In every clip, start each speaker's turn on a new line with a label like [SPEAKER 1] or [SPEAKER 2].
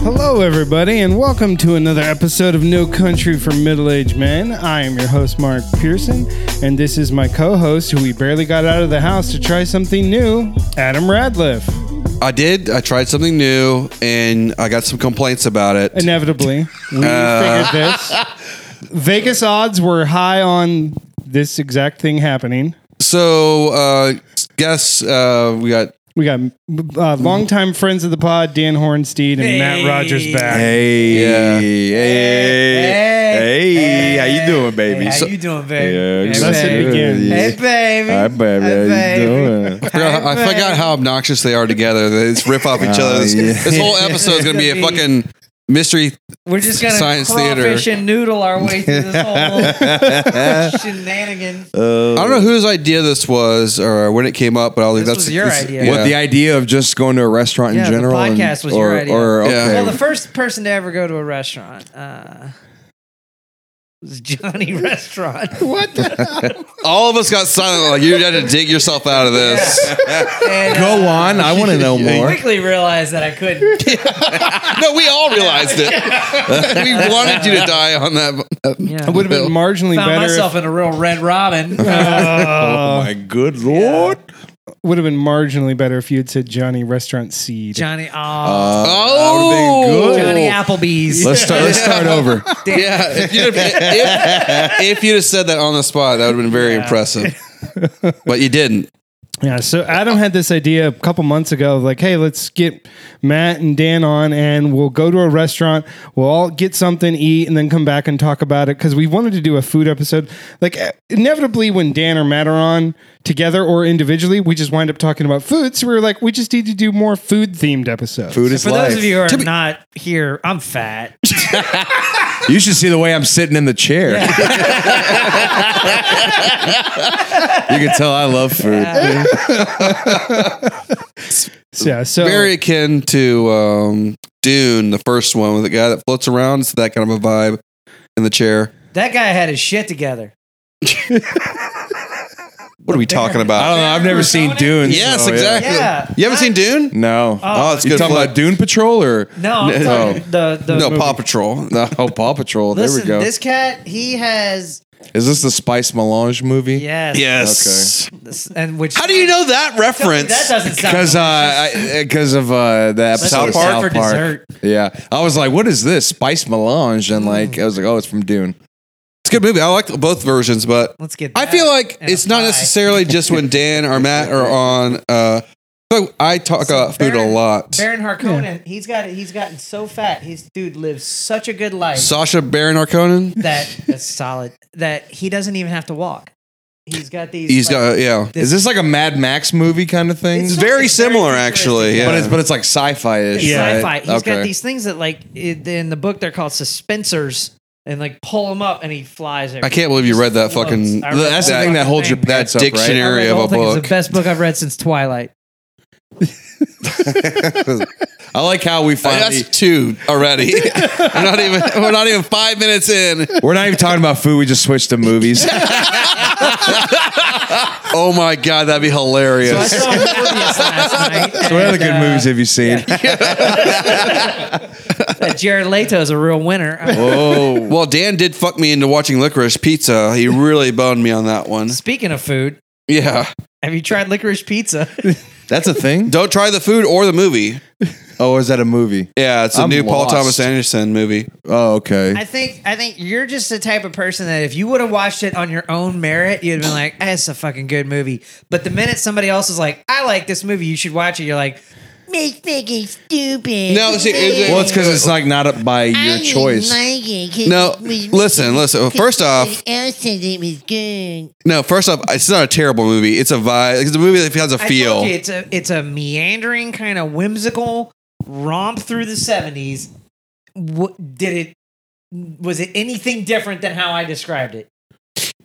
[SPEAKER 1] Hello, everybody, and welcome to another episode of No Country for Middle Aged Men. I am your host, Mark Pearson, and this is my co host, who we barely got out of the house to try something new, Adam Radliff.
[SPEAKER 2] I did. I tried something new, and I got some complaints about it.
[SPEAKER 1] Inevitably, we
[SPEAKER 3] Uh.
[SPEAKER 1] figured this. Vegas odds were high on this exact thing happening.
[SPEAKER 2] so, uh, guess uh, we got.
[SPEAKER 1] We got uh,
[SPEAKER 3] Mm-hmm.
[SPEAKER 1] longtime friends of the pod, Dan Hornstein and Matt Rogers back.
[SPEAKER 4] Hey,
[SPEAKER 2] Yeah.
[SPEAKER 4] hey, hey,
[SPEAKER 3] Hey.
[SPEAKER 4] how you doing, baby?
[SPEAKER 3] How
[SPEAKER 4] So-
[SPEAKER 3] you doing, baby? hey,
[SPEAKER 4] Yeah, good.
[SPEAKER 1] Let's hit it
[SPEAKER 3] baby.
[SPEAKER 1] again.
[SPEAKER 3] Hey, baby.
[SPEAKER 4] Hi, baby.
[SPEAKER 3] Hey,
[SPEAKER 4] How you doing?
[SPEAKER 2] I forgot, I forgot how obnoxious they are together. They just rip off each other. This,
[SPEAKER 4] Oh, yeah.
[SPEAKER 2] this whole episode is going to be a fucking mystery.
[SPEAKER 3] We're just gonna
[SPEAKER 2] Science
[SPEAKER 3] crawfish
[SPEAKER 2] theater.
[SPEAKER 3] and noodle our way through this whole shenanigans.
[SPEAKER 4] Uh,
[SPEAKER 2] I don't know whose idea this was or when it came up, but I was like,
[SPEAKER 3] This
[SPEAKER 2] that's
[SPEAKER 3] was your idea.
[SPEAKER 2] Yeah.
[SPEAKER 4] What the idea of just going to a restaurant
[SPEAKER 3] Yeah,
[SPEAKER 4] in
[SPEAKER 3] the
[SPEAKER 4] general? and-
[SPEAKER 3] podcast was
[SPEAKER 4] or,
[SPEAKER 3] your idea.
[SPEAKER 4] Or
[SPEAKER 2] Yeah.
[SPEAKER 4] okay,
[SPEAKER 3] Well, the first person to ever go to a restaurant uh, was Johnny Restaurant.
[SPEAKER 1] What the?
[SPEAKER 2] All of us got silent. Like you had to dig yourself out of this.
[SPEAKER 3] And, uh,
[SPEAKER 4] go on. I want to know more.
[SPEAKER 3] Quickly realized that I couldn't.
[SPEAKER 2] No, we all realized it. we wanted you to die on that.
[SPEAKER 3] Yeah.
[SPEAKER 1] I would have been marginally
[SPEAKER 3] Found
[SPEAKER 1] better.
[SPEAKER 3] myself in a real Red Robin. Uh,
[SPEAKER 4] Oh my good lord!
[SPEAKER 1] Would have been marginally better if you had said Johnny Restaurant Seed.
[SPEAKER 3] Johnny,
[SPEAKER 4] Uh,
[SPEAKER 3] oh,
[SPEAKER 4] that would've been
[SPEAKER 2] Oh.
[SPEAKER 4] good.
[SPEAKER 3] Johnny Applebee's.
[SPEAKER 4] Let's start. Let's start over.
[SPEAKER 2] Yeah, if you'd, have, if, if you'd have said that on the spot, that would have been very impressive. But you didn't.
[SPEAKER 1] Yeah, so Adam had this idea a couple months ago of like, hey, let's get Matt and Dan on and we'll go to a restaurant, we'll all get something, eat, and then come back and talk about it because we wanted to do a food episode. Like, eh, inevitably, when Dan or Matt are on together or individually, we just wind up talking about food. So we were like, we just need to do more food themed episodes.
[SPEAKER 4] Food is
[SPEAKER 3] For
[SPEAKER 4] life.
[SPEAKER 3] those of you who are not here, I'm fat.
[SPEAKER 4] You should see the way I'm sitting in the chair. you can tell I love food.
[SPEAKER 1] Yeah, so
[SPEAKER 2] Very akin to um, Dune, the first one, with the guy that floats around. It's that kind of a vibe in the chair.
[SPEAKER 3] That guy had his shit together.
[SPEAKER 2] What are we talking
[SPEAKER 4] I don't
[SPEAKER 2] about?
[SPEAKER 4] know. I've never seen Dune.
[SPEAKER 2] Yes,
[SPEAKER 4] so, Oh, yeah.
[SPEAKER 2] exactly.
[SPEAKER 3] Yeah.
[SPEAKER 2] You haven't seen Dune?
[SPEAKER 4] No.
[SPEAKER 2] Oh, it's
[SPEAKER 4] you
[SPEAKER 2] good.
[SPEAKER 4] talking
[SPEAKER 2] flick.
[SPEAKER 4] about Dune Patrol or
[SPEAKER 3] No, I'm
[SPEAKER 4] No.
[SPEAKER 3] talking the the
[SPEAKER 2] No,
[SPEAKER 3] movie.
[SPEAKER 2] Paw Patrol. No.
[SPEAKER 4] Oh, Paw Patrol.
[SPEAKER 3] Listen,
[SPEAKER 4] there we go.
[SPEAKER 3] this cat, he has
[SPEAKER 4] Is this the Spice Melange movie?
[SPEAKER 3] yes,
[SPEAKER 2] Yes.
[SPEAKER 3] This- and which
[SPEAKER 2] How do you know that
[SPEAKER 3] Tell me
[SPEAKER 2] reference?
[SPEAKER 3] that doesn't sound
[SPEAKER 4] Because because of uh, the episode
[SPEAKER 3] South
[SPEAKER 4] of
[SPEAKER 3] Park
[SPEAKER 4] South
[SPEAKER 3] for
[SPEAKER 4] Park.
[SPEAKER 3] dessert. Mm.
[SPEAKER 4] Yeah, I was like, "What is this Spice Melange?" And like, I was like, "Oh, it's from Dune."
[SPEAKER 2] it's a good movie. I like both versions, but
[SPEAKER 3] Let's get.
[SPEAKER 2] I
[SPEAKER 3] that.
[SPEAKER 2] feel like
[SPEAKER 3] and
[SPEAKER 2] it's
[SPEAKER 3] a
[SPEAKER 2] not
[SPEAKER 3] pie.
[SPEAKER 2] necessarily just when Dan or Matt are on. Uh, so I talk about food a
[SPEAKER 3] Baron-
[SPEAKER 2] lot.
[SPEAKER 3] Baron Harkonnen. He's got he's gotten so fat. His dude lives such a good life
[SPEAKER 2] Sasha Baron Arconen.
[SPEAKER 3] that that's solid. That he doesn't even have to walk. He's got these.
[SPEAKER 2] He's
[SPEAKER 3] like,
[SPEAKER 2] got yeah.
[SPEAKER 4] Is this like a Mad Max movie kind of thing?
[SPEAKER 3] It's
[SPEAKER 2] It's very
[SPEAKER 3] It's
[SPEAKER 2] similar,
[SPEAKER 3] very
[SPEAKER 2] actually. Yeah.
[SPEAKER 4] but it's but it's like sci-fi ish.
[SPEAKER 3] it's
[SPEAKER 1] Yeah.
[SPEAKER 3] sci-fi.
[SPEAKER 4] Right?
[SPEAKER 3] He's got these things that like it, in the book they're called suspensors, and like pull him up and he flies.
[SPEAKER 2] I can't believe you read that fucking.
[SPEAKER 3] I read
[SPEAKER 4] That's the thing that holds your
[SPEAKER 3] That
[SPEAKER 4] pants
[SPEAKER 2] that
[SPEAKER 4] up,
[SPEAKER 3] "Oh, I
[SPEAKER 2] dictionary.
[SPEAKER 4] right?
[SPEAKER 3] read
[SPEAKER 2] area
[SPEAKER 3] the
[SPEAKER 2] of
[SPEAKER 3] whole
[SPEAKER 2] a
[SPEAKER 3] thing. It's
[SPEAKER 2] book.
[SPEAKER 3] the best book I've read since Twilight.
[SPEAKER 4] I like how we finally
[SPEAKER 2] That's two already. we're not even. We're not even five minutes in.
[SPEAKER 4] we're not even talking about food. We just switched to movies.
[SPEAKER 2] Oh my god, that'd be
[SPEAKER 3] So I
[SPEAKER 2] hilarious.
[SPEAKER 3] saw Morbius last night.
[SPEAKER 4] so what other good
[SPEAKER 3] and, uh,
[SPEAKER 4] movies have you seen?
[SPEAKER 3] that Jared Leto's a real winner. I mean,
[SPEAKER 4] Oh,
[SPEAKER 2] well, Dan did fuck me into watching Licorice Pizza. He really boned me on that one.
[SPEAKER 3] Speaking of food,
[SPEAKER 2] Yeah.
[SPEAKER 3] have you tried licorice pizza?
[SPEAKER 4] that's a thing.
[SPEAKER 2] Don't try the food or the movie.
[SPEAKER 4] Oh, is that a movie?
[SPEAKER 2] Yeah, it's a
[SPEAKER 4] I'm
[SPEAKER 2] new Paul
[SPEAKER 4] lost.
[SPEAKER 2] Thomas Anderson movie.
[SPEAKER 4] Oh, okay.
[SPEAKER 3] I think I think you're just the type of person that if you would have watched it on your own merit, you'd have been like, eh, "It's a fucking good movie." But the minute somebody else is like, "I like this movie, you should watch it," you're like, "Me fucking stupid."
[SPEAKER 2] No, see, it-
[SPEAKER 4] well, it's because it's like not up by your choice.
[SPEAKER 2] No, listen, listen. First off,
[SPEAKER 5] it was good.
[SPEAKER 2] no. First off, it's not a terrible movie. It's a vibe. It's a movie that has a
[SPEAKER 3] I told
[SPEAKER 2] feel.
[SPEAKER 3] you, it's a it's a meandering kind of whimsical romp through the seventies. What did it? Was it anything different than how I described it?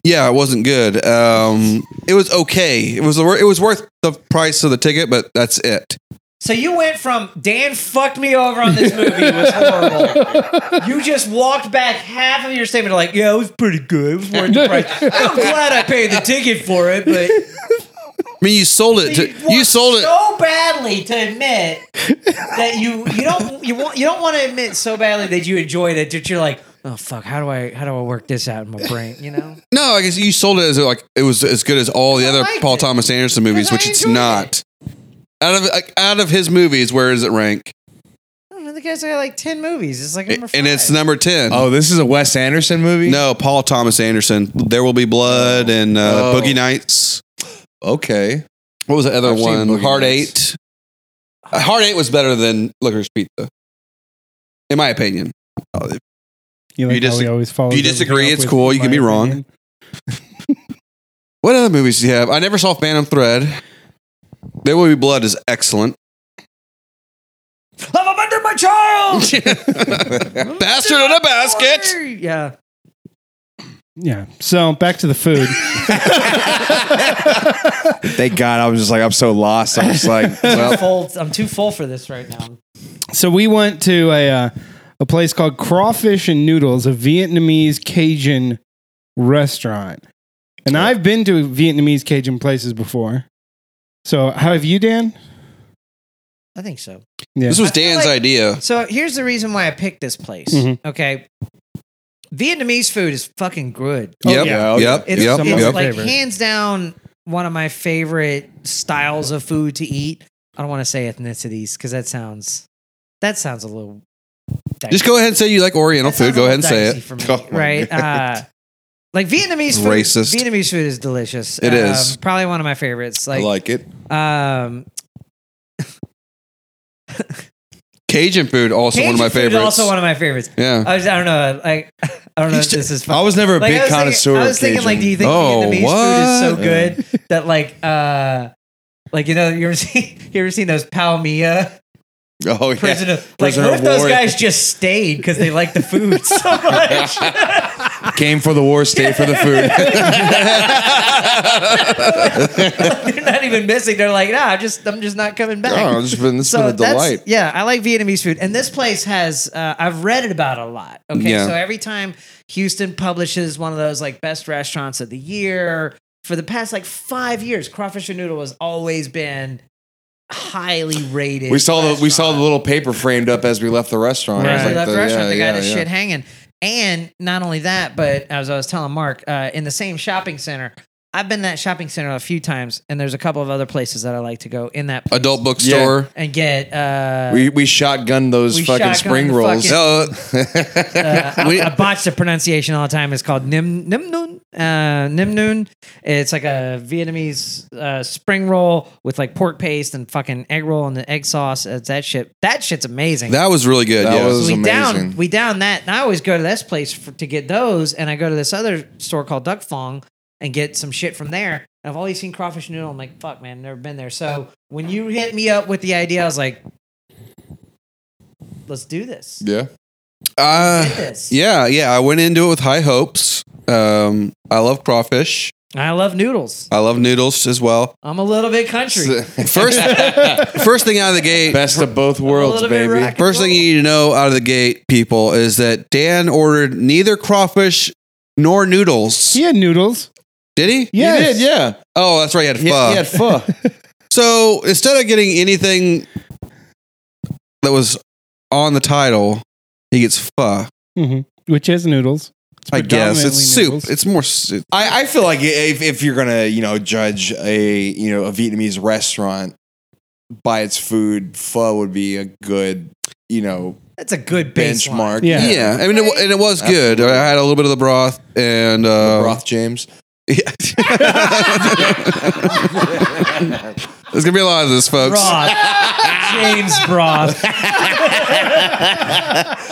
[SPEAKER 2] Yeah, it wasn't good. Um, it was okay. It was the wor- it was worth the price of the ticket, but that's it.
[SPEAKER 3] So you went from Dan fucked me over on this movie it was horrible. you just walked back half of your statement like, yeah, it was pretty good. It was worth the price. I'm glad I paid the ticket for it, but
[SPEAKER 2] I mean, you sold it. To, you,
[SPEAKER 3] want
[SPEAKER 2] sold it.
[SPEAKER 3] so badly to admit that you you don't you want you don't want to admit so badly that you enjoyed it that you're like oh fuck how do I how do I work this out in my brain you know
[SPEAKER 2] No, I guess you sold it as like it was as good as all the
[SPEAKER 3] I
[SPEAKER 2] other
[SPEAKER 3] liked
[SPEAKER 2] Paul
[SPEAKER 3] it.
[SPEAKER 2] Thomas Anderson movies,
[SPEAKER 3] I
[SPEAKER 2] which it's
[SPEAKER 3] enjoyed
[SPEAKER 2] not. Out of like, out of his movies, where does it rank?
[SPEAKER 3] I don't know, the guy's got like ten movies it's like number five.
[SPEAKER 2] And it's number ten.
[SPEAKER 4] Oh, this is a Wes Anderson movie.
[SPEAKER 2] no, Paul Thomas Anderson. There will be blood and uh,
[SPEAKER 4] Oh.
[SPEAKER 2] Boogie Nights.
[SPEAKER 4] Okay.
[SPEAKER 2] What was the other
[SPEAKER 4] I've seen
[SPEAKER 2] one?
[SPEAKER 4] Boogie
[SPEAKER 2] Heart
[SPEAKER 4] Nights.
[SPEAKER 2] Eight. Uh, Heart Eight was better than Licorice Pizza, in my opinion. Uh,
[SPEAKER 1] You,
[SPEAKER 2] You
[SPEAKER 1] like how
[SPEAKER 2] dis-
[SPEAKER 1] we always follow
[SPEAKER 2] you
[SPEAKER 1] everything
[SPEAKER 2] disagree,
[SPEAKER 1] up
[SPEAKER 2] it's
[SPEAKER 1] with
[SPEAKER 2] cool, you can
[SPEAKER 1] my
[SPEAKER 2] be wrong.
[SPEAKER 1] opinion.
[SPEAKER 2] What other movies do you have? I never saw Phantom Thread. There Will Be Blood is excellent.
[SPEAKER 3] love under my child
[SPEAKER 2] Bastard in a basket.
[SPEAKER 3] yeah
[SPEAKER 1] Yeah. So back to the food.
[SPEAKER 4] Thank God. I was just like, I'm so lost. I was like,
[SPEAKER 3] I'm,
[SPEAKER 4] well,
[SPEAKER 3] full, I'm too full for this right now
[SPEAKER 1] so we went to a uh, a place called Crawfish and Noodles, a Vietnamese Cajun restaurant. And I've been to Vietnamese Cajun places before. So how have you, Dan?
[SPEAKER 3] I think so
[SPEAKER 1] Yeah.
[SPEAKER 2] This was
[SPEAKER 3] I feel
[SPEAKER 2] Dan's
[SPEAKER 3] like-
[SPEAKER 2] idea.
[SPEAKER 3] So here's the reason why I picked this place.
[SPEAKER 1] Mhm.
[SPEAKER 2] Mm-hmm.
[SPEAKER 3] Okay. Vietnamese food is fucking good.
[SPEAKER 2] Yep.
[SPEAKER 4] yeah, oh,
[SPEAKER 2] Yep.
[SPEAKER 3] It's,
[SPEAKER 2] Yep.
[SPEAKER 3] it's
[SPEAKER 1] Some of
[SPEAKER 2] Yep.
[SPEAKER 1] my
[SPEAKER 3] like
[SPEAKER 1] favorite.
[SPEAKER 3] hands down one of my favorite styles of food to eat. I don't want to say ethnicities because that sounds that sounds a little dicey.
[SPEAKER 2] Just go ahead and say you like Oriental
[SPEAKER 3] That sounds
[SPEAKER 2] food.
[SPEAKER 3] a
[SPEAKER 2] Go ahead and
[SPEAKER 3] little
[SPEAKER 2] say it.
[SPEAKER 3] dicey for me,
[SPEAKER 4] Oh my
[SPEAKER 3] right? Uh, like Vietnamese food,
[SPEAKER 2] Racist.
[SPEAKER 3] Vietnamese food is delicious.
[SPEAKER 2] It is.
[SPEAKER 3] Um, probably one of my favorites.
[SPEAKER 4] I
[SPEAKER 3] Like,
[SPEAKER 4] like it.
[SPEAKER 3] um,
[SPEAKER 2] Cajun food also
[SPEAKER 3] Cajun
[SPEAKER 2] one of my
[SPEAKER 3] food is
[SPEAKER 2] favorites.
[SPEAKER 3] Also one of my favorites.
[SPEAKER 2] yeah.
[SPEAKER 3] I, was, I don't know. Like, I don't know if this is. Fun.
[SPEAKER 4] I was never a
[SPEAKER 3] Like, I
[SPEAKER 4] big
[SPEAKER 3] was thinking-
[SPEAKER 4] connoisseur.
[SPEAKER 3] I was thinking,
[SPEAKER 4] of
[SPEAKER 3] like, do you think
[SPEAKER 2] Oh,
[SPEAKER 3] Vietnamese
[SPEAKER 2] what?
[SPEAKER 3] food is so good that, like, uh, like you know, you ever seen you ever seen those Palmia
[SPEAKER 4] Oh yeah.
[SPEAKER 3] prison of like
[SPEAKER 4] Prisoner
[SPEAKER 3] what
[SPEAKER 4] of
[SPEAKER 3] if those
[SPEAKER 4] war.
[SPEAKER 3] guys just stayed because they liked the food so much?
[SPEAKER 4] Came for the war, stayed for the food.
[SPEAKER 3] They're not even missing. They're like, nah, I'm just I'm just not coming back.
[SPEAKER 4] oh, it's been, it's
[SPEAKER 3] so
[SPEAKER 4] been a
[SPEAKER 3] that's-
[SPEAKER 4] delight.
[SPEAKER 3] Yeah, I like Vietnamese food, and this place has uh, I've read it about a lot. Okay,
[SPEAKER 2] Yeah.
[SPEAKER 3] so every time Houston publishes one of those like best restaurants of the year for the past like five years, Crawfish and Noodle has always been highly rated.
[SPEAKER 4] We saw the we saw the
[SPEAKER 3] restaurant.
[SPEAKER 4] little paper framed up as we left the restaurant.
[SPEAKER 1] Right.
[SPEAKER 4] It was
[SPEAKER 3] As we
[SPEAKER 1] like
[SPEAKER 3] left the, restaurant. they
[SPEAKER 4] yeah,
[SPEAKER 3] got his
[SPEAKER 4] yeah.
[SPEAKER 3] shit hanging, and not only that, but as I was telling Mark, uh, in the same shopping center. I've been to that shopping center a few times, and there's a couple of other places that I like to go in that place
[SPEAKER 2] Adult bookstore.
[SPEAKER 3] and get uh,
[SPEAKER 4] We we shotgunned those
[SPEAKER 3] We
[SPEAKER 4] fucking
[SPEAKER 3] shotgunned
[SPEAKER 4] spring
[SPEAKER 3] the
[SPEAKER 4] rolls.
[SPEAKER 3] fucking-
[SPEAKER 2] No,
[SPEAKER 3] Uh, I,
[SPEAKER 2] We-
[SPEAKER 3] I botch the pronunciation all the time. It's called nim nimnoon. Uh, nimnoon. It's like a Vietnamese uh, spring roll with like pork paste and fucking egg roll and the egg sauce. It's that shit. That shit's amazing.
[SPEAKER 2] that was really good.
[SPEAKER 4] That
[SPEAKER 2] yeah.
[SPEAKER 4] was-
[SPEAKER 3] we down
[SPEAKER 4] amazing.
[SPEAKER 3] we down that. And I always go to this place for, to get those, and I go to this other store called Duck Fong and get some shit from there. And I've always seen crawfish noodle. I'm like, fuck, man, I've never been there. So when you hit me up with the idea, I was like, let's do this.
[SPEAKER 4] Yeah.
[SPEAKER 2] Uh,
[SPEAKER 3] Get this.
[SPEAKER 2] yeah, yeah. I went into it with high hopes. Um, I love crawfish.
[SPEAKER 3] I love noodles.
[SPEAKER 2] I love noodles as well.
[SPEAKER 3] I'm a little bit country.
[SPEAKER 2] First, first thing out of the gate.
[SPEAKER 4] Best of both worlds,
[SPEAKER 3] little bit
[SPEAKER 4] baby.
[SPEAKER 3] rock-
[SPEAKER 2] First thing you need to know out of the gate, people, is that Dan ordered neither crawfish nor noodles.
[SPEAKER 1] He had noodles.
[SPEAKER 2] Did he?
[SPEAKER 1] Yes.
[SPEAKER 4] You did, yeah.
[SPEAKER 2] Oh, that's right. He had pho.
[SPEAKER 4] He, he had pho.
[SPEAKER 2] So instead of getting anything that was on the title, he gets pho.
[SPEAKER 1] Mhm. Which is noodles.
[SPEAKER 2] I guess it's
[SPEAKER 1] predominantly
[SPEAKER 2] soup.
[SPEAKER 1] noodles.
[SPEAKER 2] It's more soup.
[SPEAKER 4] I, I feel like if, if you're gonna you know judge a you know a Vietnamese restaurant by its food, pho would be a good you know
[SPEAKER 3] That's a good benchmark.
[SPEAKER 4] benchmark.
[SPEAKER 1] Yeah.
[SPEAKER 2] Yeah, I mean, it, wa- and it was good. I had a little bit of the broth and uh,
[SPEAKER 4] broth James.
[SPEAKER 2] There's gonna be a lot of this, folks.
[SPEAKER 3] Broth. James Broth.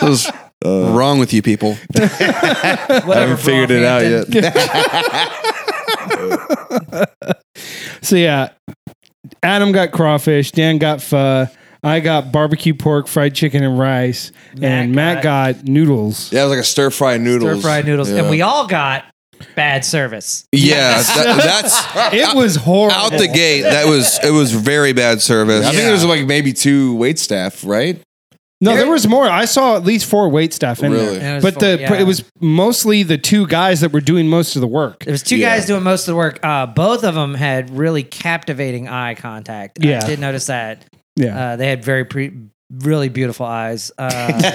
[SPEAKER 2] What's
[SPEAKER 4] Uh.
[SPEAKER 2] wrong with you people?
[SPEAKER 3] Whatever.
[SPEAKER 4] I haven't figured it out yet.
[SPEAKER 1] So yeah, Adam got crawfish. Dan got pho. I got barbecue pork, fried chicken, and rice. and Matt
[SPEAKER 3] Matt
[SPEAKER 1] got, noodles.
[SPEAKER 4] Yeah, it was like a stir fry noodles.
[SPEAKER 3] Stir fried noodles. And we all got bad service.
[SPEAKER 2] Yeah, that,
[SPEAKER 1] It was horrible.
[SPEAKER 2] that's out the gate. That was it was very bad service.
[SPEAKER 4] I think there was like maybe two wait staff, right?
[SPEAKER 1] No, there was more. I saw at least four wait staff in
[SPEAKER 2] Really?
[SPEAKER 1] there.
[SPEAKER 3] Yeah, it was
[SPEAKER 1] But the
[SPEAKER 3] four, yeah.
[SPEAKER 1] it was mostly the two guys that were doing most of the work.
[SPEAKER 3] There was two
[SPEAKER 4] Yeah.
[SPEAKER 3] guys doing most of the work. Uh, both of them had really captivating eye contact.
[SPEAKER 1] Yeah.
[SPEAKER 3] I did notice that.
[SPEAKER 1] Yeah.
[SPEAKER 3] Uh, they had very pre- really beautiful eyes. Uh,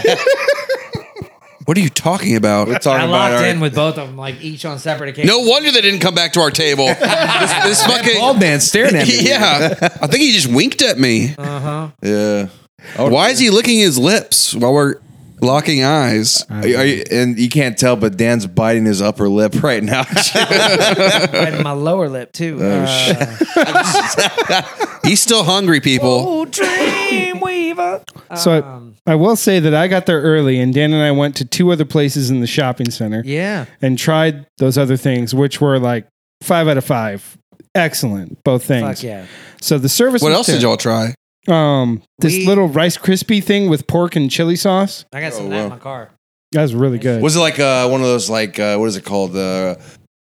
[SPEAKER 2] What are you talking about?
[SPEAKER 3] I
[SPEAKER 4] Talking about
[SPEAKER 3] locked
[SPEAKER 4] our-
[SPEAKER 3] in with both of them, like each on separate occasions.
[SPEAKER 2] No wonder they didn't come back to our table. this, this fucking
[SPEAKER 6] Bald man staring at me.
[SPEAKER 2] yeah. I think he just winked at me.
[SPEAKER 3] Uh huh.
[SPEAKER 4] Yeah.
[SPEAKER 2] Why is he licking his lips while we're locking eyes?
[SPEAKER 4] Are you- are you- and you can't tell, but Dan's biting his upper lip right now.
[SPEAKER 3] and my lower lip too.
[SPEAKER 4] Oh,
[SPEAKER 3] uh,
[SPEAKER 2] He's still hungry, people.
[SPEAKER 3] Oh, Dreamweaver. Um,
[SPEAKER 1] So I, I will say that I got there early, and Dan and I went to two other places in the shopping center
[SPEAKER 3] Yeah.
[SPEAKER 1] and tried those other things, which were like five out of five, excellent, both things.
[SPEAKER 3] Fuck yeah.
[SPEAKER 1] So the service.
[SPEAKER 2] What
[SPEAKER 1] was
[SPEAKER 2] else did
[SPEAKER 1] there.
[SPEAKER 2] y'all try?
[SPEAKER 1] Um, this
[SPEAKER 3] We-
[SPEAKER 1] little rice crispy thing with pork and chili sauce.
[SPEAKER 3] I got some
[SPEAKER 4] Oh,
[SPEAKER 3] of that
[SPEAKER 4] wow.
[SPEAKER 3] in my car.
[SPEAKER 1] That was really good.
[SPEAKER 4] Was it like uh, one of those like uh, what is it called? Uh,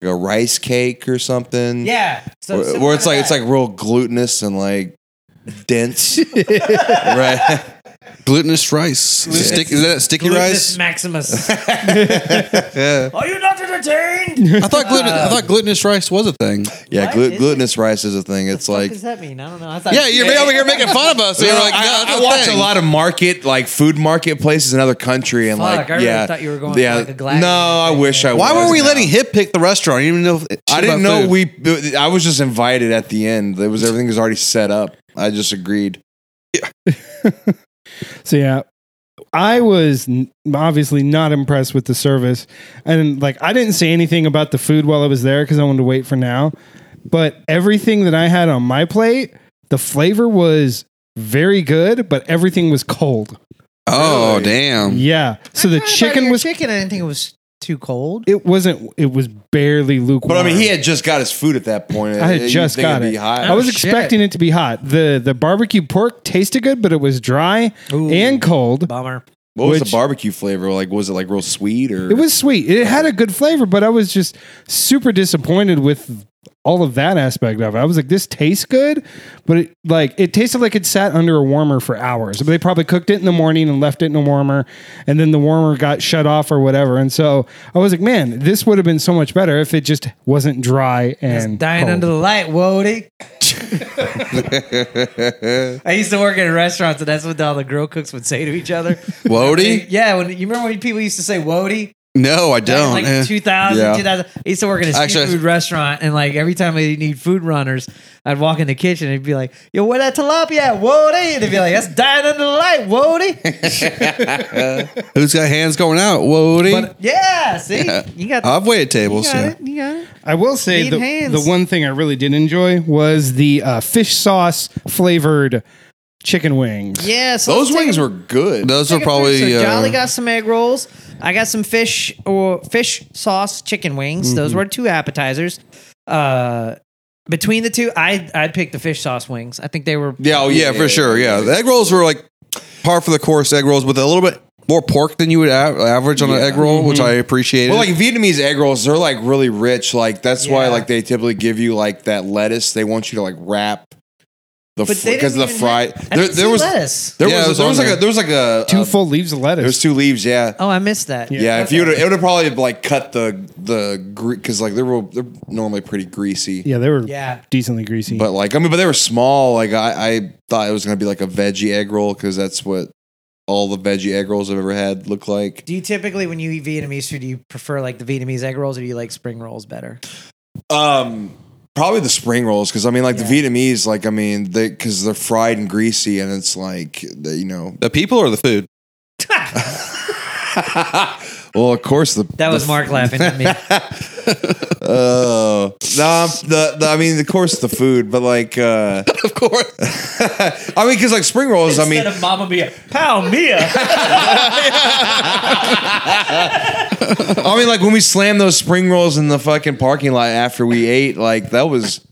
[SPEAKER 4] like a rice cake or something?
[SPEAKER 3] Yeah. So
[SPEAKER 4] Where,
[SPEAKER 3] similar
[SPEAKER 4] where it's
[SPEAKER 3] to
[SPEAKER 4] like it's
[SPEAKER 3] that.
[SPEAKER 4] like real glutinous and like dense, right?
[SPEAKER 2] Glutinous rice. Stick, is that sticky
[SPEAKER 3] Glutinous
[SPEAKER 2] rice?
[SPEAKER 3] Maximus.
[SPEAKER 4] yeah,
[SPEAKER 3] Are you not entertained?
[SPEAKER 2] I thought gluten, I thought glutinous rice was a thing.
[SPEAKER 4] yeah.
[SPEAKER 3] What
[SPEAKER 4] Glu-
[SPEAKER 3] is it?
[SPEAKER 4] glutinous rice is a thing. It's
[SPEAKER 3] What
[SPEAKER 4] like
[SPEAKER 3] does that mean? I don't know. I thought
[SPEAKER 2] Yeah, you're over here making fun of us. And you're like, no,
[SPEAKER 4] I,
[SPEAKER 2] that's
[SPEAKER 4] I
[SPEAKER 2] a
[SPEAKER 4] watch
[SPEAKER 2] thing.
[SPEAKER 4] a lot of market, like food marketplaces in other country, and
[SPEAKER 3] Fuck,
[SPEAKER 4] like,
[SPEAKER 3] I really
[SPEAKER 4] yeah,
[SPEAKER 3] thought you were going for, like, a gladiator
[SPEAKER 4] No, I
[SPEAKER 3] thing.
[SPEAKER 4] wish I.
[SPEAKER 2] Why
[SPEAKER 4] was
[SPEAKER 2] were we
[SPEAKER 4] now.
[SPEAKER 2] letting him pick the restaurant? I didn't even know. If,
[SPEAKER 4] I didn't know we. I was just invited at the end. It was everything was already set up. I just agreed.
[SPEAKER 1] So yeah, I was n- obviously not impressed with the service, and like I didn't say anything about the food while I was there because I wanted to wait for now. But everything that I had on my plate, the flavor was very good, but everything was cold.
[SPEAKER 2] Oh
[SPEAKER 4] Really?
[SPEAKER 2] damn!
[SPEAKER 1] Yeah, so the chicken was
[SPEAKER 3] chicken. I didn't think it was too cold.
[SPEAKER 1] it wasn't it was barely lukewarm.
[SPEAKER 4] But I mean, he had just got his food at that point.
[SPEAKER 1] I had
[SPEAKER 4] You'd
[SPEAKER 1] just
[SPEAKER 4] think
[SPEAKER 1] got
[SPEAKER 4] it'd
[SPEAKER 1] it.
[SPEAKER 4] be hot.
[SPEAKER 1] I was
[SPEAKER 3] Oh, shit.
[SPEAKER 1] expecting it to be hot. the The barbecue pork tasted good, but it was dry
[SPEAKER 3] Ooh.
[SPEAKER 1] and cold.
[SPEAKER 3] Bummer.
[SPEAKER 4] What was
[SPEAKER 1] Which-
[SPEAKER 4] the barbecue flavor? Like, was it like real sweet or?
[SPEAKER 1] It was sweet. It had a good flavor, but I was just super disappointed with all of that aspect of it. I was like, this tastes good, but it like it tasted like it sat under a warmer for hours. But they probably cooked it in the morning and left it in a warmer, and then the warmer got shut off or whatever. And so I was like, man, this would have been so much better if it just wasn't dry and
[SPEAKER 3] Dying
[SPEAKER 1] cold.
[SPEAKER 3] under the light, Wody. I used to work at restaurants, and that's what all the grill cooks would say to each other.
[SPEAKER 2] Wody?
[SPEAKER 3] Yeah, when you remember when people used to say Wody?
[SPEAKER 2] No, I
[SPEAKER 3] Back in,
[SPEAKER 2] don't.
[SPEAKER 3] Like
[SPEAKER 2] Eh.
[SPEAKER 3] 2000,
[SPEAKER 4] Yeah.
[SPEAKER 3] 2000. I used to work in a
[SPEAKER 2] Actually, I-
[SPEAKER 3] seafood restaurant, and like every time we need food runners, I'd walk in the kitchen and be like, "Yo, where that tilapia? at, Wody?" And they'd be like, "That's dying under the light, Wody."
[SPEAKER 2] Who's got hands going out? Wody.
[SPEAKER 3] But yeah, see, you got,
[SPEAKER 2] I've waited
[SPEAKER 3] you
[SPEAKER 2] tables.
[SPEAKER 3] got
[SPEAKER 2] Yeah.
[SPEAKER 3] it, you got it.
[SPEAKER 1] I will say
[SPEAKER 3] Need
[SPEAKER 1] the,
[SPEAKER 3] hands.
[SPEAKER 1] the one thing I really did enjoy was the uh, fish sauce flavored chicken wings.
[SPEAKER 3] Yeah, so
[SPEAKER 4] Those
[SPEAKER 3] let's take
[SPEAKER 4] wings
[SPEAKER 3] a-
[SPEAKER 4] were good.
[SPEAKER 2] Those are
[SPEAKER 3] take a break.
[SPEAKER 2] probably.
[SPEAKER 3] So Jolly
[SPEAKER 2] Uh,
[SPEAKER 3] got some egg rolls. I got some fish or fish sauce chicken wings. Those
[SPEAKER 4] Mm-hmm.
[SPEAKER 3] were two appetizers. Uh, between the two, I I'd pick the fish sauce wings. I think they were
[SPEAKER 2] yeah, oh, yeah, for sure. Yeah, the egg rolls were like par for the course. Egg rolls with a little bit more pork than you would a- average on an egg roll, which
[SPEAKER 3] Mm-hmm.
[SPEAKER 2] I appreciated.
[SPEAKER 4] Well, like Vietnamese egg rolls, they're like really rich. Like that's why
[SPEAKER 3] Yeah.
[SPEAKER 4] like they typically give you like that lettuce. They want you to like wrap the
[SPEAKER 3] But they
[SPEAKER 4] because
[SPEAKER 3] didn't
[SPEAKER 4] of the
[SPEAKER 3] even
[SPEAKER 4] fried.
[SPEAKER 3] have- I
[SPEAKER 4] there
[SPEAKER 3] didn't
[SPEAKER 4] there
[SPEAKER 3] see
[SPEAKER 4] was
[SPEAKER 3] lettuce.
[SPEAKER 4] there
[SPEAKER 2] Yeah, it
[SPEAKER 4] was,
[SPEAKER 2] was
[SPEAKER 4] there
[SPEAKER 2] on
[SPEAKER 4] was like
[SPEAKER 2] there.
[SPEAKER 4] a there was like a
[SPEAKER 1] Two
[SPEAKER 4] uh,
[SPEAKER 1] full leaves of lettuce.
[SPEAKER 4] There was two leaves. Yeah.
[SPEAKER 3] Oh, I missed that.
[SPEAKER 1] Yeah.
[SPEAKER 4] Yeah, if you would it would have probably like cut the the because like they're real, they're normally pretty greasy,
[SPEAKER 1] Yeah, they were
[SPEAKER 3] Yeah.
[SPEAKER 1] decently greasy.
[SPEAKER 4] but like I mean, but they were small. Like I, I thought it was gonna be like a veggie egg roll because that's what all the veggie egg rolls I've ever had look like.
[SPEAKER 3] Do you typically, when you eat Vietnamese food, do you prefer like the Vietnamese egg rolls, or do you like spring rolls better?
[SPEAKER 4] Um, probably the spring rolls because I mean, like the Vietnamese, like I mean, they because they're fried and greasy, and it's like the, you know.
[SPEAKER 2] the people or the food?
[SPEAKER 4] Well, of course the
[SPEAKER 3] That was Mark laughing at me.
[SPEAKER 4] uh, no, the, the I mean, of course the food, but like uh,
[SPEAKER 2] Of course.
[SPEAKER 4] I mean, because like spring rolls, I mean,
[SPEAKER 3] Instead of Mamma Mia, Pow Mia.
[SPEAKER 4] I mean, like when we slammed those spring rolls in the fucking parking lot after we ate, like that was,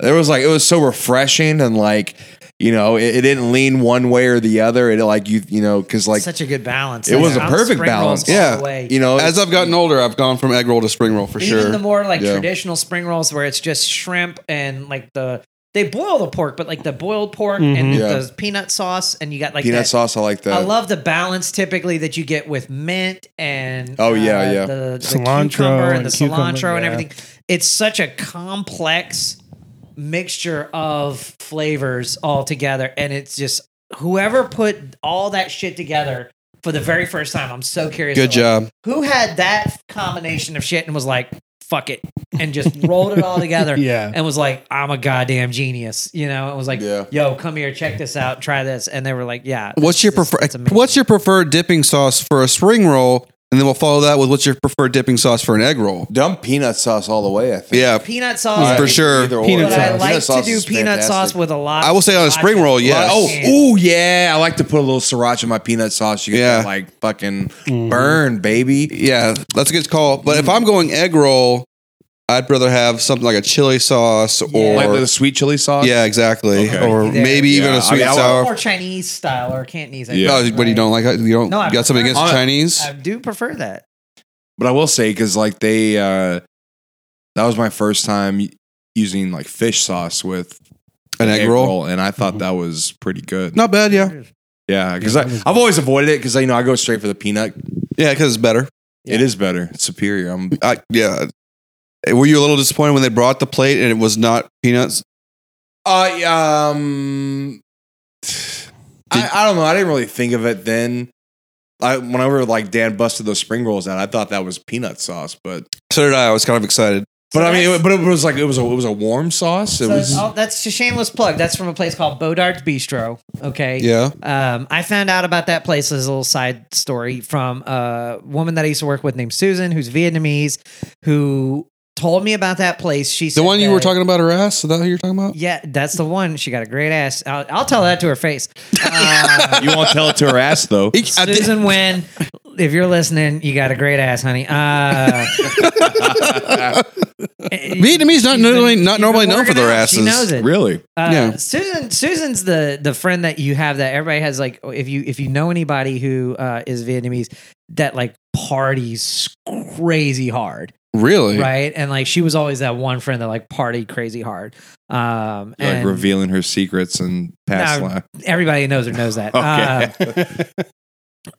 [SPEAKER 4] there was like it was so refreshing and like, you know, it, it didn't lean one way or the other. It like you, you know, because like
[SPEAKER 3] Such a good balance.
[SPEAKER 4] it was
[SPEAKER 3] Like,
[SPEAKER 4] a
[SPEAKER 3] I'm
[SPEAKER 4] perfect
[SPEAKER 3] spring rolls
[SPEAKER 4] balance.
[SPEAKER 3] all
[SPEAKER 4] Yeah,
[SPEAKER 3] the way.
[SPEAKER 4] you know,
[SPEAKER 2] As I've gotten older, I've gone from egg roll to spring roll for
[SPEAKER 3] Even
[SPEAKER 2] sure.
[SPEAKER 3] the more like
[SPEAKER 4] Yeah.
[SPEAKER 3] traditional spring rolls where it's just shrimp and like the they boil the pork, but like the boiled pork and
[SPEAKER 4] Mm-hmm. Yeah.
[SPEAKER 3] the peanut sauce, and you got like
[SPEAKER 4] Peanut
[SPEAKER 3] that-
[SPEAKER 4] sauce, I like that.
[SPEAKER 3] I love the balance typically that you get with mint and uh,
[SPEAKER 4] Oh, yeah, yeah.
[SPEAKER 3] the, the
[SPEAKER 1] Cilantro
[SPEAKER 3] cucumber and,
[SPEAKER 1] and
[SPEAKER 3] the
[SPEAKER 1] cucumber,
[SPEAKER 3] cilantro and
[SPEAKER 1] yeah.
[SPEAKER 3] everything. It's such a complex mixture of flavors all together, and it's just whoever put all that shit together for the very first time. I'm so curious.
[SPEAKER 2] Good
[SPEAKER 3] to, like,
[SPEAKER 2] job.
[SPEAKER 3] who had that combination of shit and was like, fuck it, and just rolled it all together
[SPEAKER 1] Yeah.
[SPEAKER 3] and was like, I'm a goddamn genius. You know, it was like,
[SPEAKER 4] Yeah.
[SPEAKER 3] yo, come here, check this out, try this. And they were like, yeah.
[SPEAKER 2] What's your
[SPEAKER 3] this-
[SPEAKER 2] prefer-
[SPEAKER 3] it's amazing."
[SPEAKER 2] What's your preferred dipping sauce for a spring roll? And then we'll follow that with what's your preferred dipping sauce for an egg roll?
[SPEAKER 4] Dumb peanut sauce all the way. I think.
[SPEAKER 2] Yeah,
[SPEAKER 3] peanut sauce?
[SPEAKER 2] for sure.
[SPEAKER 4] Either or.
[SPEAKER 1] Peanut
[SPEAKER 3] But
[SPEAKER 1] sauce.
[SPEAKER 3] I like to
[SPEAKER 4] sauce
[SPEAKER 3] do
[SPEAKER 4] is
[SPEAKER 3] peanut sauce
[SPEAKER 4] fantastic.
[SPEAKER 3] with a lot.
[SPEAKER 2] I will say on a
[SPEAKER 3] lots
[SPEAKER 2] spring
[SPEAKER 3] of-
[SPEAKER 2] roll, yes.
[SPEAKER 4] Oh,
[SPEAKER 3] Yeah.
[SPEAKER 4] ooh, yeah. I like to put a little sriracha in my peanut sauce. You get
[SPEAKER 2] Yeah.
[SPEAKER 4] that,
[SPEAKER 3] Mm-hmm.
[SPEAKER 4] like fucking burn, baby.
[SPEAKER 2] yeah, that's a good call. But
[SPEAKER 3] Mm.
[SPEAKER 2] if I'm going egg roll, I'd rather have something like a chili sauce or
[SPEAKER 4] Like the sweet chili sauce.
[SPEAKER 2] yeah, exactly,
[SPEAKER 4] Okay.
[SPEAKER 2] or
[SPEAKER 3] There.
[SPEAKER 2] maybe even
[SPEAKER 4] Yeah,
[SPEAKER 2] a sweet
[SPEAKER 4] I mean, I
[SPEAKER 2] sour.
[SPEAKER 3] Or Chinese style or Cantonese. I
[SPEAKER 4] Yeah.
[SPEAKER 2] No,
[SPEAKER 3] guess,
[SPEAKER 2] what do you
[SPEAKER 3] right?
[SPEAKER 2] don't like? You don't
[SPEAKER 3] No, I
[SPEAKER 2] got something
[SPEAKER 3] prefer-
[SPEAKER 2] against Chinese?
[SPEAKER 3] I do prefer that.
[SPEAKER 4] But I will say, because like they, uh that was my first time y- using like fish sauce with
[SPEAKER 2] An egg, roll?
[SPEAKER 4] and I thought that was pretty good.
[SPEAKER 2] not bad. Yeah,
[SPEAKER 4] Mm-hmm. Yeah, because I've always avoided it because you know I go straight for the peanut.
[SPEAKER 2] yeah, because it's better.
[SPEAKER 4] It is better. It's superior. I'm
[SPEAKER 2] I, yeah. Eh, Were you a little disappointed when they brought the plate and it was not peanuts?
[SPEAKER 4] I Uh, um, I, I don't know. I didn't really think of it then. I whenever like Dan busted those spring rolls out, I thought that was peanut sauce, but
[SPEAKER 2] So did I. I was kind of excited.
[SPEAKER 4] but I mean,
[SPEAKER 3] that's-
[SPEAKER 4] it, but it was like it was a it was a warm sauce. It
[SPEAKER 3] So,
[SPEAKER 4] was
[SPEAKER 3] oh, that's a shameless plug. That's from a place called Bodard's Bistro. Okay.
[SPEAKER 2] Yeah.
[SPEAKER 3] Um, I found out about that place as a little side story from a woman that I used to work with named Susan, who's Vietnamese, who told me about that place. She
[SPEAKER 2] The
[SPEAKER 3] said
[SPEAKER 2] one you were
[SPEAKER 3] that-
[SPEAKER 2] talking about her ass? Is that who you're talking about?
[SPEAKER 3] Yeah, that's the one. She got a great ass. I'll, I'll tell that to her face. Uh,
[SPEAKER 4] you won't tell it to her ass though.
[SPEAKER 2] I did-
[SPEAKER 3] Susan Wynn, if you're listening, you got a great ass, honey. Uh,
[SPEAKER 2] Vietnamese not
[SPEAKER 3] she's
[SPEAKER 2] normally
[SPEAKER 3] been-
[SPEAKER 2] not
[SPEAKER 3] she's
[SPEAKER 2] normally
[SPEAKER 3] been
[SPEAKER 2] known for
[SPEAKER 3] working
[SPEAKER 2] their
[SPEAKER 3] out.
[SPEAKER 2] asses.
[SPEAKER 3] She knows it.
[SPEAKER 4] really?
[SPEAKER 3] Uh,
[SPEAKER 2] Yeah.
[SPEAKER 3] Susan Susan's the the friend that you have that everybody has like oh, if you if you know anybody who uh, is Vietnamese that like parties crazy hard,
[SPEAKER 2] Really?
[SPEAKER 3] right? And like she was always that one friend that like partied crazy hard. Um
[SPEAKER 4] Like
[SPEAKER 3] and
[SPEAKER 4] revealing her secrets and past
[SPEAKER 3] No,
[SPEAKER 4] life.
[SPEAKER 3] everybody knows her knows that. Uh,
[SPEAKER 4] Okay.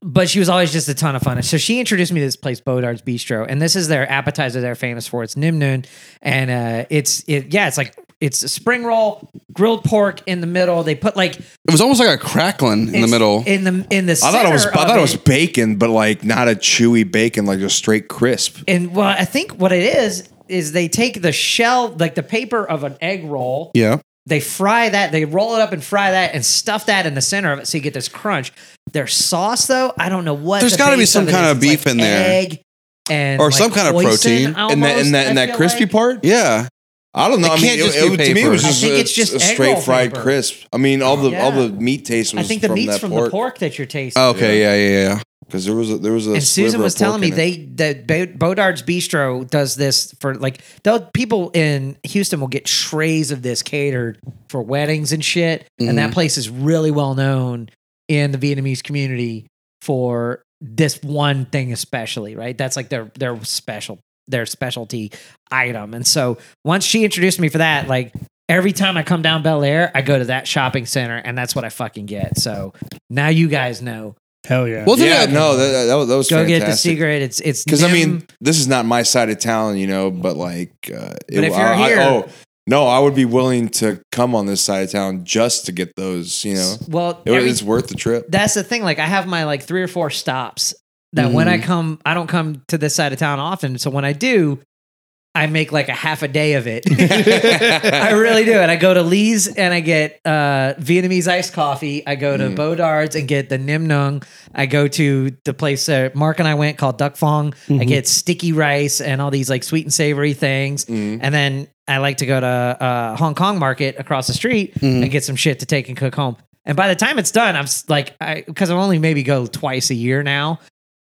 [SPEAKER 3] but she was always just a ton of fun. So she introduced me to this place, Bodard's Bistro, and this is their appetizer they're famous for. It's Nim Noon, and uh, it's it yeah, it's like it's a spring roll, grilled pork in the middle. They put like
[SPEAKER 2] It was almost like a crackling in the
[SPEAKER 3] it's
[SPEAKER 2] middle.
[SPEAKER 3] in the in the.
[SPEAKER 4] I thought it was I
[SPEAKER 3] center of
[SPEAKER 4] thought it was bacon, but like not a chewy bacon, like just straight crisp.
[SPEAKER 3] And well, I think what it is is they take the shell, like the paper of an egg roll,
[SPEAKER 2] yeah.
[SPEAKER 3] they fry that, they roll it up and fry that, and stuff that in the center of it, so you get this crunch. Their sauce, though, I don't know what.
[SPEAKER 2] There's
[SPEAKER 3] the
[SPEAKER 2] gotta be
[SPEAKER 3] base
[SPEAKER 2] some
[SPEAKER 3] it
[SPEAKER 2] kind
[SPEAKER 3] is.
[SPEAKER 2] of
[SPEAKER 3] It's
[SPEAKER 2] beef in there.
[SPEAKER 3] egg and
[SPEAKER 2] Or
[SPEAKER 3] like
[SPEAKER 2] some kind of
[SPEAKER 3] hoisin
[SPEAKER 2] protein.
[SPEAKER 3] almost,
[SPEAKER 4] and that and that and
[SPEAKER 3] I
[SPEAKER 4] that
[SPEAKER 3] feel
[SPEAKER 4] crispy
[SPEAKER 3] like.
[SPEAKER 4] part.
[SPEAKER 2] Yeah.
[SPEAKER 4] I don't know.
[SPEAKER 2] It
[SPEAKER 4] I mean,
[SPEAKER 2] can't just be
[SPEAKER 4] to me, it was
[SPEAKER 2] paper.
[SPEAKER 4] just,
[SPEAKER 3] I think
[SPEAKER 4] a,
[SPEAKER 3] it's just
[SPEAKER 4] a
[SPEAKER 3] egg roll
[SPEAKER 4] straight fried
[SPEAKER 3] paper.
[SPEAKER 4] crisp. I mean, all the all
[SPEAKER 3] Yeah.
[SPEAKER 4] the meat taste
[SPEAKER 3] I
[SPEAKER 4] was
[SPEAKER 3] think the
[SPEAKER 4] from
[SPEAKER 3] meat's
[SPEAKER 4] that
[SPEAKER 3] from
[SPEAKER 4] pork.
[SPEAKER 3] the pork that you're tasting.
[SPEAKER 2] Okay. Yeah. Yeah. Yeah.
[SPEAKER 4] Because there was a, there was a
[SPEAKER 3] and
[SPEAKER 4] sliver
[SPEAKER 3] Susan
[SPEAKER 4] of
[SPEAKER 3] was
[SPEAKER 4] pork
[SPEAKER 3] telling me
[SPEAKER 4] in it.
[SPEAKER 3] they that Bo- Bodard's Bistro does this for like they'll- people in Houston will get trays of this catered for weddings and shit, and
[SPEAKER 4] Mm-hmm.
[SPEAKER 3] that place is really well known in the Vietnamese community for this one thing especially, right? That's like their their special their specialty item, and so once she introduced me for that, like. Every time I come down Bel Air, I go to that shopping center, and that's what I fucking get. So now you guys know.
[SPEAKER 1] Hell yeah.
[SPEAKER 2] Wasn't
[SPEAKER 4] yeah,
[SPEAKER 2] it?
[SPEAKER 4] no, that, that, was- that was
[SPEAKER 3] Go get the
[SPEAKER 4] fantastic.
[SPEAKER 3] secret. It's it's
[SPEAKER 4] Because I
[SPEAKER 3] Nim-
[SPEAKER 4] mean, this is not my side of town, you know. But like, uh, it,
[SPEAKER 3] But if you're
[SPEAKER 4] I,
[SPEAKER 3] here-
[SPEAKER 4] I, oh no, I would be willing to come on this side of town just to get those. You know,
[SPEAKER 3] Well,
[SPEAKER 4] it,
[SPEAKER 3] every-
[SPEAKER 4] it's worth the trip.
[SPEAKER 3] that's the thing. Like, I have my like three or four stops that when
[SPEAKER 4] Mm-hmm.
[SPEAKER 3] I come, I don't come to this side of town often. So when I do, I make like a half a day of it. I really do. And I go to Lee's and I get uh, Vietnamese iced coffee. I go to
[SPEAKER 4] Mm.
[SPEAKER 3] Bodard's and get the Nim Nung. I go to the place that Mark and I went called Duck Fong. I
[SPEAKER 4] Mm-hmm.
[SPEAKER 1] Mhm.
[SPEAKER 3] get sticky rice and all these like sweet and savory things.
[SPEAKER 4] Mhm.
[SPEAKER 3] And then I like to go to uh, Hong Kong Market across the street
[SPEAKER 4] Mm.
[SPEAKER 3] and get some shit to take and cook home. And by the time it's done, I'm s- like, because I, only maybe go twice a year now.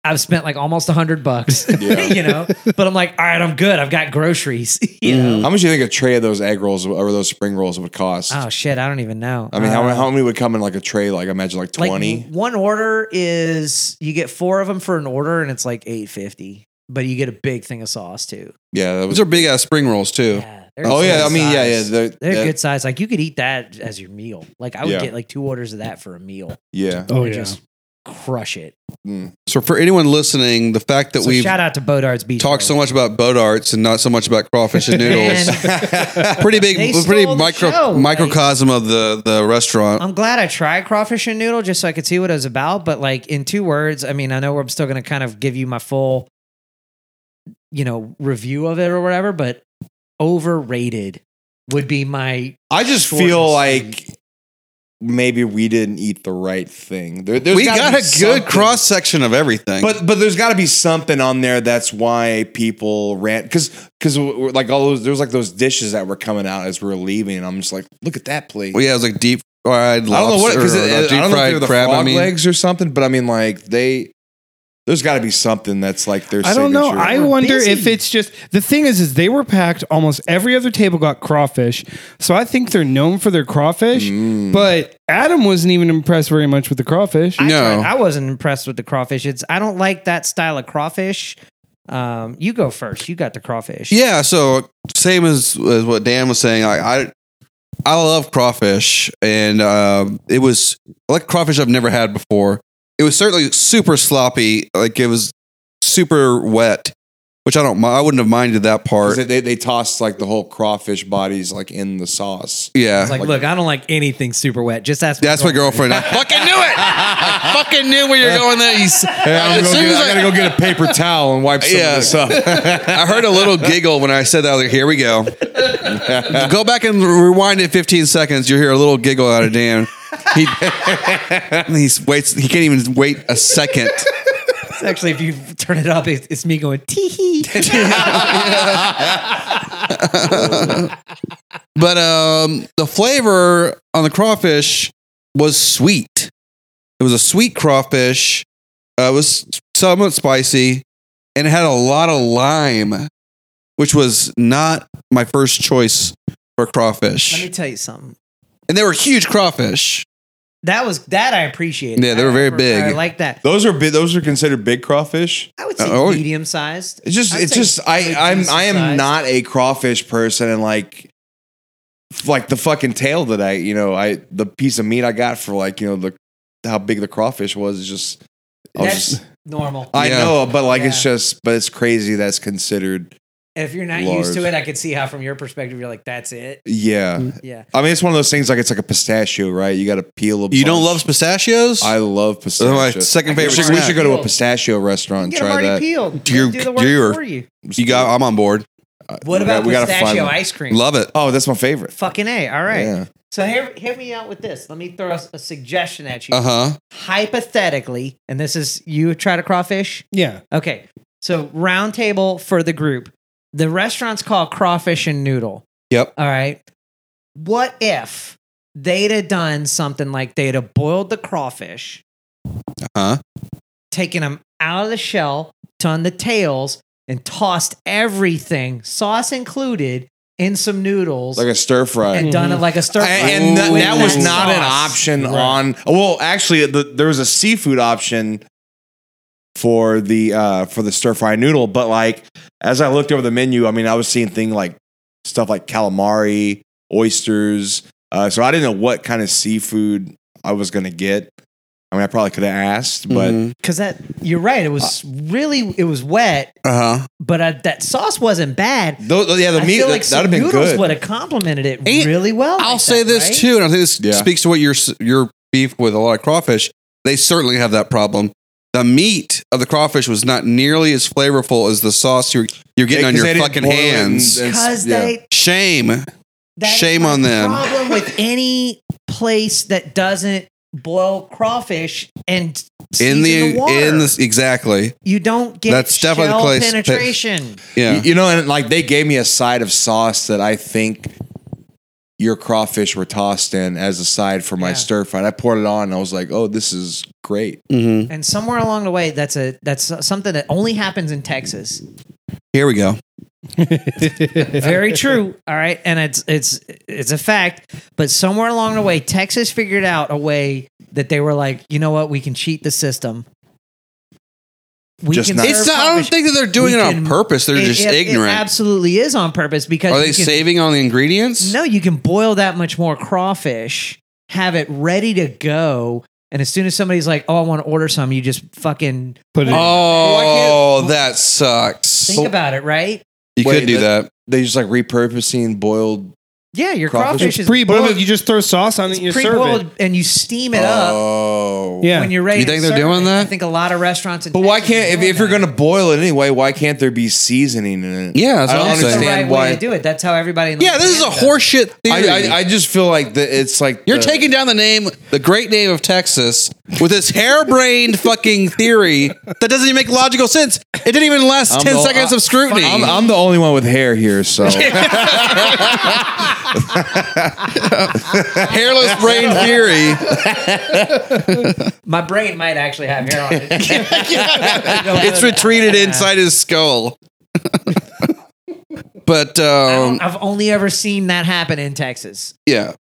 [SPEAKER 3] I've spent like almost a hundred bucks,
[SPEAKER 4] Yeah.
[SPEAKER 3] you know. But I'm like, all right, I'm good. I've got groceries. you know?
[SPEAKER 4] How much do you think a tray of those egg rolls or those spring rolls would cost?
[SPEAKER 3] Oh shit, I don't even know.
[SPEAKER 4] I mean, how,
[SPEAKER 3] Uh,
[SPEAKER 4] how many would come in like a tray? Like, imagine um, like
[SPEAKER 3] like
[SPEAKER 4] twenty.
[SPEAKER 3] one order is you get four of them for an order, and it's like eight fifty. But you get a big thing of sauce too.
[SPEAKER 4] yeah, that was
[SPEAKER 2] Those are big ass spring rolls too.
[SPEAKER 3] Yeah, They're
[SPEAKER 4] Oh yeah, I
[SPEAKER 3] good
[SPEAKER 4] mean yeah, yeah,
[SPEAKER 3] size.
[SPEAKER 4] they're,
[SPEAKER 3] They're
[SPEAKER 4] yeah,
[SPEAKER 3] good size. Like you could eat that as your meal. Like I would
[SPEAKER 4] Yeah.
[SPEAKER 3] get like two orders of that for a meal.
[SPEAKER 4] yeah.
[SPEAKER 1] Oh
[SPEAKER 3] and
[SPEAKER 1] yeah.
[SPEAKER 3] just crush it.
[SPEAKER 4] Mm.
[SPEAKER 2] So for anyone listening, the fact that
[SPEAKER 3] So
[SPEAKER 2] we've
[SPEAKER 3] shout out to Bodart's Beach.
[SPEAKER 2] talked so
[SPEAKER 3] Road.
[SPEAKER 2] much about boat arts and not so much about crawfish and noodles,
[SPEAKER 3] And
[SPEAKER 2] pretty big,
[SPEAKER 3] They
[SPEAKER 2] pretty
[SPEAKER 3] stole the
[SPEAKER 2] micro
[SPEAKER 3] show, like-
[SPEAKER 2] microcosm of the the restaurant.
[SPEAKER 3] I'm glad I tried crawfish and noodle just so I could see what it was about. But like in two words, I mean, I know I'm still going to kind of give you my full, you know, review of it or whatever. But overrated would be my
[SPEAKER 4] I just
[SPEAKER 3] Short
[SPEAKER 4] feel
[SPEAKER 3] and
[SPEAKER 4] like maybe we didn't eat the right thing. There, there's
[SPEAKER 2] we
[SPEAKER 4] gotta
[SPEAKER 2] got
[SPEAKER 4] be
[SPEAKER 2] a good
[SPEAKER 4] something.
[SPEAKER 2] cross section of everything.
[SPEAKER 4] But but there's got to be something on there that's why people rant because because like all those there's like those dishes that were coming out as we were leaving and I'm just like look at that plate.
[SPEAKER 2] well, yeah, it was like deep fried
[SPEAKER 4] I don't know what
[SPEAKER 2] lobster.
[SPEAKER 4] because
[SPEAKER 2] or
[SPEAKER 4] I
[SPEAKER 2] deep
[SPEAKER 4] don't know if
[SPEAKER 2] fried
[SPEAKER 4] they were the
[SPEAKER 2] crab,
[SPEAKER 4] frog
[SPEAKER 2] I mean.
[SPEAKER 4] legs or something, but I mean like they there's got to be something that's like their.
[SPEAKER 1] I don't know.
[SPEAKER 4] signature.
[SPEAKER 1] I
[SPEAKER 3] We're
[SPEAKER 1] wonder
[SPEAKER 3] busy.
[SPEAKER 1] if it's just the thing is, is they were packed. Almost every other table got crawfish, so I think they're known for their crawfish.
[SPEAKER 4] Mm.
[SPEAKER 1] But Adam wasn't even impressed very much with the crawfish.
[SPEAKER 3] I
[SPEAKER 2] No.
[SPEAKER 3] tried- I wasn't impressed with the crawfish. It's I don't like that style of crawfish. Um, you go first. You got the crawfish.
[SPEAKER 2] Yeah, so same as, as what Dan was saying. Like I, I love crawfish, and um, it was like crawfish I've never had before. It was certainly super sloppy. Like it was super wet, which I don't. mi- I wouldn't have minded that
[SPEAKER 4] 'Cause
[SPEAKER 2] part.
[SPEAKER 4] they, they, they tossed like the whole crawfish bodies like in the sauce.
[SPEAKER 2] yeah,
[SPEAKER 3] It's like, look, I don't like anything super wet. Just ask.
[SPEAKER 2] that's my girlfriend. I fucking knew it. I fucking knew where you're going there. You s-
[SPEAKER 4] Hey, I'm
[SPEAKER 2] As
[SPEAKER 4] gonna go
[SPEAKER 2] soon
[SPEAKER 4] get,
[SPEAKER 2] as
[SPEAKER 4] I
[SPEAKER 2] I-
[SPEAKER 4] gotta go get a paper towel and wipe some
[SPEAKER 2] Yeah.
[SPEAKER 4] of this up.
[SPEAKER 2] I heard a little giggle when I said that. I was like, here we go. go back and rewind it 15 seconds. You'll hear a little giggle out of Dan. He, he waits. He can't even wait a second.
[SPEAKER 3] It's actually, if you turn it up, it's, it's me going tee hee.
[SPEAKER 2] But um, the flavor on the crawfish was sweet. It was a sweet crawfish. Uh, it was somewhat spicy, and it had a lot of lime, which was not my first choice for
[SPEAKER 3] Let me
[SPEAKER 2] crawfish.
[SPEAKER 3] tell you something.
[SPEAKER 2] And they were huge crawfish.
[SPEAKER 3] That was that I appreciated.
[SPEAKER 2] Yeah, they were very
[SPEAKER 3] I- I
[SPEAKER 2] big.
[SPEAKER 3] like that.
[SPEAKER 4] those are big, those are considered big crawfish.
[SPEAKER 3] I would say
[SPEAKER 2] Uh, oh.
[SPEAKER 3] medium sized.
[SPEAKER 4] It's just
[SPEAKER 3] I'd
[SPEAKER 4] it's
[SPEAKER 3] say
[SPEAKER 4] just I
[SPEAKER 3] like
[SPEAKER 4] I'm I am
[SPEAKER 3] decent-sized.
[SPEAKER 4] not a crawfish person and like f- like the fucking tail that I you know I the piece of meat I got for like you know the how big the crawfish was is just I, was
[SPEAKER 3] That's
[SPEAKER 4] just-
[SPEAKER 3] normal.
[SPEAKER 4] I
[SPEAKER 2] Yeah.
[SPEAKER 4] know but like it's
[SPEAKER 3] Yeah.
[SPEAKER 4] just but it's crazy that's considered
[SPEAKER 3] if you're not used to
[SPEAKER 4] large.
[SPEAKER 3] it, I could see how from your perspective you're like, that's it.
[SPEAKER 4] yeah
[SPEAKER 3] Yeah.
[SPEAKER 4] I mean it's one of those things like it's like a pistachio right you got to peel a
[SPEAKER 2] You don't love
[SPEAKER 4] bunch.
[SPEAKER 2] pistachios?
[SPEAKER 4] I love
[SPEAKER 2] They're
[SPEAKER 4] pistachio
[SPEAKER 2] my second
[SPEAKER 4] we
[SPEAKER 2] favorite.
[SPEAKER 4] should, we
[SPEAKER 2] snack.
[SPEAKER 4] should go to a
[SPEAKER 3] Peeled.
[SPEAKER 4] pistachio restaurant and
[SPEAKER 3] Get them
[SPEAKER 4] try
[SPEAKER 3] already
[SPEAKER 4] that
[SPEAKER 3] peeled.
[SPEAKER 2] Do your-
[SPEAKER 3] They'll do the work
[SPEAKER 2] do your-
[SPEAKER 3] for you.
[SPEAKER 2] You got? I'm on board.
[SPEAKER 3] What
[SPEAKER 4] uh, We
[SPEAKER 3] about
[SPEAKER 4] got- we gotta
[SPEAKER 3] pistachio
[SPEAKER 4] find-
[SPEAKER 3] ice cream?
[SPEAKER 2] Love it.
[SPEAKER 4] oh that's my favorite
[SPEAKER 3] Fucking a. All right.
[SPEAKER 4] Yeah.
[SPEAKER 3] So here, hit me out with this. Let me throw a, a suggestion at you.
[SPEAKER 4] Uh-huh.
[SPEAKER 2] Uh huh.
[SPEAKER 3] Hypothetically, and this is you tried a crawfish.
[SPEAKER 1] Yeah,
[SPEAKER 3] Okay. So round table for the group. The restaurant's called Crawfish and Noodle.
[SPEAKER 2] Yep.
[SPEAKER 3] All right. What if they'd have done something like they'd have boiled the crawfish,
[SPEAKER 4] Uh-huh.
[SPEAKER 2] Uh huh.
[SPEAKER 3] taken them out of the shell, done the tails, and tossed everything, sauce included, in some noodles
[SPEAKER 4] like a stir fry
[SPEAKER 3] and done it like a stir fry.
[SPEAKER 4] and, and that,
[SPEAKER 3] with
[SPEAKER 4] that was
[SPEAKER 3] that
[SPEAKER 4] not an
[SPEAKER 3] sauce.
[SPEAKER 4] option on well actually the, there was a seafood option for the uh for the stir fry noodle but like as i looked over the menu i mean i was seeing thing like stuff like calamari oysters uh so i didn't know what kind of seafood i was gonna get i mean i probably could have asked but
[SPEAKER 2] Mm-hmm.
[SPEAKER 3] Because that you're right. It was
[SPEAKER 4] Uh.
[SPEAKER 3] really it was wet,
[SPEAKER 2] uh huh.
[SPEAKER 3] but uh, that sauce wasn't bad.
[SPEAKER 4] tho- yeah the
[SPEAKER 3] I
[SPEAKER 4] meat
[SPEAKER 3] feel
[SPEAKER 4] that,
[SPEAKER 3] like
[SPEAKER 4] would
[SPEAKER 3] some
[SPEAKER 4] have been
[SPEAKER 3] noodles
[SPEAKER 4] good
[SPEAKER 3] would have complimented it
[SPEAKER 2] And
[SPEAKER 3] really well.
[SPEAKER 2] I'll
[SPEAKER 3] like
[SPEAKER 2] say
[SPEAKER 3] that,
[SPEAKER 2] this
[SPEAKER 3] right?
[SPEAKER 2] too, and I think this
[SPEAKER 4] Yeah.
[SPEAKER 2] speaks to what your s- your beef with a lot of crawfish. They certainly have that problem. The meat of the crawfish was not nearly as flavorful as the sauce you're you're getting
[SPEAKER 4] Yeah,
[SPEAKER 2] on
[SPEAKER 4] 'cause
[SPEAKER 2] your
[SPEAKER 4] they didn't
[SPEAKER 2] fucking
[SPEAKER 4] boil it and-
[SPEAKER 2] hands.
[SPEAKER 4] and-
[SPEAKER 3] because
[SPEAKER 4] yeah.
[SPEAKER 3] they
[SPEAKER 2] Shame.
[SPEAKER 3] that is
[SPEAKER 2] Shame
[SPEAKER 3] my
[SPEAKER 2] on them.
[SPEAKER 3] Problem with any place that doesn't boil crawfish and
[SPEAKER 2] In
[SPEAKER 3] season
[SPEAKER 2] the,
[SPEAKER 3] water,
[SPEAKER 2] in this exactly.
[SPEAKER 3] you don't get
[SPEAKER 2] That's definitely the
[SPEAKER 3] shell
[SPEAKER 2] place that-
[SPEAKER 3] penetration.
[SPEAKER 2] Yeah.
[SPEAKER 4] Y- You know, and like they gave me a side of sauce that I think your crawfish were tossed in as a side for my
[SPEAKER 3] Yeah.
[SPEAKER 4] stir fry. And I poured it on and I was like, oh, this is great.
[SPEAKER 2] Mhm.
[SPEAKER 3] and somewhere along the way, that's a that's something that only happens in Texas.
[SPEAKER 2] Here we go.
[SPEAKER 3] Very true. All right, and it's it's it's a fact. But somewhere along the way, Texas figured out a way that they were like, you know what, we can cheat the system. we
[SPEAKER 4] Just
[SPEAKER 3] can
[SPEAKER 4] not-
[SPEAKER 3] serve
[SPEAKER 2] It's not- I don't
[SPEAKER 3] publish-
[SPEAKER 2] think that they're doing
[SPEAKER 3] we
[SPEAKER 2] it on purpose. They're just ignorant.
[SPEAKER 3] It absolutely is on purpose because
[SPEAKER 2] Are
[SPEAKER 3] you
[SPEAKER 2] they
[SPEAKER 3] can-
[SPEAKER 2] saving on the ingredients?
[SPEAKER 3] No, you can boil that much more crawfish, have it ready to go, and as soon as somebody's like, "Oh, I want to order some," you just fucking
[SPEAKER 1] Put it.
[SPEAKER 2] Oh, that sucks.
[SPEAKER 3] think about it, right?
[SPEAKER 2] you
[SPEAKER 4] Wait,
[SPEAKER 2] could do that.
[SPEAKER 4] They just like repurposing boiled.
[SPEAKER 3] Yeah, your
[SPEAKER 4] Crawfish.
[SPEAKER 3] crawfish,
[SPEAKER 1] It's
[SPEAKER 3] is
[SPEAKER 1] pre-boiled. You just throw sauce on it. And you serve it.
[SPEAKER 3] pre-boiled, and you steam it up
[SPEAKER 4] Oh.
[SPEAKER 1] Yeah.
[SPEAKER 3] when you're ready.
[SPEAKER 2] You
[SPEAKER 3] to
[SPEAKER 2] think they're
[SPEAKER 3] serve
[SPEAKER 2] doing
[SPEAKER 3] it.
[SPEAKER 2] that?
[SPEAKER 3] I think a lot of restaurants. in
[SPEAKER 4] But why
[SPEAKER 3] Texas are
[SPEAKER 4] can't if,
[SPEAKER 3] doing
[SPEAKER 4] if you're
[SPEAKER 3] that.
[SPEAKER 4] gonna boil it anyway? Why can't there be seasoning in it?
[SPEAKER 2] Yeah, that's
[SPEAKER 4] I
[SPEAKER 2] what I'm saying.
[SPEAKER 4] don't
[SPEAKER 3] That's the
[SPEAKER 4] understand
[SPEAKER 3] right
[SPEAKER 4] why.
[SPEAKER 3] way to do it. That's how everybody. in the
[SPEAKER 2] Yeah, this is a
[SPEAKER 3] land does it.
[SPEAKER 2] horseshit theory.
[SPEAKER 4] I, I, I just feel like the, it's like
[SPEAKER 2] You're
[SPEAKER 4] the-
[SPEAKER 2] taking down the name, the great name of Texas, with this harebrained fucking theory that doesn't even make logical sense. It didn't even last
[SPEAKER 4] I'm
[SPEAKER 2] ten
[SPEAKER 4] the-
[SPEAKER 2] seconds
[SPEAKER 4] I-
[SPEAKER 2] of scrutiny.
[SPEAKER 4] I'm, I'm the only one with hair here, so
[SPEAKER 2] hairless brain theory.
[SPEAKER 3] My brain might actually have hair on it.
[SPEAKER 2] it's
[SPEAKER 3] it's
[SPEAKER 2] retreated inside his skull. but um,
[SPEAKER 3] I've only ever seen that happen in Texas.
[SPEAKER 2] yeah,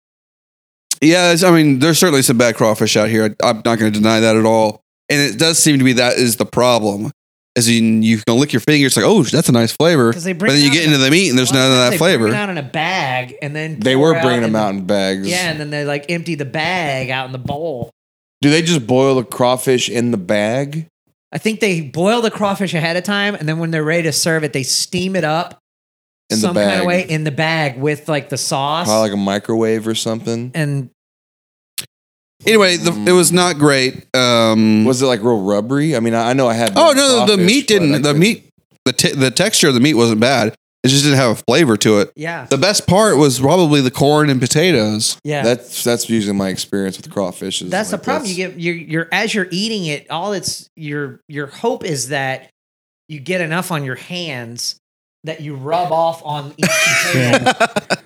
[SPEAKER 2] yeah. it's- I mean, there's certainly some bad crawfish out here. I, I'm not going to deny that at all. And it does seem to be that is the problem. As in, you can lick your fingers like, oh, that's a nice flavor.
[SPEAKER 3] 'Cause they
[SPEAKER 2] But
[SPEAKER 3] bring
[SPEAKER 2] then you
[SPEAKER 3] out
[SPEAKER 2] get
[SPEAKER 3] the-
[SPEAKER 2] into the meat, and there's
[SPEAKER 3] Well,
[SPEAKER 2] none of that
[SPEAKER 3] they bring
[SPEAKER 2] flavor.
[SPEAKER 3] it out in a bag, and then
[SPEAKER 4] they
[SPEAKER 3] pour
[SPEAKER 4] were bringing them
[SPEAKER 3] and-
[SPEAKER 4] out in bags.
[SPEAKER 3] Yeah, and then they like empty the bag out in the bowl.
[SPEAKER 4] Do they just boil the crawfish in the bag?
[SPEAKER 3] I think they boil the crawfish ahead of time, and then when they're ready to serve it, they steam it up
[SPEAKER 4] In the
[SPEAKER 3] some kind
[SPEAKER 4] bag.
[SPEAKER 3] of way in the bag with like the sauce
[SPEAKER 4] Probably like a microwave or something.
[SPEAKER 3] and
[SPEAKER 2] Anyway, the, it was not great. Um,
[SPEAKER 4] Mm-hmm. Was it like real rubbery? I mean, I, I know I had.
[SPEAKER 2] oh no, the
[SPEAKER 4] crawfish,
[SPEAKER 2] meat
[SPEAKER 4] but I
[SPEAKER 2] didn't. The
[SPEAKER 4] couldn't-
[SPEAKER 2] meat, the te- the texture of the meat wasn't bad. It just didn't have a flavor to it.
[SPEAKER 3] yeah,
[SPEAKER 2] The best part was probably the corn and potatoes.
[SPEAKER 3] yeah.
[SPEAKER 4] That's that's usually my experience with crawfish. is
[SPEAKER 3] that's
[SPEAKER 4] like
[SPEAKER 3] the problem.
[SPEAKER 4] this.
[SPEAKER 3] You get you're, you're as you're eating it, all it's your your hope is that you get enough on your hands that you rub off on each potato.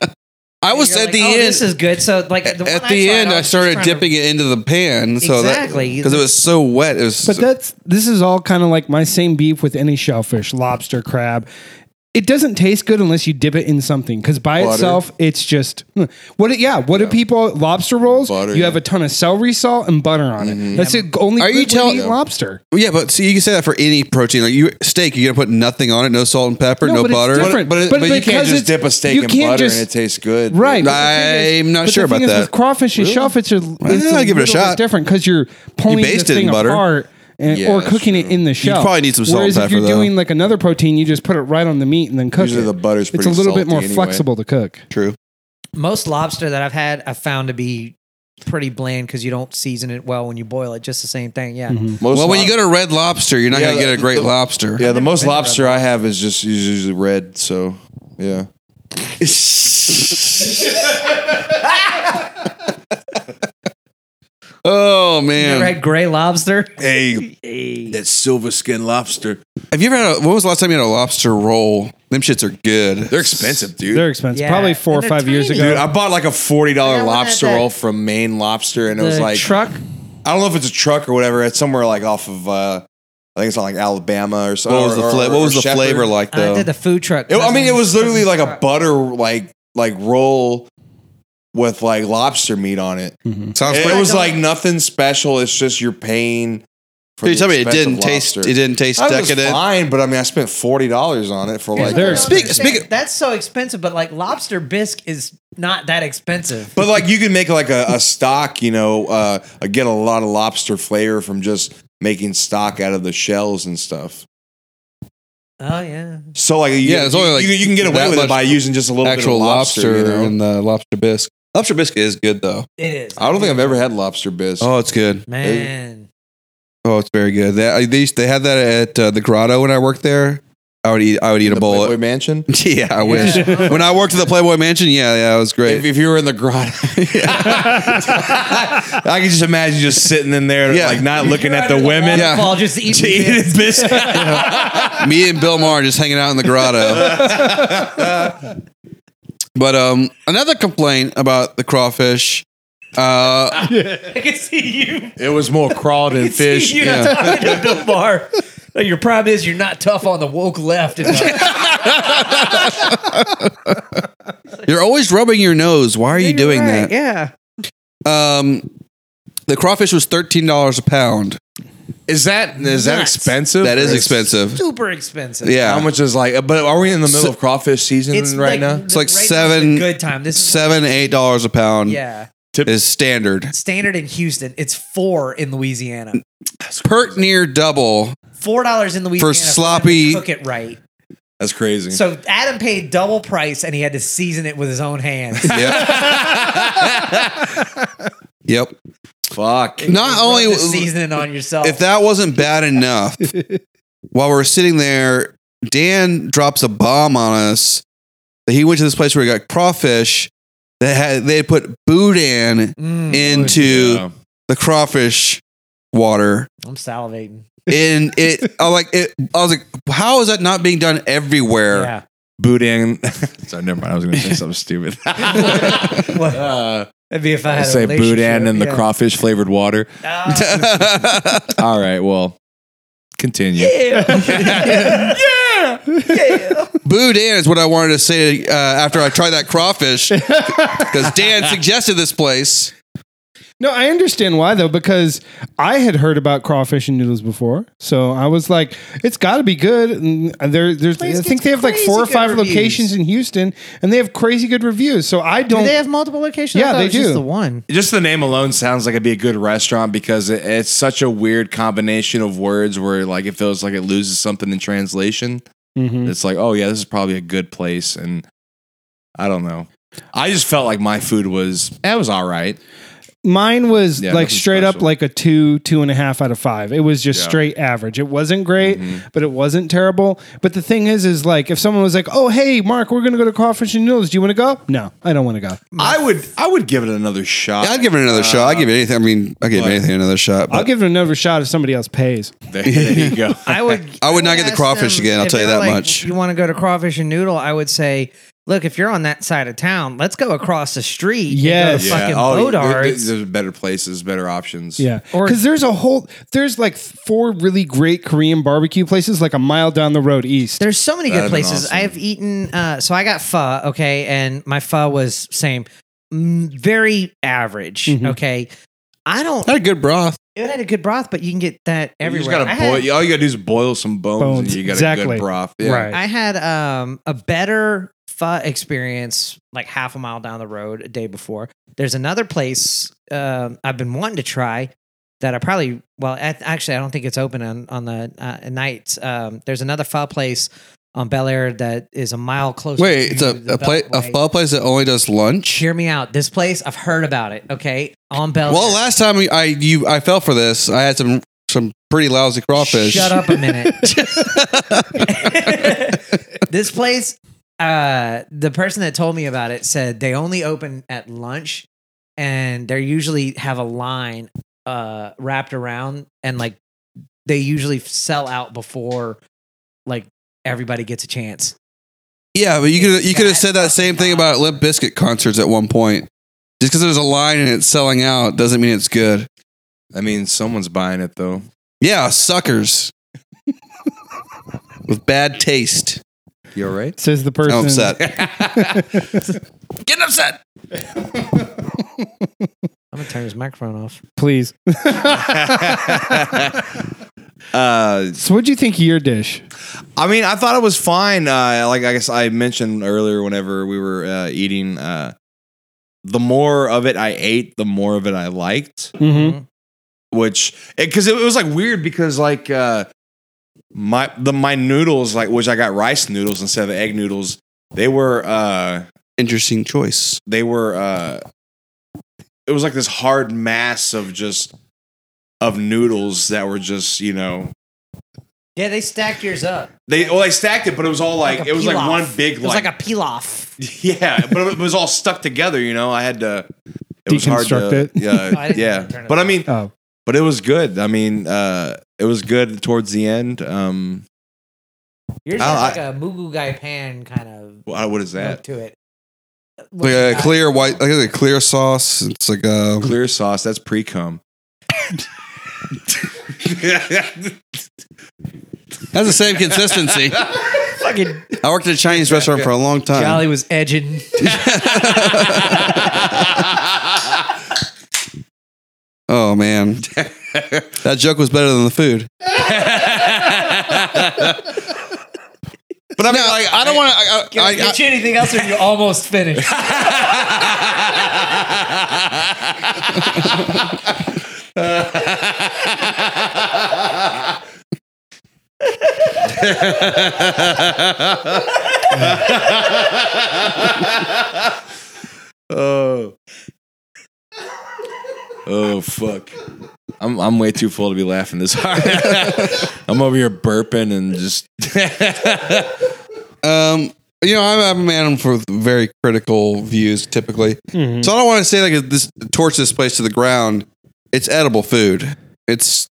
[SPEAKER 2] I was
[SPEAKER 3] You're
[SPEAKER 2] at
[SPEAKER 3] like,
[SPEAKER 2] the
[SPEAKER 3] "Oh,
[SPEAKER 2] end.
[SPEAKER 3] This is good. So like the one
[SPEAKER 2] at
[SPEAKER 3] I
[SPEAKER 2] the
[SPEAKER 3] tried,
[SPEAKER 2] end,
[SPEAKER 3] was
[SPEAKER 2] I
[SPEAKER 3] just
[SPEAKER 2] started
[SPEAKER 3] trying to-
[SPEAKER 2] dipping it into the pan. So
[SPEAKER 3] Exactly.
[SPEAKER 2] because it was so wet. It was.
[SPEAKER 1] But that's this is all kind of like my same beef with any shellfish, lobster, crab. It doesn't taste good unless you dip it in something. Because by
[SPEAKER 4] Butter.
[SPEAKER 1] itself, it's just hmm. what. It, yeah, what do people lobster rolls?
[SPEAKER 4] Butter,
[SPEAKER 1] you
[SPEAKER 4] yeah.
[SPEAKER 1] have a ton of celery salt and butter on it. That's the only.
[SPEAKER 2] Are
[SPEAKER 1] Are
[SPEAKER 2] you
[SPEAKER 1] you
[SPEAKER 2] tell-
[SPEAKER 1] telling eat lobster?
[SPEAKER 2] Mm-hmm. yeah, but see, you can say that for any protein. Like you steak, you're gonna put nothing on it, no salt and pepper, no,
[SPEAKER 1] but it's
[SPEAKER 2] butter.
[SPEAKER 1] different.
[SPEAKER 4] But, it- but, you can't
[SPEAKER 1] because
[SPEAKER 4] just
[SPEAKER 1] it's-
[SPEAKER 4] dip a steak
[SPEAKER 1] you
[SPEAKER 4] in
[SPEAKER 1] can't
[SPEAKER 4] butter
[SPEAKER 1] just-
[SPEAKER 4] and it tastes good.
[SPEAKER 1] Right. but the thing
[SPEAKER 2] I'm not
[SPEAKER 1] but
[SPEAKER 2] sure
[SPEAKER 1] the thing
[SPEAKER 2] about
[SPEAKER 1] is
[SPEAKER 2] that.
[SPEAKER 1] With crawfish and shellfish, are, it's
[SPEAKER 2] I'll
[SPEAKER 1] a
[SPEAKER 2] give it
[SPEAKER 1] little
[SPEAKER 2] a
[SPEAKER 1] bit
[SPEAKER 2] shot.
[SPEAKER 1] Different because you're pulling
[SPEAKER 2] based
[SPEAKER 1] the
[SPEAKER 2] it in
[SPEAKER 1] thing
[SPEAKER 2] butter.
[SPEAKER 1] apart and,
[SPEAKER 4] Yeah,
[SPEAKER 1] or
[SPEAKER 4] that's
[SPEAKER 1] cooking it
[SPEAKER 4] true.
[SPEAKER 1] in the shell.
[SPEAKER 2] probably need some salt
[SPEAKER 1] Whereas
[SPEAKER 2] and
[SPEAKER 1] if you're
[SPEAKER 2] pepper, though.
[SPEAKER 1] doing like another protein, you just put it right on the meat and then cook
[SPEAKER 4] Usually
[SPEAKER 1] it.
[SPEAKER 4] the butter's
[SPEAKER 1] it's
[SPEAKER 4] pretty
[SPEAKER 1] a little bit
[SPEAKER 4] salty
[SPEAKER 1] more
[SPEAKER 4] anyway.
[SPEAKER 1] flexible to cook.
[SPEAKER 2] True.
[SPEAKER 3] most lobster that I've had, I found to be pretty bland because you don't season it well when you boil it. Just the same thing. Yeah.
[SPEAKER 4] Most
[SPEAKER 2] Well, when
[SPEAKER 4] lob-
[SPEAKER 2] you go to Red Lobster, you're not
[SPEAKER 4] Yeah,
[SPEAKER 2] gonna get a
[SPEAKER 4] the-
[SPEAKER 2] great
[SPEAKER 4] the-
[SPEAKER 2] lobster.
[SPEAKER 4] yeah, the most
[SPEAKER 3] been to Red
[SPEAKER 4] lobster I have is just is usually red. So yeah,
[SPEAKER 2] Oh
[SPEAKER 3] Ever
[SPEAKER 2] man.
[SPEAKER 3] had gray lobster.
[SPEAKER 4] hey,
[SPEAKER 3] Hey.
[SPEAKER 4] that silver skin lobster.
[SPEAKER 2] Have you ever had a when was the last time you had a lobster roll? Them shits are good.
[SPEAKER 4] They're expensive, dude.
[SPEAKER 1] They're expensive.
[SPEAKER 3] Yeah.
[SPEAKER 1] Probably four or
[SPEAKER 3] And they're
[SPEAKER 1] five years
[SPEAKER 3] tiny.
[SPEAKER 1] ago.
[SPEAKER 4] Dude, I bought like a forty
[SPEAKER 3] Yeah,
[SPEAKER 4] dollar
[SPEAKER 3] I wanted
[SPEAKER 4] lobster
[SPEAKER 3] that-
[SPEAKER 4] roll from Maine Lobster, and it was
[SPEAKER 1] the
[SPEAKER 4] like
[SPEAKER 1] truck.
[SPEAKER 4] I don't know if it's a truck or whatever. It's somewhere like off of uh, I think it's on like Alabama or something.
[SPEAKER 2] what was the
[SPEAKER 4] or-
[SPEAKER 2] fla-
[SPEAKER 4] or-
[SPEAKER 2] what was
[SPEAKER 4] or
[SPEAKER 2] the
[SPEAKER 4] Shepherd.
[SPEAKER 2] flavor like
[SPEAKER 3] I
[SPEAKER 2] though?
[SPEAKER 3] did the food truck.
[SPEAKER 4] It- I mean, it was literally like a
[SPEAKER 3] Cousin's truck.
[SPEAKER 4] butter like like roll with like lobster meat on it.
[SPEAKER 2] Sounds
[SPEAKER 4] It,
[SPEAKER 2] pretty-
[SPEAKER 4] was like nothing special. It's just you're paying. For
[SPEAKER 2] Dude,
[SPEAKER 4] the
[SPEAKER 2] tell me it
[SPEAKER 4] expense
[SPEAKER 2] didn't
[SPEAKER 4] of
[SPEAKER 2] taste
[SPEAKER 4] lobster.
[SPEAKER 2] it didn't taste
[SPEAKER 4] That was
[SPEAKER 2] decadent.
[SPEAKER 4] fine, but I mean, I spent forty dollars on it for
[SPEAKER 3] Here's
[SPEAKER 4] like.
[SPEAKER 3] what I don't
[SPEAKER 1] Speak-
[SPEAKER 3] understand.
[SPEAKER 2] speak-
[SPEAKER 3] That's so expensive, but like lobster bisque is not that expensive.
[SPEAKER 4] But like you can make like a, a stock, you know, uh, get a lot of lobster flavor from just making stock out of the shells and stuff.
[SPEAKER 3] Oh yeah.
[SPEAKER 4] So like, you,
[SPEAKER 2] Yeah, it's only,
[SPEAKER 4] you-
[SPEAKER 2] like,
[SPEAKER 4] you, can get away
[SPEAKER 2] that
[SPEAKER 4] with
[SPEAKER 2] much
[SPEAKER 4] it by using just a little bit of
[SPEAKER 2] Actual
[SPEAKER 4] lobster.
[SPEAKER 2] lobster,
[SPEAKER 4] you know?
[SPEAKER 2] and uh, lobster bisque. Lobster bisque is good though.
[SPEAKER 3] It is.
[SPEAKER 4] I don't think I've ever had lobster bisque.
[SPEAKER 2] Oh, it's good.
[SPEAKER 3] Man.
[SPEAKER 2] Oh, it's very good. They I- they, used, they had that at uh, the Grotto when I worked there. I would eat I would eat
[SPEAKER 4] the
[SPEAKER 2] a bowl.
[SPEAKER 4] Playboy Mansion.
[SPEAKER 2] of- yeah, I wish.
[SPEAKER 3] Yeah.
[SPEAKER 2] when I worked at the Playboy Mansion, yeah, yeah, it was great.
[SPEAKER 4] If, if you were in the grotto, I can just imagine you just sitting in there,
[SPEAKER 2] Yeah.
[SPEAKER 4] like not looking at the
[SPEAKER 3] You're
[SPEAKER 4] women.
[SPEAKER 2] Yeah.
[SPEAKER 3] waterfall just eating
[SPEAKER 4] To eat
[SPEAKER 3] bisque.
[SPEAKER 4] a biscuit.
[SPEAKER 2] Me and Bill Maher just hanging out in the grotto. but um, another complaint about the crawfish. Uh,
[SPEAKER 3] I can see you.
[SPEAKER 4] It was more crawled than fish.
[SPEAKER 3] You're
[SPEAKER 2] yeah.
[SPEAKER 3] not talking to Bill Maher. Like, Your problem is you're not tough on the woke left. And like,
[SPEAKER 2] you're always rubbing your nose. Why are you doing that?
[SPEAKER 3] Yeah.
[SPEAKER 2] Um, the crawfish was thirteen dollars a pound.
[SPEAKER 4] Is that is that
[SPEAKER 3] Nuts.
[SPEAKER 4] expensive?
[SPEAKER 2] That is
[SPEAKER 4] Or
[SPEAKER 2] expensive.
[SPEAKER 3] Super expensive.
[SPEAKER 2] Yeah.
[SPEAKER 4] How much is like? But are we in the middle of crawfish season
[SPEAKER 3] It's
[SPEAKER 4] right
[SPEAKER 3] like,
[SPEAKER 4] now?
[SPEAKER 2] It's like
[SPEAKER 3] right now is
[SPEAKER 2] seven-
[SPEAKER 3] the good time. This is
[SPEAKER 2] Seven, eight dollars a pound
[SPEAKER 3] Yeah.
[SPEAKER 2] is standard.
[SPEAKER 3] Standard in Houston. It's four in Louisiana.
[SPEAKER 2] Pert near double.
[SPEAKER 3] Four dollars in Louisiana for them to
[SPEAKER 2] sloppy-
[SPEAKER 3] Cook it right.
[SPEAKER 4] That's crazy.
[SPEAKER 3] So Adam paid double price, and he had to season it with his own hands.
[SPEAKER 2] Yep. yep.
[SPEAKER 4] Fuck.
[SPEAKER 2] Not only
[SPEAKER 3] Rub the seasoning on yourself.
[SPEAKER 2] if that wasn't bad enough, while we're sitting there, Dan drops a bomb on us that he went to this place where he got crawfish. That had they had put boudin
[SPEAKER 3] Mm,
[SPEAKER 2] into
[SPEAKER 4] Oh, Yeah.
[SPEAKER 2] the crawfish water,
[SPEAKER 3] I'm salivating.
[SPEAKER 2] and it I like it. I was like, how is that not being done everywhere?
[SPEAKER 3] Yeah.
[SPEAKER 4] Boudin. Sorry, never mind. I was going to say something stupid.
[SPEAKER 3] What?
[SPEAKER 4] uh,
[SPEAKER 3] That'd be if I had a
[SPEAKER 4] say
[SPEAKER 3] relationship,
[SPEAKER 4] Boudin and the
[SPEAKER 3] yeah.
[SPEAKER 4] crawfish flavored water.
[SPEAKER 3] Ah,
[SPEAKER 4] All right. Well, continue.
[SPEAKER 2] Boudin is what I wanted to say uh, after I tried that crawfish because Dan suggested this place.
[SPEAKER 1] No, I understand why though, because I had heard about crawfish and noodles before, so I was like, "It's got to be good." And there, there's,
[SPEAKER 3] Place
[SPEAKER 1] I think
[SPEAKER 3] gets
[SPEAKER 1] they have like four or
[SPEAKER 3] crazy good
[SPEAKER 1] five
[SPEAKER 3] reviews.
[SPEAKER 1] locations in Houston, and they have crazy good reviews. So I don't.
[SPEAKER 3] Do they have multiple locations? I
[SPEAKER 1] Yeah,
[SPEAKER 3] thought
[SPEAKER 1] they
[SPEAKER 3] it was Just
[SPEAKER 1] do.
[SPEAKER 3] the one.
[SPEAKER 4] Just the name alone sounds like it'd be a good restaurant because it, it's such a weird combination of words where like it feels like it loses something in translation.
[SPEAKER 1] Mhm.
[SPEAKER 4] It's like, oh yeah, this is probably a good place, and I don't know. I just felt like my food was that was all right.
[SPEAKER 1] Mine was
[SPEAKER 4] Yeah,
[SPEAKER 1] like
[SPEAKER 4] nothing
[SPEAKER 1] straight up
[SPEAKER 4] special.
[SPEAKER 1] like a two, two and a half out of five. It was just
[SPEAKER 4] Yeah.
[SPEAKER 1] straight average. It wasn't great, but it wasn't terrible. But the thing is, is like if someone was like, "Oh, hey, Mark, we're gonna go to crawfish and noodles. Do you want to go?" No, I don't want to go.
[SPEAKER 4] I would I would give it another shot.
[SPEAKER 2] I'd give it another shot. I'd give it anything. I mean, I'd give
[SPEAKER 4] Uh, but-
[SPEAKER 2] anything another shot.
[SPEAKER 1] I'll
[SPEAKER 2] But
[SPEAKER 1] give it another shot if somebody else pays.
[SPEAKER 4] There, there you go.
[SPEAKER 3] I would.
[SPEAKER 2] I would not get the
[SPEAKER 3] ask
[SPEAKER 2] crawfish
[SPEAKER 3] them
[SPEAKER 2] again, I'll
[SPEAKER 3] if
[SPEAKER 2] tell you
[SPEAKER 3] they were
[SPEAKER 2] that
[SPEAKER 3] like,
[SPEAKER 2] much.
[SPEAKER 3] You want to go to crawfish and noodle? I would say, look, if you're on that side of town, let's go across the street. and go to
[SPEAKER 1] Yes. Yeah,
[SPEAKER 3] fucking
[SPEAKER 4] oh, there-
[SPEAKER 3] Bodarts.
[SPEAKER 4] there's, better places, better options.
[SPEAKER 1] Yeah,
[SPEAKER 3] Or-
[SPEAKER 1] because there's a whole there's like four really great Korean barbecue places like a mile down the road east.
[SPEAKER 3] There's so many good
[SPEAKER 4] That'd been
[SPEAKER 3] places.
[SPEAKER 4] awesome.
[SPEAKER 3] I've eaten. Uh, so I got pho, okay, and my pho was same, mm, very average,
[SPEAKER 1] Mhm.
[SPEAKER 3] okay. I don't.
[SPEAKER 2] had a good broth.
[SPEAKER 3] It had a good broth, but you can get that everywhere.
[SPEAKER 4] You just
[SPEAKER 3] I
[SPEAKER 4] gotta
[SPEAKER 3] had,
[SPEAKER 4] boil. All you gotta do is boil some bones,
[SPEAKER 1] Bones,
[SPEAKER 4] and you got a
[SPEAKER 1] exactly.
[SPEAKER 4] good broth. Yeah.
[SPEAKER 1] Right.
[SPEAKER 3] I had um, a better pho experience like half a mile down the road a day before. There's another place um, I've been wanting to try that I probably well at, actually I don't think it's open on on the uh, nights. Um, there's another pho place on Bel Air that is a mile closer.
[SPEAKER 2] Wait,
[SPEAKER 3] to
[SPEAKER 2] it's a
[SPEAKER 3] the
[SPEAKER 2] a, pla- a
[SPEAKER 3] Beltway.
[SPEAKER 2] pho place that only does lunch.
[SPEAKER 3] Hear me out. This place I've heard about it. Okay, on Bel.
[SPEAKER 2] Well,
[SPEAKER 3] Air.
[SPEAKER 2] last time I you I fell for this. I had some some pretty lousy crawfish.
[SPEAKER 3] Shut up a minute. this place, uh, the person that told me about it said they only open at lunch and they usually have a line uh, wrapped around and like they usually sell out before like everybody gets a chance.
[SPEAKER 2] Yeah, but you could you could have said that same thing about Limp Biscuit concerts at one point. Just because there's a line and it's selling out doesn't mean it's good.
[SPEAKER 4] I mean, someone's buying it though.
[SPEAKER 2] Yeah, suckers with bad taste.
[SPEAKER 4] You're right.
[SPEAKER 1] Says the person.
[SPEAKER 2] I'm upset.
[SPEAKER 4] Getting upset.
[SPEAKER 3] I'm gonna turn his microphone off.
[SPEAKER 1] Please.
[SPEAKER 4] Uh,
[SPEAKER 1] So, what'd you think of your dish?
[SPEAKER 4] I mean, I thought it was fine. Uh, like I guess I mentioned earlier, whenever we were uh, eating, uh, the more of it I ate, the more of it I liked.
[SPEAKER 1] Mm-hmm.
[SPEAKER 4] Which because it, was like weird because like uh, my the my noodles like which I got rice noodles instead of egg noodles. They were uh,
[SPEAKER 2] Interesting choice.
[SPEAKER 4] they were uh, it was like this hard mass of just of noodles that were just you know
[SPEAKER 3] Yeah, they stacked yours up.
[SPEAKER 4] they well they stacked it, but it was all like,
[SPEAKER 3] a
[SPEAKER 4] it was like
[SPEAKER 3] pilaf.
[SPEAKER 4] one big
[SPEAKER 3] It was like, a pilaf.
[SPEAKER 4] Yeah, but it was all stuck together. You know, I had to it was hard
[SPEAKER 1] Deconstruct
[SPEAKER 4] to,
[SPEAKER 1] it.
[SPEAKER 3] I
[SPEAKER 4] Yeah,
[SPEAKER 3] didn't
[SPEAKER 4] yeah.
[SPEAKER 3] turn it
[SPEAKER 4] But I
[SPEAKER 3] off.
[SPEAKER 4] mean,
[SPEAKER 1] Oh,
[SPEAKER 4] but it was good. I mean, uh, it was good towards the end. Um,
[SPEAKER 3] Yours
[SPEAKER 4] Oh,
[SPEAKER 3] had
[SPEAKER 4] I-
[SPEAKER 3] like a mugu gai pan kind of
[SPEAKER 4] wha- what is
[SPEAKER 3] look
[SPEAKER 4] that?
[SPEAKER 3] to it.
[SPEAKER 2] Like a clear white, like a clear sauce. It's like uh, a
[SPEAKER 4] Clear sauce. That's pre cum.
[SPEAKER 2] that's the same consistency.
[SPEAKER 3] Fucking
[SPEAKER 2] I worked at a Chinese restaurant for a long time.
[SPEAKER 3] Jolly was edging.
[SPEAKER 2] Oh man, That joke was better than the food. but I mean, like, I don't want to.
[SPEAKER 3] Can I,
[SPEAKER 2] I, I,
[SPEAKER 3] get you anything else, or you almost finished?
[SPEAKER 4] Oh. Oh fuck. I'm I'm way too full to be laughing this hard. I'm over here burping and just
[SPEAKER 2] Um, you know, I'm, I'm a man for very critical views typically. So I don't want to say like this torch this place to the ground. It's edible food. It's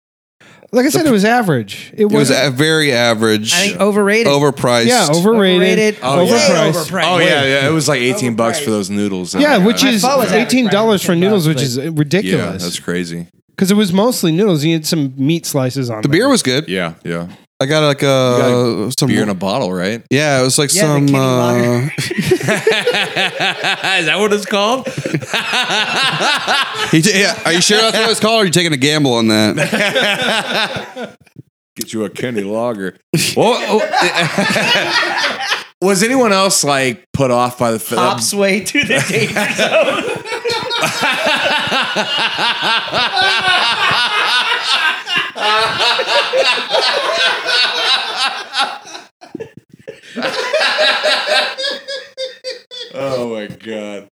[SPEAKER 1] Like I said, it was average. It,
[SPEAKER 2] it was
[SPEAKER 1] was
[SPEAKER 2] a very average,
[SPEAKER 3] I think overrated.
[SPEAKER 2] overpriced.
[SPEAKER 1] yeah, overrated,
[SPEAKER 3] Overrated. Oh, yeah.
[SPEAKER 1] overpriced.
[SPEAKER 3] Way overpriced.
[SPEAKER 4] Oh yeah, yeah. It was like 18 bucks for those noodles. Oh
[SPEAKER 1] Yeah, which is
[SPEAKER 3] thought it was average
[SPEAKER 1] eighteen dollars for
[SPEAKER 3] price,
[SPEAKER 1] noodles, which
[SPEAKER 3] but-
[SPEAKER 1] is
[SPEAKER 4] yeah, that's
[SPEAKER 1] ridiculous.
[SPEAKER 4] crazy.
[SPEAKER 1] Because it was mostly noodles. You had some meat slices on
[SPEAKER 2] The beer was good.
[SPEAKER 4] Yeah, yeah.
[SPEAKER 2] I got like uh,
[SPEAKER 4] got
[SPEAKER 2] some
[SPEAKER 4] Beer in a bottle, right?
[SPEAKER 2] yeah, it was like
[SPEAKER 3] Yeah, the
[SPEAKER 2] some
[SPEAKER 3] Kenny
[SPEAKER 2] uh,
[SPEAKER 3] Lager.
[SPEAKER 4] is that what it's called?
[SPEAKER 2] he ta- yeah, are you sure that's what it's called or are you taking a gamble on that?
[SPEAKER 4] Get you a Kenny Lager. Well, was anyone else like put off by the film?
[SPEAKER 3] Ops way to the danger zone.
[SPEAKER 4] Oh my god.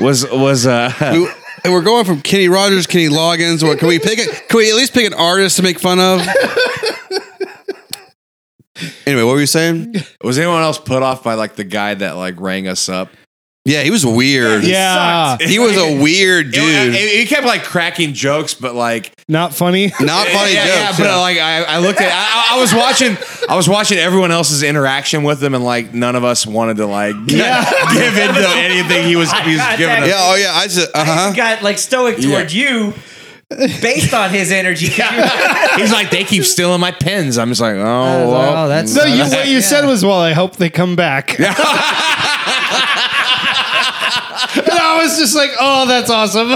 [SPEAKER 4] was was uh
[SPEAKER 2] we, and we're going from Kenny Rogers, Kenny Loggins. What can we pick? A, can we at least pick an artist to make fun of? anyway, what were you saying?
[SPEAKER 4] was anyone else put off by like the guy that like rang us up?
[SPEAKER 2] Yeah, he was weird.
[SPEAKER 1] yeah,
[SPEAKER 2] He was a weird dude.
[SPEAKER 4] He, he kept like cracking jokes, but like
[SPEAKER 1] not funny.
[SPEAKER 2] Not funny
[SPEAKER 4] yeah, yeah,
[SPEAKER 2] jokes.
[SPEAKER 4] but like I, I looked at I, I- I was watching I was watching everyone else's interaction with him, and like none of us wanted to like give into anything he was he was
[SPEAKER 3] I- I-
[SPEAKER 4] giving us.
[SPEAKER 2] yeah, oh yeah, I just uh huh.
[SPEAKER 3] Got like stoic toward you, based on his energy.
[SPEAKER 4] He's like, they keep stealing my pens. I'm just like, oh, well.
[SPEAKER 3] oh, that's
[SPEAKER 1] No, you, what you said was, "Well, I hope they come back." and I was just like, "Oh, that's awesome."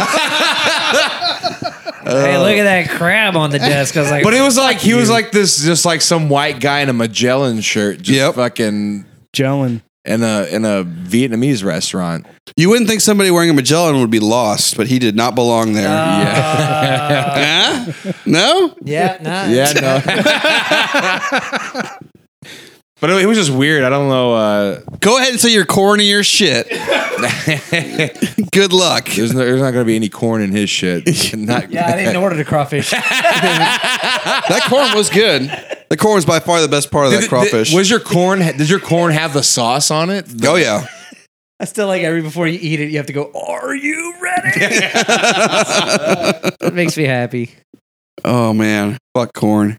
[SPEAKER 3] Hey, look at that crab on the desk. I was like,
[SPEAKER 4] But it was like he was like this, just like some white guy in a Magellan shirt, just
[SPEAKER 2] Yep.
[SPEAKER 4] fucking
[SPEAKER 1] Jellin.
[SPEAKER 4] in a in a Vietnamese restaurant.
[SPEAKER 2] You wouldn't think somebody wearing a Magellan would be lost, but he did not belong there.
[SPEAKER 4] Uh.
[SPEAKER 2] yeah. Huh? No?
[SPEAKER 3] yeah, nah.
[SPEAKER 4] Yeah, no. but it, it was just weird. I don't know. Uh,
[SPEAKER 2] Go ahead and say you're corny or shit. Good luck.
[SPEAKER 4] there's no, there's not gonna be any corn in his shit. Not,
[SPEAKER 3] Yeah, I didn't order the crawfish.
[SPEAKER 2] That corn was good. The corn was by far the best part of that
[SPEAKER 4] Did- did-
[SPEAKER 2] crawfish.
[SPEAKER 4] was your corn? Did your corn have the sauce on it? The-
[SPEAKER 2] oh yeah.
[SPEAKER 3] I still like every before you eat it, you have to go, Are you ready? that makes me happy.
[SPEAKER 2] Oh man. Fuck corn.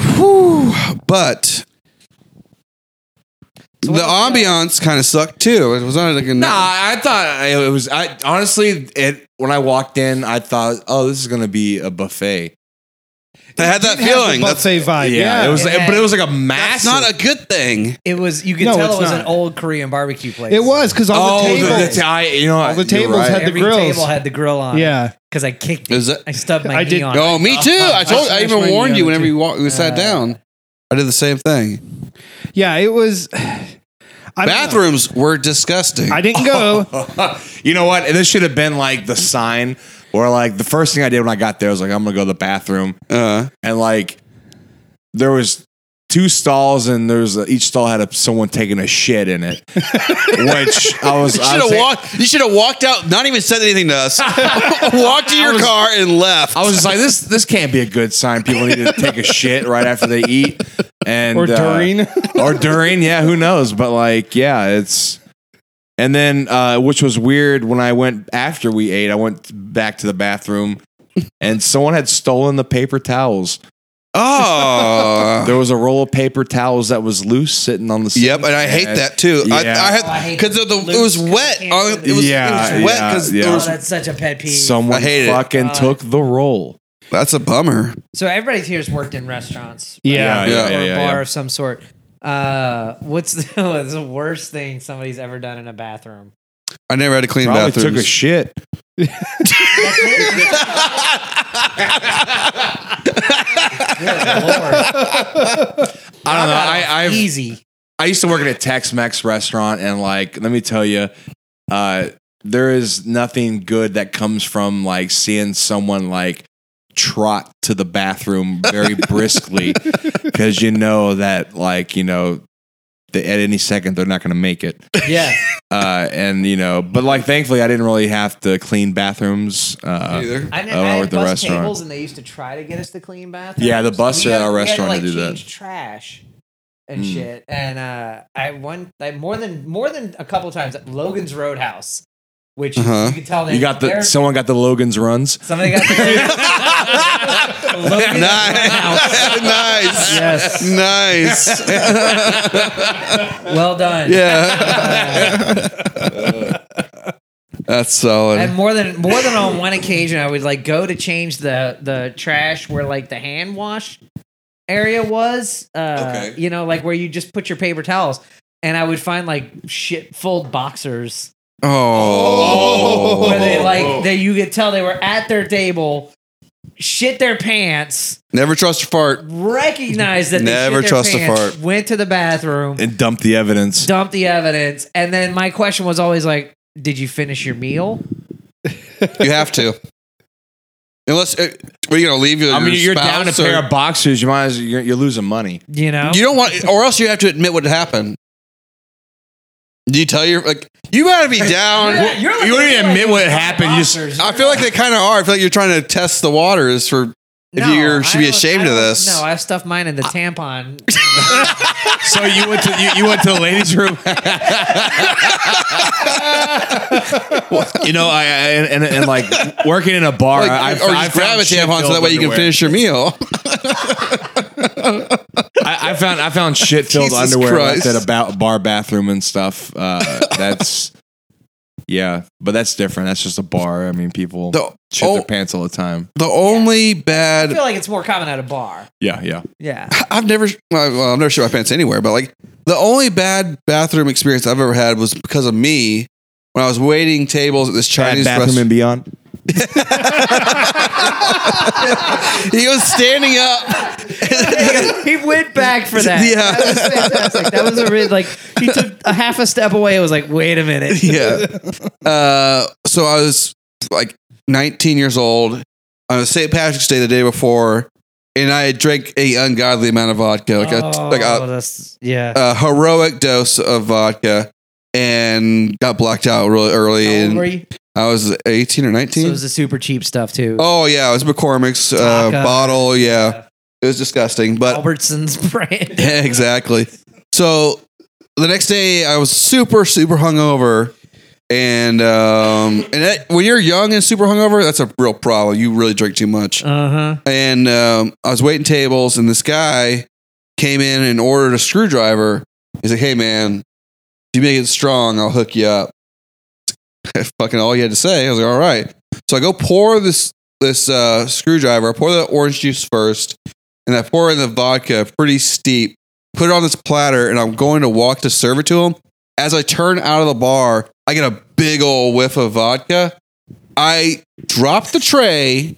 [SPEAKER 2] Whew. But the ambiance kind of sucked too. It was not like a
[SPEAKER 4] Nah, I thought it was. I honestly, it when I walked in, I thought, oh, this is gonna be a buffet. Uh,
[SPEAKER 2] I had that feeling. That's,
[SPEAKER 1] buffet vibe. Yeah,
[SPEAKER 4] it was,
[SPEAKER 3] Yeah.
[SPEAKER 4] but it was like a
[SPEAKER 2] that's
[SPEAKER 4] massive.
[SPEAKER 2] not a good thing.
[SPEAKER 3] It was you could
[SPEAKER 1] No,
[SPEAKER 3] tell
[SPEAKER 1] it's
[SPEAKER 3] it was
[SPEAKER 1] not.
[SPEAKER 3] an old Korean barbecue place.
[SPEAKER 1] It was because all
[SPEAKER 4] oh,
[SPEAKER 1] the
[SPEAKER 4] the,
[SPEAKER 1] tables.
[SPEAKER 4] the, I, you know,
[SPEAKER 1] All the
[SPEAKER 4] you're
[SPEAKER 1] tables
[SPEAKER 4] right.
[SPEAKER 1] had the
[SPEAKER 3] Every
[SPEAKER 1] grills.
[SPEAKER 3] table had the grill on.
[SPEAKER 1] yeah,
[SPEAKER 3] because I kicked.
[SPEAKER 2] Is
[SPEAKER 3] It.
[SPEAKER 2] that-
[SPEAKER 3] I stubbed my
[SPEAKER 1] I
[SPEAKER 3] knee
[SPEAKER 1] did-
[SPEAKER 3] on.
[SPEAKER 2] Oh,
[SPEAKER 3] it.
[SPEAKER 2] me too. I told. I
[SPEAKER 1] smashed my
[SPEAKER 2] even
[SPEAKER 1] knee on
[SPEAKER 2] warned you
[SPEAKER 1] it,
[SPEAKER 2] whenever
[SPEAKER 1] too.
[SPEAKER 2] you walked, we sat
[SPEAKER 3] Uh,
[SPEAKER 2] down. I did the same thing.
[SPEAKER 1] yeah, it was. I don't know.
[SPEAKER 2] Bathrooms were disgusting.
[SPEAKER 1] I didn't go.
[SPEAKER 4] you know what? This should have been like the sign, or like the first thing I did when I got there was like, I'm gonna go to the bathroom,
[SPEAKER 2] uh,
[SPEAKER 4] and like there was two stalls, and there's a, each stall had a, someone taking a shit in it, which I was.
[SPEAKER 2] you should
[SPEAKER 4] I was
[SPEAKER 2] have
[SPEAKER 4] saying-
[SPEAKER 2] walked. You should have walked out. Not even said anything to us. walked to your
[SPEAKER 4] was-
[SPEAKER 2] car and left.
[SPEAKER 4] I was just like, this this can't be a good sign. People need to take a shit right after they eat, and
[SPEAKER 1] Or
[SPEAKER 4] uh,
[SPEAKER 1] during.
[SPEAKER 4] or during. Yeah, who knows? But like, yeah, it's. And then, uh, which was weird, when I went after we ate, I went back to the bathroom, and someone had stolen the paper towels.
[SPEAKER 2] oh.
[SPEAKER 4] There was a roll of paper towels that was loose sitting on the. Sink.
[SPEAKER 2] Yep, and I hate that too. I,
[SPEAKER 4] Yeah.
[SPEAKER 2] I
[SPEAKER 3] Oh, I
[SPEAKER 2] had
[SPEAKER 3] hate
[SPEAKER 2] because the,
[SPEAKER 3] the
[SPEAKER 2] it was
[SPEAKER 3] loose
[SPEAKER 2] wet.
[SPEAKER 3] container.
[SPEAKER 2] On, it was, it
[SPEAKER 4] Yeah,
[SPEAKER 2] was wet
[SPEAKER 4] yeah,
[SPEAKER 2] because
[SPEAKER 4] yeah.
[SPEAKER 2] there
[SPEAKER 3] Oh,
[SPEAKER 2] was.
[SPEAKER 3] that's such a pet peeve.
[SPEAKER 4] Someone
[SPEAKER 2] I hate it.
[SPEAKER 4] fucking
[SPEAKER 3] God.
[SPEAKER 4] took the roll.
[SPEAKER 2] That's a bummer.
[SPEAKER 3] so everybody here's worked in restaurants.
[SPEAKER 1] Yeah.
[SPEAKER 4] Yeah,
[SPEAKER 3] or
[SPEAKER 4] yeah,
[SPEAKER 3] a
[SPEAKER 4] yeah,
[SPEAKER 3] bar
[SPEAKER 4] yeah.
[SPEAKER 3] of some sort. Uh, what's the, what's the worst thing somebody's ever done in a bathroom?
[SPEAKER 2] I never had to clean
[SPEAKER 4] Probably
[SPEAKER 2] bathrooms.
[SPEAKER 4] took a shit. I don't know. I, I've
[SPEAKER 3] Easy.
[SPEAKER 4] I used to work at a Tex Mex restaurant, and like, let me tell you, uh, there is nothing good that comes from like seeing someone like trot to the bathroom very briskly because you know that like you know that at any second they're not going to make it
[SPEAKER 3] Yeah.
[SPEAKER 4] uh and you know but like thankfully i didn't really have to clean bathrooms uh
[SPEAKER 2] Either.
[SPEAKER 3] I, didn't, I
[SPEAKER 4] Oh, or
[SPEAKER 3] had
[SPEAKER 4] the
[SPEAKER 3] the bus
[SPEAKER 4] restaurant.
[SPEAKER 3] tables, and they used to try to get us to clean bathrooms.
[SPEAKER 4] Yeah, the bus
[SPEAKER 3] We
[SPEAKER 4] at
[SPEAKER 3] had-
[SPEAKER 4] our
[SPEAKER 3] we had to,
[SPEAKER 4] restaurant
[SPEAKER 3] like,
[SPEAKER 4] to do that.
[SPEAKER 3] change Trash and
[SPEAKER 4] Mm.
[SPEAKER 3] shit. And uh, I one like more than more than a couple times at Logan's Roadhouse, which is-
[SPEAKER 2] Uh-huh.
[SPEAKER 3] you can tell that
[SPEAKER 4] you got the
[SPEAKER 3] they're-
[SPEAKER 4] someone got the logan's runs
[SPEAKER 3] somebody got the Logan's Roadhouse.
[SPEAKER 2] nice. nice.
[SPEAKER 1] Yes.
[SPEAKER 2] Nice.
[SPEAKER 3] Well done.
[SPEAKER 2] Yeah. That's
[SPEAKER 3] And
[SPEAKER 2] solid.
[SPEAKER 3] more than more than on one occasion, I would like go to change the the trash where like the hand wash area was. Uh,
[SPEAKER 2] Okay.
[SPEAKER 3] You know, like where you just put your paper towels, and I would find like shit fold boxers
[SPEAKER 2] Oh.
[SPEAKER 3] where they like that you could tell they were at their table, shit their pants,
[SPEAKER 2] Never trust your fart.
[SPEAKER 3] recognized that they
[SPEAKER 2] Never
[SPEAKER 3] shit their
[SPEAKER 2] trust a
[SPEAKER 3] pants,
[SPEAKER 2] fart.
[SPEAKER 3] went to the bathroom,
[SPEAKER 4] and dumped the evidence
[SPEAKER 3] dumped the evidence, and then my question was always like, "Did you finish your meal?"
[SPEAKER 2] You have to. Unless, uh, what are you going to leave your
[SPEAKER 4] I mean,
[SPEAKER 2] your
[SPEAKER 4] you're
[SPEAKER 2] spouse
[SPEAKER 4] down a
[SPEAKER 2] or-
[SPEAKER 4] pair of boxers. You might as you're, you're losing money.
[SPEAKER 3] You know.
[SPEAKER 2] You don't want, or else you have to admit what happened. Do you tell your like? You gotta be down.
[SPEAKER 4] you wouldn't even admit what happened. You just-
[SPEAKER 2] I feel like they kind of are. I feel like you're trying to test the waters for if
[SPEAKER 3] No,
[SPEAKER 2] you should
[SPEAKER 3] I
[SPEAKER 2] be
[SPEAKER 3] don't-
[SPEAKER 2] ashamed
[SPEAKER 3] I
[SPEAKER 2] of
[SPEAKER 3] don't-
[SPEAKER 2] this.
[SPEAKER 3] No, I stuffed mine in the tampon.
[SPEAKER 4] So you went to you, you went to the ladies' room. you know, I, I and, and, and like working in a bar,
[SPEAKER 2] Like,
[SPEAKER 4] I,
[SPEAKER 2] or
[SPEAKER 4] I
[SPEAKER 2] just grab
[SPEAKER 4] found
[SPEAKER 2] a
[SPEAKER 4] shit
[SPEAKER 2] tampon so
[SPEAKER 4] filled
[SPEAKER 2] that way you can
[SPEAKER 4] underwear.
[SPEAKER 2] finish your meal.
[SPEAKER 4] I, I found I found shit filled
[SPEAKER 2] Jesus
[SPEAKER 4] underwear
[SPEAKER 2] Christ.
[SPEAKER 4] left at a ba- bar bathroom and stuff. Uh, that's yeah, but that's different. That's just a bar. I mean, people
[SPEAKER 2] The,
[SPEAKER 4] shit
[SPEAKER 2] oh,
[SPEAKER 4] their pants all the time.
[SPEAKER 2] the only
[SPEAKER 3] I
[SPEAKER 2] bad
[SPEAKER 3] feel like it's more common at a bar.
[SPEAKER 4] Yeah, yeah.
[SPEAKER 3] Yeah.
[SPEAKER 2] I've never well, well, I've never shit my pants anywhere, but like the only bad bathroom experience I've ever had was because of me when I was waiting tables at this Chinese restaurant.
[SPEAKER 4] and beyond.
[SPEAKER 2] he was standing up.
[SPEAKER 3] he went back for that.
[SPEAKER 2] Yeah.
[SPEAKER 3] That was fantastic. That was a really, like, he took a half a step away and was like, wait a minute.
[SPEAKER 2] yeah. Uh, so I was like 19 years old on St. Patrick's Day the day before, and I had drank a ungodly amount of vodka, like a
[SPEAKER 3] Oh,
[SPEAKER 2] like a,
[SPEAKER 3] that's- yeah.
[SPEAKER 2] a heroic dose of vodka, and got blacked out really early.
[SPEAKER 3] How old
[SPEAKER 2] and
[SPEAKER 3] were you?
[SPEAKER 2] I was 18 or
[SPEAKER 3] So
[SPEAKER 2] 19.
[SPEAKER 3] it was the super cheap stuff, too.
[SPEAKER 2] oh yeah, it was McCormick's uh,
[SPEAKER 3] Vodka.
[SPEAKER 2] bottle. Yeah. it was disgusting, but
[SPEAKER 3] Albertson's brand.
[SPEAKER 2] exactly. So the next day, I was super, super hungover, and um, and that, when you're young and super hungover, that's a real problem. You really drink too much.
[SPEAKER 3] Uh huh.
[SPEAKER 2] And um, I was waiting tables, and this guy came in and ordered a screwdriver. He's like, "Hey, man, if you make it strong, I'll hook you up." That's fucking all you had to say. I was like, "All right." So I go pour this this uh, screwdriver. I pour the orange juice first, and I pour in the vodka pretty steep. Put it on this platter, and I'm going to walk to serve it to him. As I turn out of the bar, I get a big old whiff of vodka. I dropped the tray,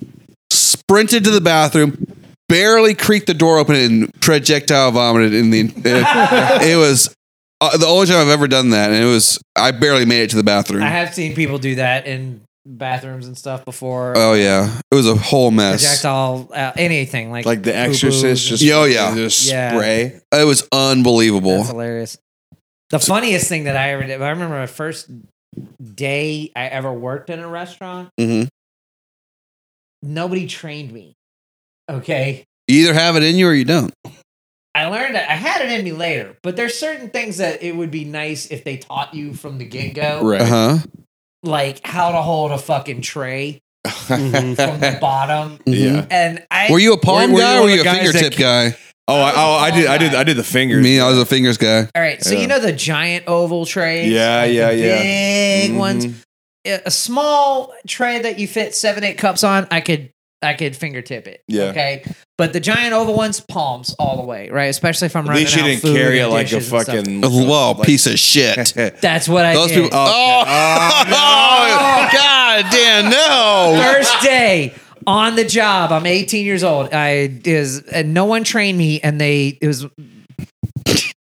[SPEAKER 2] sprinted to the bathroom, barely creaked the door open, and projectile vomited in the. It, it was uh, the only time I've ever done that, and it was I barely made it to the bathroom.
[SPEAKER 3] I have seen people do that in bathrooms and stuff before.
[SPEAKER 2] oh yeah, it was a whole mess.
[SPEAKER 3] projectile, uh, anything. Like,
[SPEAKER 4] Like The
[SPEAKER 3] boo-boos
[SPEAKER 4] Exorcist,
[SPEAKER 3] and
[SPEAKER 4] just
[SPEAKER 2] Yeah, oh, yeah.
[SPEAKER 4] just
[SPEAKER 3] Yeah.
[SPEAKER 4] spray.
[SPEAKER 2] It was unbelievable.
[SPEAKER 3] That's hilarious. The funniest thing that I ever did, I remember my first day I ever worked in a restaurant,
[SPEAKER 2] Mhm.
[SPEAKER 3] nobody trained me. Okay.
[SPEAKER 2] You either have it in you or you don't.
[SPEAKER 3] I learned that I had it in me later, but there's certain things that it would be nice if they taught you from the get go,
[SPEAKER 4] Right.
[SPEAKER 2] Uh huh.
[SPEAKER 3] like how to hold a fucking tray
[SPEAKER 2] Mm-hmm.
[SPEAKER 3] from the bottom.
[SPEAKER 4] Yeah.
[SPEAKER 3] And I
[SPEAKER 2] Were you a palm
[SPEAKER 4] Mm-hmm. Were- were you
[SPEAKER 2] guy or
[SPEAKER 4] one
[SPEAKER 2] were
[SPEAKER 4] of
[SPEAKER 2] you a
[SPEAKER 4] the guys
[SPEAKER 2] fingertip
[SPEAKER 4] that-
[SPEAKER 2] guy?
[SPEAKER 4] Oh, I, oh, I did. I did. I did the fingers.
[SPEAKER 2] Me, I was a fingers guy.
[SPEAKER 3] all right? So
[SPEAKER 4] Yeah.
[SPEAKER 3] you know the giant oval trays,
[SPEAKER 4] Yeah,
[SPEAKER 3] Like the
[SPEAKER 4] yeah, yeah.
[SPEAKER 3] big
[SPEAKER 2] Mm-hmm.
[SPEAKER 4] Mhm.
[SPEAKER 3] ones. a a small tray that you fit seven eight cups on i could i could fingertip it
[SPEAKER 4] Yeah.
[SPEAKER 3] okay But the giant oval one's palms all the way, right? Especially if I'm
[SPEAKER 4] At
[SPEAKER 3] running
[SPEAKER 4] least you
[SPEAKER 3] out
[SPEAKER 4] didn't
[SPEAKER 3] food
[SPEAKER 4] carry it
[SPEAKER 3] and
[SPEAKER 4] like a
[SPEAKER 3] dishes and stuff.
[SPEAKER 4] fucking
[SPEAKER 2] Well,
[SPEAKER 4] like-
[SPEAKER 2] piece of shit.
[SPEAKER 3] That's what I
[SPEAKER 2] Those
[SPEAKER 3] did.
[SPEAKER 2] people. Oh, God damn!
[SPEAKER 4] oh.
[SPEAKER 2] No.
[SPEAKER 3] First day on the job. I'm 18 years old. I is and no one trained me, and they it was.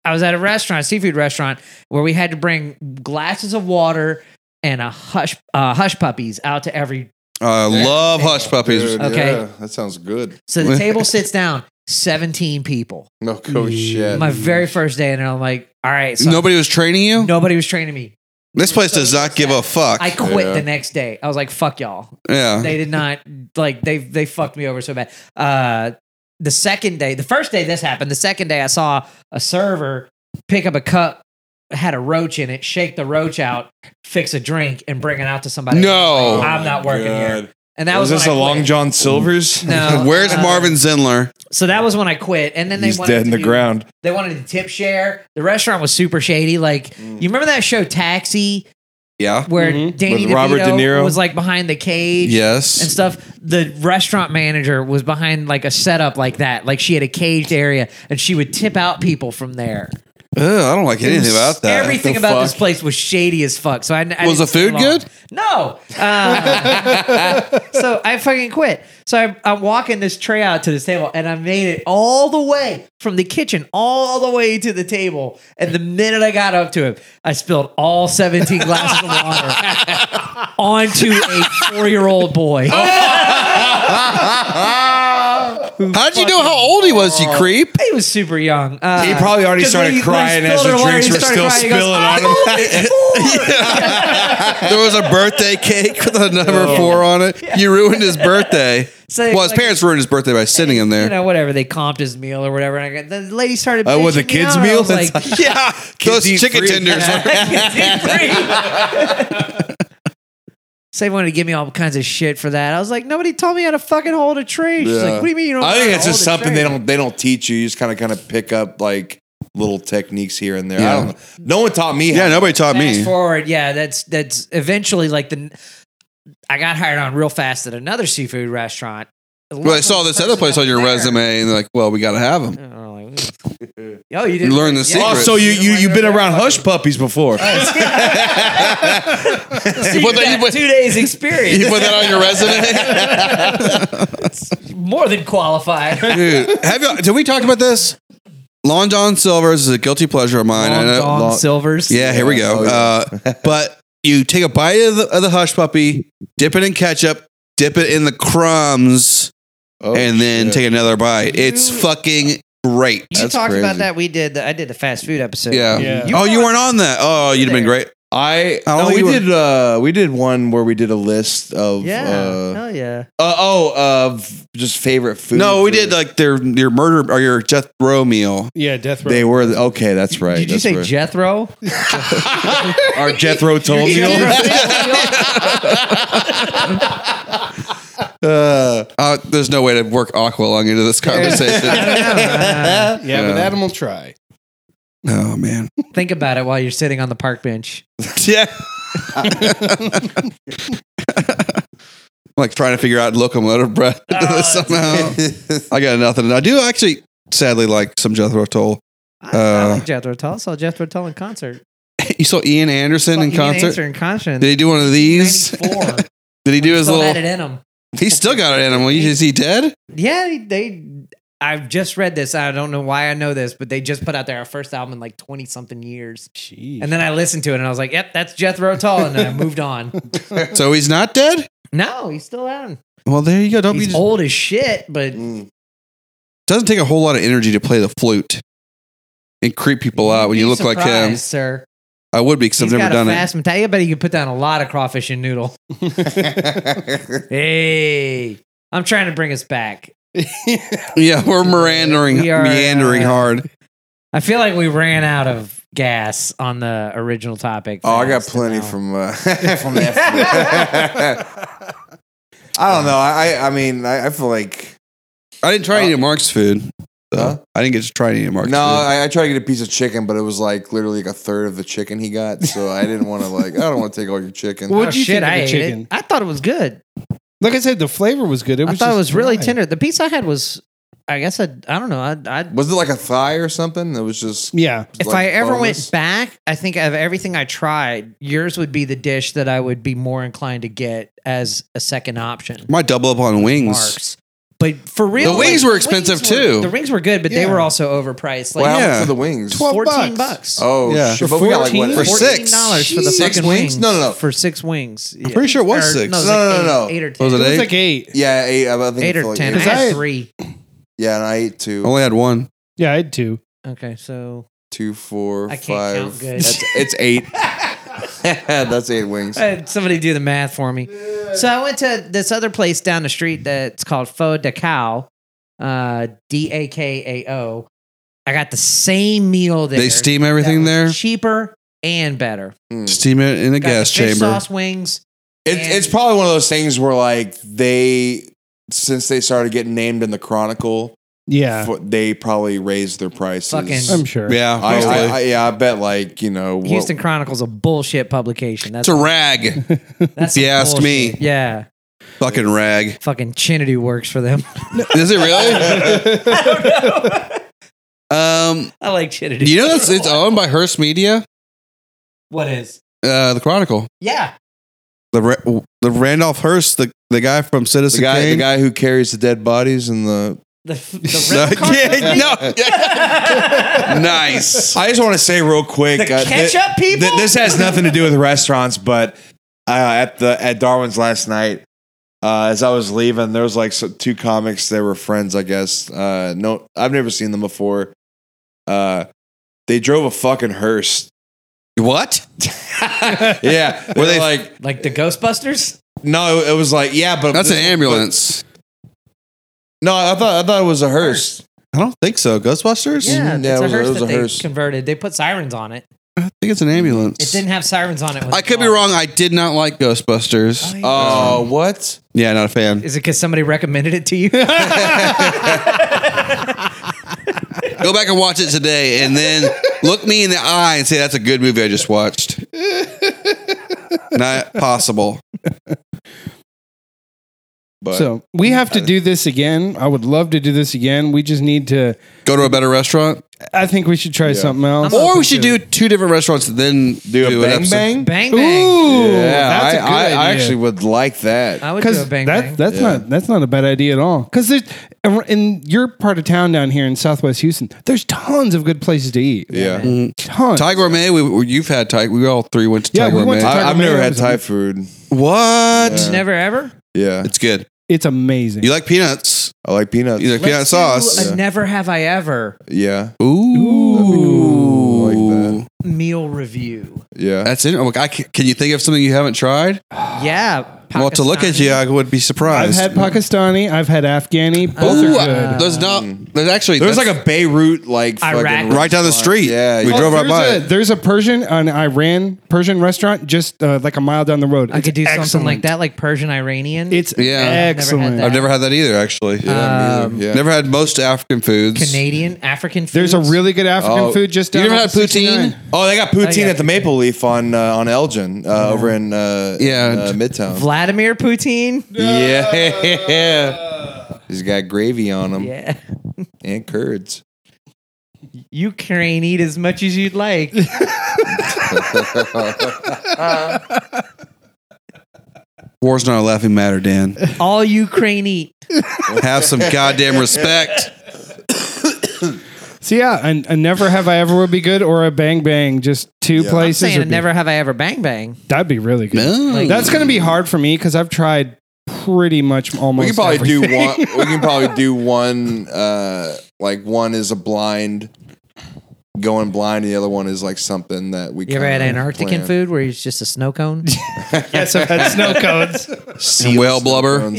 [SPEAKER 3] I was at a restaurant, a seafood restaurant, where we had to bring glasses of water and a hush uh, hush puppies out to every.
[SPEAKER 2] I love hush puppies.
[SPEAKER 4] Dude,
[SPEAKER 3] Okay.
[SPEAKER 4] yeah, that sounds good.
[SPEAKER 3] So the table sits down. 17 people.
[SPEAKER 4] No coach shit.
[SPEAKER 3] My very first day, and I'm like, all right. So nobody,
[SPEAKER 2] Nobody was training you.
[SPEAKER 3] nobody was training me.
[SPEAKER 2] This place does not give a fuck.
[SPEAKER 3] I quit
[SPEAKER 4] Yeah.
[SPEAKER 3] the next day. I was like, fuck y'all.
[SPEAKER 2] yeah.
[SPEAKER 3] they did not like they they fucked me over so bad. Uh the second day, the first day this happened, the second day I saw a server pick up a cup had a roach in it, shake the roach out, fix a drink, and bring it out to somebody.
[SPEAKER 2] No.
[SPEAKER 3] I'm not working here. And that
[SPEAKER 4] Oh was
[SPEAKER 3] was,
[SPEAKER 4] this
[SPEAKER 3] when
[SPEAKER 4] a
[SPEAKER 3] I quit.
[SPEAKER 4] Long John Silver's?
[SPEAKER 3] No.
[SPEAKER 2] Where's
[SPEAKER 3] uh,
[SPEAKER 2] Marvin Zindler?
[SPEAKER 3] So that was when I quit, and then they
[SPEAKER 4] He's
[SPEAKER 3] wanted
[SPEAKER 4] dead in
[SPEAKER 3] to
[SPEAKER 4] the
[SPEAKER 3] do-
[SPEAKER 4] ground.
[SPEAKER 3] They wanted to tip share. The restaurant was super shady. Like
[SPEAKER 4] Mm.
[SPEAKER 3] you remember that show Taxi,
[SPEAKER 2] Yeah.
[SPEAKER 3] where
[SPEAKER 1] Mhm.
[SPEAKER 3] Danny
[SPEAKER 4] Mm-hmm. With Robert De
[SPEAKER 3] DeVito
[SPEAKER 4] Niro?
[SPEAKER 3] was like behind the cage. and
[SPEAKER 2] Yes.
[SPEAKER 3] stuff. The restaurant manager was behind like a setup like that. Like she had a caged area and she would tip out people from there.
[SPEAKER 2] Ugh, I don't like anything about that.
[SPEAKER 3] Everything
[SPEAKER 4] the
[SPEAKER 3] about this
[SPEAKER 4] fuck?
[SPEAKER 3] place was shady as fuck. So I, I
[SPEAKER 2] Was
[SPEAKER 3] didn't
[SPEAKER 2] the food
[SPEAKER 3] stay long.
[SPEAKER 2] good?
[SPEAKER 3] No. Uh, so I fucking quit. So I, I'm walking this tray out to this table and I made it all the way from the kitchen all the way to the table. And the minute I got up to it, I spilled all 17 glasses of water onto a four year old boy.
[SPEAKER 4] Oh.
[SPEAKER 3] Ah.
[SPEAKER 2] How'd you know how old he was? You creep.
[SPEAKER 3] He was super young. Uh,
[SPEAKER 4] He probably already
[SPEAKER 3] 'cause when he- when he
[SPEAKER 4] started crying as
[SPEAKER 3] spilled
[SPEAKER 4] the
[SPEAKER 3] her water,
[SPEAKER 4] drinks
[SPEAKER 3] he
[SPEAKER 4] were
[SPEAKER 3] started
[SPEAKER 4] still
[SPEAKER 3] crying. He goes, "Ah, "Oh."
[SPEAKER 4] spilling
[SPEAKER 3] "I'm
[SPEAKER 4] on him."
[SPEAKER 3] only four."
[SPEAKER 2] There was a birthday cake with a number four on it. You ruined his birthday.
[SPEAKER 3] Oh. So,
[SPEAKER 2] well, his
[SPEAKER 3] like-
[SPEAKER 2] parents ruined his birthday by sending him
[SPEAKER 3] you
[SPEAKER 2] there. Uh,
[SPEAKER 3] know, whatever. They comped his meal or whatever. And I got, the lady started.
[SPEAKER 4] Oh, with the
[SPEAKER 3] bitching me
[SPEAKER 4] kids'
[SPEAKER 3] out. I
[SPEAKER 4] meal?
[SPEAKER 3] was like,
[SPEAKER 2] Yeah, those
[SPEAKER 4] eat
[SPEAKER 2] chicken
[SPEAKER 4] free.
[SPEAKER 2] tenders. are-
[SPEAKER 3] So they wanted to give me all kinds of shit for that. I was like, nobody told me how to fucking hold a tray. She's
[SPEAKER 4] Yeah.
[SPEAKER 3] like, what do you mean you don't? know
[SPEAKER 4] I think
[SPEAKER 3] how
[SPEAKER 4] it's
[SPEAKER 3] to
[SPEAKER 4] just
[SPEAKER 3] hold a
[SPEAKER 4] something they
[SPEAKER 3] tray?"
[SPEAKER 4] don't they don't teach you. You just kind of kind of pick up like little techniques here and there.
[SPEAKER 2] Yeah.
[SPEAKER 4] I don't know. No one taught me.
[SPEAKER 2] yeah,
[SPEAKER 4] how.
[SPEAKER 2] nobody taught
[SPEAKER 3] Fast
[SPEAKER 2] me.
[SPEAKER 3] forward, yeah, that's that's eventually like the. I got hired on real fast at another seafood restaurant.
[SPEAKER 2] Well, I saw this other place on your resume, and they're like, well, we got to have them.
[SPEAKER 3] And I'm like, "Mm." oh, you didn't
[SPEAKER 2] Learn the secret.
[SPEAKER 4] Oh, so you you you've been around hush puppies before.
[SPEAKER 3] you
[SPEAKER 2] put that- you put-
[SPEAKER 3] two days experience.
[SPEAKER 2] You put that on your resume,
[SPEAKER 3] More than qualified.
[SPEAKER 2] dude. Have you? Did we talk about this? Long John Silver's is a guilty pleasure of mine. uh, I know-
[SPEAKER 3] Long
[SPEAKER 2] Long-
[SPEAKER 3] Silvers.
[SPEAKER 2] Yeah, here we go.
[SPEAKER 4] Oh,
[SPEAKER 2] Uh, but you take a bite of the, of the hush puppy, dip it in ketchup, dip it in the crumbs,
[SPEAKER 4] Oh,
[SPEAKER 2] and then
[SPEAKER 4] shit.
[SPEAKER 2] take another bite. It's fucking great.
[SPEAKER 3] You
[SPEAKER 4] That's
[SPEAKER 3] talked about
[SPEAKER 4] crazy.
[SPEAKER 3] that. We did. The, I did the fast food episode.
[SPEAKER 2] Yeah.
[SPEAKER 1] Yeah.
[SPEAKER 2] oh, you weren't on that. Oh, you'd have been great.
[SPEAKER 4] I
[SPEAKER 2] I don't
[SPEAKER 4] no,
[SPEAKER 2] think
[SPEAKER 4] we
[SPEAKER 2] you were-
[SPEAKER 4] did uh we did one where we did a list of
[SPEAKER 3] Yeah.
[SPEAKER 4] uh,
[SPEAKER 3] Hell yeah.
[SPEAKER 4] uh, oh of just favorite food.
[SPEAKER 2] No, we
[SPEAKER 4] or-
[SPEAKER 2] did like their your murder or your death row meal.
[SPEAKER 1] Yeah, death row.
[SPEAKER 4] they were the- okay. That's right.
[SPEAKER 3] Did you
[SPEAKER 4] that's
[SPEAKER 3] say
[SPEAKER 4] right.
[SPEAKER 3] Jethro?
[SPEAKER 4] Our Jethro told you.
[SPEAKER 2] Uh, there's no way to work aqua lung into this conversation.
[SPEAKER 1] yeah, but Adam will try.
[SPEAKER 2] oh man.
[SPEAKER 3] Think about it while you're sitting on the park bench.
[SPEAKER 2] Yeah. like trying to figure out locomotive breath
[SPEAKER 3] Oh,
[SPEAKER 2] somehow. I got nothing. I do actually, sadly, like some Jethro Tull.
[SPEAKER 3] I, I
[SPEAKER 2] Uh,
[SPEAKER 3] like Jethro Tull. I saw Jethro Tull in concert.
[SPEAKER 2] You saw Ian Anderson in
[SPEAKER 3] Fucking Ian
[SPEAKER 2] concert.
[SPEAKER 3] Anser in concert.
[SPEAKER 2] Did he do one of these?
[SPEAKER 3] 94.
[SPEAKER 2] Did he do his
[SPEAKER 3] Still had it
[SPEAKER 2] little?
[SPEAKER 3] in him.
[SPEAKER 2] He still got it in him. Is he dead?
[SPEAKER 3] Yeah, they. I've just read this. I don't know why I know this, but they just put out their first album in like twenty something years.
[SPEAKER 1] Jeez.
[SPEAKER 3] And then I listened to it and I was like, "Yep, that's Jethro Tull," and then I moved on.
[SPEAKER 2] So he's not dead.
[SPEAKER 3] No, he's still out.
[SPEAKER 2] Well, there you go. Don't
[SPEAKER 3] He's
[SPEAKER 2] be.
[SPEAKER 3] old as shit, but
[SPEAKER 2] doesn't take a whole lot of energy to play the flute and creep people out when you
[SPEAKER 3] Be
[SPEAKER 2] look like
[SPEAKER 3] surprised,
[SPEAKER 2] him.
[SPEAKER 3] sir.
[SPEAKER 2] I would be because I've
[SPEAKER 3] He's
[SPEAKER 2] never
[SPEAKER 3] got a
[SPEAKER 2] done
[SPEAKER 3] fast mentality. I bet he could put down a lot of crawfish and noodle. hey, I'm trying to bring us back.
[SPEAKER 2] it. Yeah, we're meandering,
[SPEAKER 3] We are,
[SPEAKER 2] meandering
[SPEAKER 3] uh,
[SPEAKER 2] hard.
[SPEAKER 3] I feel like we ran out of gas on the original topic.
[SPEAKER 4] Oh, I got
[SPEAKER 3] fast,
[SPEAKER 4] plenty
[SPEAKER 3] and now-
[SPEAKER 4] from uh, from the FBI. I don't know. I I I mean, I, I feel like
[SPEAKER 2] I didn't try any of Mark's food. so
[SPEAKER 4] Huh?
[SPEAKER 2] I didn't get to try any of Mark's
[SPEAKER 4] no.
[SPEAKER 2] food.
[SPEAKER 4] I, I tried to get a piece of chicken, but it was like literally like a third of the chicken he got. So I didn't want to like. I don't want to take all your chicken.
[SPEAKER 1] What'd
[SPEAKER 3] Oh,
[SPEAKER 1] you think
[SPEAKER 3] shit,
[SPEAKER 1] of
[SPEAKER 3] I
[SPEAKER 1] the
[SPEAKER 3] ate
[SPEAKER 1] chicken?
[SPEAKER 3] It. I thought it was good.
[SPEAKER 1] Like I said, the flavor was good. It was
[SPEAKER 3] I thought
[SPEAKER 1] just
[SPEAKER 3] it was really
[SPEAKER 1] dry.
[SPEAKER 3] tender. The piece I had was I guess I, I don't know. I, I
[SPEAKER 4] Was it like a thigh or something? That was just.
[SPEAKER 1] Yeah.
[SPEAKER 4] It's
[SPEAKER 3] if
[SPEAKER 4] like
[SPEAKER 3] I ever
[SPEAKER 4] boneless.
[SPEAKER 3] went back, I think of everything I tried, yours would be the dish that I would be more inclined to get as a second option.
[SPEAKER 2] My double up on wings.
[SPEAKER 3] Marks. But for real,
[SPEAKER 2] The wings were expensive,
[SPEAKER 3] were-
[SPEAKER 2] too.
[SPEAKER 3] The wings were good, but they
[SPEAKER 1] Yeah.
[SPEAKER 3] were also overpriced. Like
[SPEAKER 4] Well, how
[SPEAKER 2] Yeah.
[SPEAKER 4] much for the wings?
[SPEAKER 1] 12
[SPEAKER 3] fourteen
[SPEAKER 1] bucks.
[SPEAKER 3] bucks.
[SPEAKER 4] Oh,
[SPEAKER 2] Yeah.
[SPEAKER 4] shit.
[SPEAKER 1] For
[SPEAKER 4] But we got like
[SPEAKER 1] 14?
[SPEAKER 4] what?
[SPEAKER 2] For
[SPEAKER 4] like-
[SPEAKER 2] six.
[SPEAKER 3] dollars for the
[SPEAKER 4] Six
[SPEAKER 3] fucking
[SPEAKER 4] wings?
[SPEAKER 3] wings.
[SPEAKER 4] No, no, no.
[SPEAKER 3] For six wings. I'm
[SPEAKER 2] pretty sure it was six.
[SPEAKER 3] No, it was
[SPEAKER 4] No,
[SPEAKER 3] like
[SPEAKER 4] no,
[SPEAKER 3] eight,
[SPEAKER 4] no, no.
[SPEAKER 3] eight or ten.
[SPEAKER 2] Was it
[SPEAKER 1] It was
[SPEAKER 2] eight?
[SPEAKER 1] like eight.
[SPEAKER 4] Yeah, eight. I I think
[SPEAKER 3] Eight
[SPEAKER 4] it's
[SPEAKER 3] or
[SPEAKER 4] like
[SPEAKER 3] ten. I
[SPEAKER 1] Because
[SPEAKER 4] eight.
[SPEAKER 1] I
[SPEAKER 3] had
[SPEAKER 1] had-
[SPEAKER 3] three.
[SPEAKER 4] Yeah, and I ate two.
[SPEAKER 2] I only had one.
[SPEAKER 1] Yeah, I had two.
[SPEAKER 3] Okay, so
[SPEAKER 4] two, four,
[SPEAKER 3] I can't
[SPEAKER 4] five.
[SPEAKER 3] count good.
[SPEAKER 4] That's, it's eight. That's eight wings.
[SPEAKER 3] I had Uh, somebody do the math for me. So I went to this other place down the street that's called Faux de Cow, uh, D A K A O. I got the same meal there.
[SPEAKER 2] They steam
[SPEAKER 3] That
[SPEAKER 2] everything
[SPEAKER 3] was
[SPEAKER 2] there.
[SPEAKER 3] Cheaper and better.
[SPEAKER 4] Mm.
[SPEAKER 2] Steam it in a
[SPEAKER 3] Got
[SPEAKER 2] gas
[SPEAKER 3] the fish
[SPEAKER 2] chamber.
[SPEAKER 3] Sauce wings.
[SPEAKER 4] It, it's probably one of those things where like they, since they started getting named in the Chronicle,
[SPEAKER 1] Yeah.
[SPEAKER 4] fo- they probably raised their prices.
[SPEAKER 3] Fucking-
[SPEAKER 1] I'm sure.
[SPEAKER 2] Yeah,
[SPEAKER 4] I,
[SPEAKER 2] probably.
[SPEAKER 4] I, I, yeah, I bet like you know what-
[SPEAKER 3] Houston Chronicle's a bullshit publication. That's
[SPEAKER 2] it's a rag.
[SPEAKER 3] that's
[SPEAKER 2] if you
[SPEAKER 3] some
[SPEAKER 2] asked me.
[SPEAKER 3] bullshit. Yeah,
[SPEAKER 2] Fucking rag.
[SPEAKER 3] fucking Chinity works for them.
[SPEAKER 2] Is it really? um,
[SPEAKER 3] I like Chinity.
[SPEAKER 2] you know it's, it's owned by Hearst Media,
[SPEAKER 3] what is?
[SPEAKER 2] uh, the Chronicle,
[SPEAKER 3] Yeah,
[SPEAKER 2] the Ra- the Randolph Hearst, the the guy from
[SPEAKER 4] the
[SPEAKER 2] Citizen
[SPEAKER 4] guy, the
[SPEAKER 2] Kane.
[SPEAKER 4] guy who carries the dead bodies and the
[SPEAKER 3] the, the
[SPEAKER 2] No,
[SPEAKER 3] red carpet
[SPEAKER 2] yeah,
[SPEAKER 3] thing?
[SPEAKER 2] no. nice.
[SPEAKER 4] I just want to say real quick,
[SPEAKER 3] The
[SPEAKER 4] uh, thi-
[SPEAKER 3] ketchup people?
[SPEAKER 4] this has nothing to do with restaurants, but uh, at the at Darwin's last night, uh, as I was leaving, there was like so, two comics. They were friends, I guess. Uh, no, I've never seen them before. Uh, they drove a fucking hearse.
[SPEAKER 2] What?
[SPEAKER 4] Yeah,
[SPEAKER 2] Were
[SPEAKER 4] were
[SPEAKER 2] they-
[SPEAKER 4] they like?
[SPEAKER 3] like the Ghostbusters.
[SPEAKER 4] No, it was like yeah, but
[SPEAKER 2] That's an
[SPEAKER 4] but-
[SPEAKER 2] ambulance.
[SPEAKER 4] no, I thought I thought it was a hearse.
[SPEAKER 2] I don't think so. Ghostbusters?
[SPEAKER 3] Yeah,
[SPEAKER 4] Mhm, yeah,
[SPEAKER 3] it's a
[SPEAKER 4] it was a-
[SPEAKER 3] hearse
[SPEAKER 4] it was
[SPEAKER 3] that
[SPEAKER 4] a
[SPEAKER 3] they
[SPEAKER 4] hearse.
[SPEAKER 3] converted. They put sirens on it.
[SPEAKER 2] I think it's an ambulance.
[SPEAKER 3] It didn't have sirens on it. when
[SPEAKER 2] I
[SPEAKER 3] it
[SPEAKER 2] could be
[SPEAKER 3] called.
[SPEAKER 2] wrong. I did not like Ghostbusters. Um,
[SPEAKER 3] yeah.
[SPEAKER 4] Oh, what?
[SPEAKER 2] yeah, not a fan.
[SPEAKER 3] Is it because somebody recommended it to you?
[SPEAKER 2] Go back and watch it today, and then look me in the eye and say that's a good movie I just watched. not possible.
[SPEAKER 4] But
[SPEAKER 1] So we have to do this again. I would love to do this again. We just need to.
[SPEAKER 2] Go to a better restaurant,
[SPEAKER 1] I think we should try something else.
[SPEAKER 3] I'm
[SPEAKER 2] or
[SPEAKER 3] open
[SPEAKER 2] we should
[SPEAKER 3] to
[SPEAKER 2] do two different restaurants, then
[SPEAKER 4] do a
[SPEAKER 2] an
[SPEAKER 4] bang
[SPEAKER 2] episode.
[SPEAKER 4] bang.
[SPEAKER 3] bang
[SPEAKER 1] Ooh,
[SPEAKER 3] bang.
[SPEAKER 4] Yeah,
[SPEAKER 1] that's a
[SPEAKER 4] I,
[SPEAKER 1] good
[SPEAKER 4] I, I
[SPEAKER 1] idea.
[SPEAKER 4] actually would like that.
[SPEAKER 3] I would do a
[SPEAKER 1] Because
[SPEAKER 3] bang
[SPEAKER 1] that,
[SPEAKER 3] bang.
[SPEAKER 1] that's not that's not a bad idea at all. Because there's in your part of town down here in Southwest Houston, there's tons of good places to eat.
[SPEAKER 4] yeah.
[SPEAKER 2] Mm.
[SPEAKER 1] Tons.
[SPEAKER 2] Thai gourmet. We, we- you've had Thai. We all three went to
[SPEAKER 1] Yeah,
[SPEAKER 2] Thai
[SPEAKER 1] we
[SPEAKER 2] gourmet.
[SPEAKER 1] went to Thai-
[SPEAKER 4] I, I've never
[SPEAKER 1] Gourmet
[SPEAKER 4] had
[SPEAKER 1] was-
[SPEAKER 4] Thai food.
[SPEAKER 2] what?
[SPEAKER 4] Yeah.
[SPEAKER 3] Never ever.
[SPEAKER 4] Yeah,
[SPEAKER 2] It's good.
[SPEAKER 1] It's amazing.
[SPEAKER 2] You like peanuts?
[SPEAKER 4] I like peanuts.
[SPEAKER 2] You like peanut
[SPEAKER 3] Let's do
[SPEAKER 2] sauce?
[SPEAKER 3] A uh, never have I ever
[SPEAKER 4] Yeah,
[SPEAKER 2] Ooh,
[SPEAKER 4] That'd be cool. Like
[SPEAKER 3] meal review.
[SPEAKER 4] yeah.
[SPEAKER 2] that's it. Oh, I can, can you think of something you haven't tried?
[SPEAKER 3] Yeah.
[SPEAKER 2] Well, to look at
[SPEAKER 3] Pakistani.
[SPEAKER 2] you, I would be
[SPEAKER 1] I've
[SPEAKER 2] surprised.
[SPEAKER 1] had Pakistani. I've had Afghani. Both
[SPEAKER 2] Ooh,
[SPEAKER 1] are good.
[SPEAKER 2] I- there's not. There's actually
[SPEAKER 4] There's
[SPEAKER 2] that's-
[SPEAKER 4] like a Beirut like
[SPEAKER 3] Iraq.
[SPEAKER 4] fucking
[SPEAKER 2] Mm.
[SPEAKER 4] uh,
[SPEAKER 2] right down the street.
[SPEAKER 4] Yeah,
[SPEAKER 2] we
[SPEAKER 4] yeah.
[SPEAKER 2] drove right
[SPEAKER 1] there's,
[SPEAKER 2] by.
[SPEAKER 1] a,
[SPEAKER 2] it.
[SPEAKER 1] there's a Persian, an Iran Persian restaurant just uh, like a mile down the road.
[SPEAKER 3] I
[SPEAKER 1] It's
[SPEAKER 3] could do something like
[SPEAKER 1] excellent.
[SPEAKER 3] that, like Persian Iranian.
[SPEAKER 1] It's
[SPEAKER 2] Yeah. I've never had
[SPEAKER 1] excellent.
[SPEAKER 3] that.
[SPEAKER 2] I've never had that either. Actually,
[SPEAKER 4] Yeah,
[SPEAKER 2] Um,
[SPEAKER 4] me either. yeah.
[SPEAKER 2] never had most African foods.
[SPEAKER 3] Canadian, African food.
[SPEAKER 1] There's a really good African
[SPEAKER 4] Oh,
[SPEAKER 1] food just
[SPEAKER 2] you
[SPEAKER 1] down
[SPEAKER 2] never
[SPEAKER 1] off
[SPEAKER 2] had
[SPEAKER 1] of
[SPEAKER 2] poutine?
[SPEAKER 1] 69.
[SPEAKER 4] Oh, they got poutine
[SPEAKER 3] yeah.
[SPEAKER 4] at the Maple Leaf on uh, on Elgin uh, over in uh,
[SPEAKER 2] Yeah.
[SPEAKER 4] in, uh, Midtown.
[SPEAKER 3] Vladimir Poutine.
[SPEAKER 4] yeah, he's got gravy on him
[SPEAKER 3] Yeah.
[SPEAKER 4] and curds.
[SPEAKER 3] You can eat as much as you'd like.
[SPEAKER 2] War's not a laughing matter, Dan.
[SPEAKER 3] All Ukraine eat.
[SPEAKER 2] Have some goddamn respect.
[SPEAKER 1] So yeah, and, and never have I ever would be good or a bang bang. Just two
[SPEAKER 4] Yeah. I'm
[SPEAKER 1] places.
[SPEAKER 3] Saying
[SPEAKER 1] would be-
[SPEAKER 3] never have I ever bang bang.
[SPEAKER 1] That'd be really good.
[SPEAKER 2] No.
[SPEAKER 1] That's gonna be hard for me because I've tried pretty much almost.
[SPEAKER 4] We can probably do
[SPEAKER 1] everything.
[SPEAKER 4] one. We can probably do one. Uh, like one is a blind, going blind. and The other one is like something that we.
[SPEAKER 3] You ever had
[SPEAKER 4] kinda
[SPEAKER 3] Antarctican
[SPEAKER 4] plan.
[SPEAKER 3] food where it's just a snow cone?
[SPEAKER 1] yes, I've had snow cones.
[SPEAKER 2] whale blubber.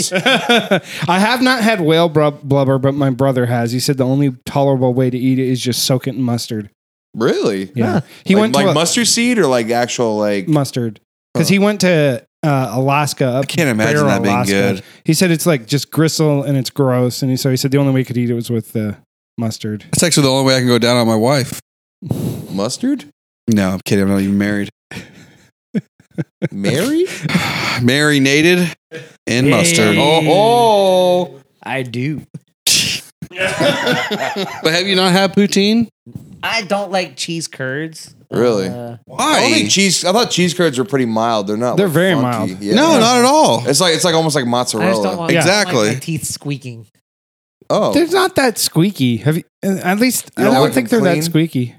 [SPEAKER 1] I have not had whale brub- blubber, but my brother has. He said the only tolerable way to eat it is just soak it in mustard.
[SPEAKER 4] Really?
[SPEAKER 1] Yeah, he
[SPEAKER 4] like,
[SPEAKER 1] went
[SPEAKER 4] like
[SPEAKER 1] to a-
[SPEAKER 4] mustard seed or like actual like.
[SPEAKER 1] mustard because he went to uh, Alaska. Up I
[SPEAKER 2] can't imagine that being good.
[SPEAKER 1] He said it's like just gristle and it's gross, and he, so he said the only way he could eat it was with uh, mustard.
[SPEAKER 2] That's actually the only way I can go down on my wife.
[SPEAKER 4] Mustard?
[SPEAKER 2] No, I'm kidding. I'm not even married.
[SPEAKER 4] Mary?
[SPEAKER 2] Marinated in mustard.
[SPEAKER 3] Hey.
[SPEAKER 2] Oh,
[SPEAKER 3] I do.
[SPEAKER 2] But have you not had poutine?
[SPEAKER 3] I don't like cheese curds.
[SPEAKER 4] Really?
[SPEAKER 3] Uh,
[SPEAKER 2] Why?
[SPEAKER 4] I think cheese. I thought cheese curds were pretty mild. They're not.
[SPEAKER 1] They're
[SPEAKER 4] like,
[SPEAKER 1] very
[SPEAKER 4] funky.
[SPEAKER 1] mild.
[SPEAKER 4] Yeah.
[SPEAKER 2] No, not at all.
[SPEAKER 4] It's like it's like almost like
[SPEAKER 3] I just don't
[SPEAKER 4] mozzarella.
[SPEAKER 3] want I don't
[SPEAKER 2] Exactly.
[SPEAKER 3] like my teeth squeaking.
[SPEAKER 4] Oh,
[SPEAKER 1] They're not that squeaky. Have you, uh, at least
[SPEAKER 4] You
[SPEAKER 1] I
[SPEAKER 4] don't
[SPEAKER 1] don't
[SPEAKER 4] like
[SPEAKER 1] think they're
[SPEAKER 4] them
[SPEAKER 1] that
[SPEAKER 4] clean?
[SPEAKER 1] squeaky.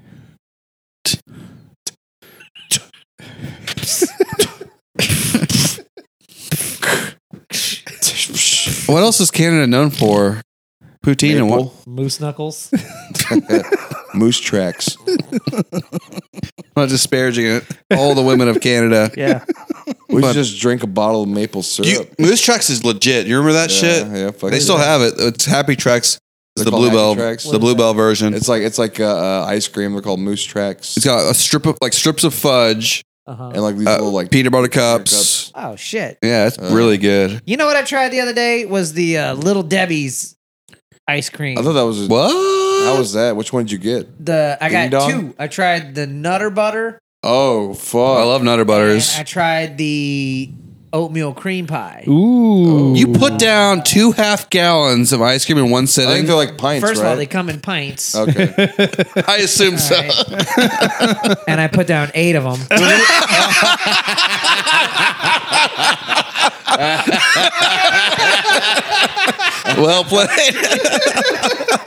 [SPEAKER 2] What else is Canada known for? Poutine and what?
[SPEAKER 3] Moose knuckles.
[SPEAKER 4] moose tracks.
[SPEAKER 2] I'm not disparaging it. All the women of Canada.
[SPEAKER 3] Yeah.
[SPEAKER 4] We
[SPEAKER 2] But-
[SPEAKER 4] should just drink a bottle of maple syrup.
[SPEAKER 2] You, Moose Tracks is legit. You remember that
[SPEAKER 4] Yeah,
[SPEAKER 2] shit?
[SPEAKER 4] yeah, fuck
[SPEAKER 2] they
[SPEAKER 4] it.
[SPEAKER 2] still have it. It's Happy Tracks. It's
[SPEAKER 4] They're
[SPEAKER 2] the
[SPEAKER 4] called Happy
[SPEAKER 2] bluebell.
[SPEAKER 4] Tracks?
[SPEAKER 2] The bluebell version.
[SPEAKER 4] It's like it's like uh, uh, ice cream. They're called moose tracks.
[SPEAKER 2] it's got a strip of like strips of fudge,
[SPEAKER 3] Uh-huh.
[SPEAKER 4] and like these
[SPEAKER 2] uh,
[SPEAKER 4] little like
[SPEAKER 2] peanut butter
[SPEAKER 4] peanut
[SPEAKER 2] cups.
[SPEAKER 3] Oh shit.
[SPEAKER 2] Yeah, it's
[SPEAKER 4] Uh,
[SPEAKER 2] really good.
[SPEAKER 3] You know what I tried the other day was the uh, Little Debbie's ice cream.
[SPEAKER 4] I thought that was
[SPEAKER 2] What?
[SPEAKER 4] How was that? Which one did you get?
[SPEAKER 3] the I
[SPEAKER 4] Ding
[SPEAKER 3] got
[SPEAKER 4] dong?
[SPEAKER 3] two. I tried the Nutter Butter.
[SPEAKER 4] Oh fuck!
[SPEAKER 2] I love Nutter
[SPEAKER 3] And
[SPEAKER 2] Butters.
[SPEAKER 3] I tried the oatmeal cream pie.
[SPEAKER 1] Ooh,
[SPEAKER 2] You put down two half gallons of ice cream in one
[SPEAKER 4] I think
[SPEAKER 2] sitting.
[SPEAKER 4] they're like pints,
[SPEAKER 3] First of all, they
[SPEAKER 4] right?
[SPEAKER 3] come in pints,
[SPEAKER 4] okay.
[SPEAKER 2] I assume so.
[SPEAKER 3] Alright. and I put down eight of them.
[SPEAKER 2] well played. That's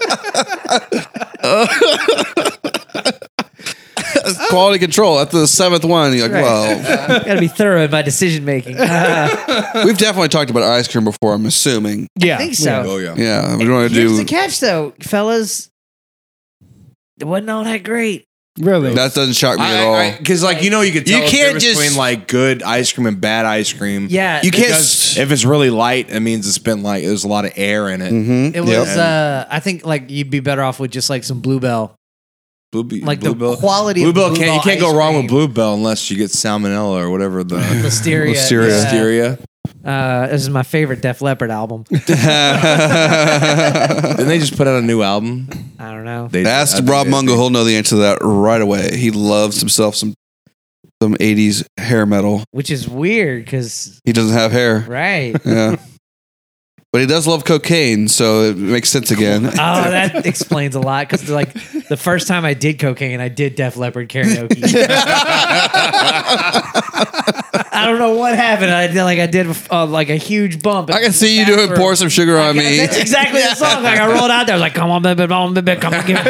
[SPEAKER 2] Quality control. After the seventh one, you're like,
[SPEAKER 3] Right.
[SPEAKER 2] well,
[SPEAKER 3] Got to be thorough in my decision making.
[SPEAKER 2] we've definitely talked about ice cream before. I'm assuming.
[SPEAKER 1] yeah,
[SPEAKER 3] I think so.
[SPEAKER 4] oh yeah.
[SPEAKER 2] Yeah, we're going to
[SPEAKER 3] Here's the
[SPEAKER 2] do.
[SPEAKER 3] catch, though, fellas. It wasn't all that great.
[SPEAKER 1] Really?
[SPEAKER 2] That doesn't shock me at all.
[SPEAKER 4] Because like you know you could
[SPEAKER 2] You
[SPEAKER 4] tell the
[SPEAKER 2] can't
[SPEAKER 4] difference
[SPEAKER 2] just-
[SPEAKER 4] between like good ice cream and bad ice cream.
[SPEAKER 3] Yeah,
[SPEAKER 2] you can't.
[SPEAKER 4] Because if it's really light, it means it's been like there's a lot of air in it.
[SPEAKER 2] mm-hmm.
[SPEAKER 3] It was. uh I think like you'd be better off with just like some bluebell,
[SPEAKER 4] Bluebe-
[SPEAKER 3] like the
[SPEAKER 4] Bluebell-
[SPEAKER 3] quality.
[SPEAKER 4] Bluebell
[SPEAKER 3] of
[SPEAKER 4] can't you can't
[SPEAKER 3] ice
[SPEAKER 4] go wrong with
[SPEAKER 3] cream.
[SPEAKER 4] Bluebell unless you get salmonella or whatever the
[SPEAKER 3] Listeria.
[SPEAKER 2] Listeria.
[SPEAKER 3] yeah.
[SPEAKER 4] listeria.
[SPEAKER 3] Uh, this is my favorite Def Leppard album.
[SPEAKER 4] Didn't they just put out a new album?
[SPEAKER 3] I don't know.
[SPEAKER 4] They
[SPEAKER 2] Ask
[SPEAKER 4] I think
[SPEAKER 2] Rob
[SPEAKER 4] they-
[SPEAKER 2] Mungo. He'll know the answer to that right away. He loves himself some some 80s hair metal.
[SPEAKER 3] Which is weird because,
[SPEAKER 2] He doesn't have hair.
[SPEAKER 3] right.
[SPEAKER 2] Yeah. but he does love cocaine, so it makes sense again.
[SPEAKER 3] Oh, that explains a lot. Because like the first time I did cocaine, I did Def Leppard karaoke. I don't know what happened. I did like I did uh, like a huge bump.
[SPEAKER 2] I can see you doing pour some sugar on me.
[SPEAKER 3] That's exactly the song. Like I rolled out there, I was like, "Come on, baby, come on, baby, come on." Give it.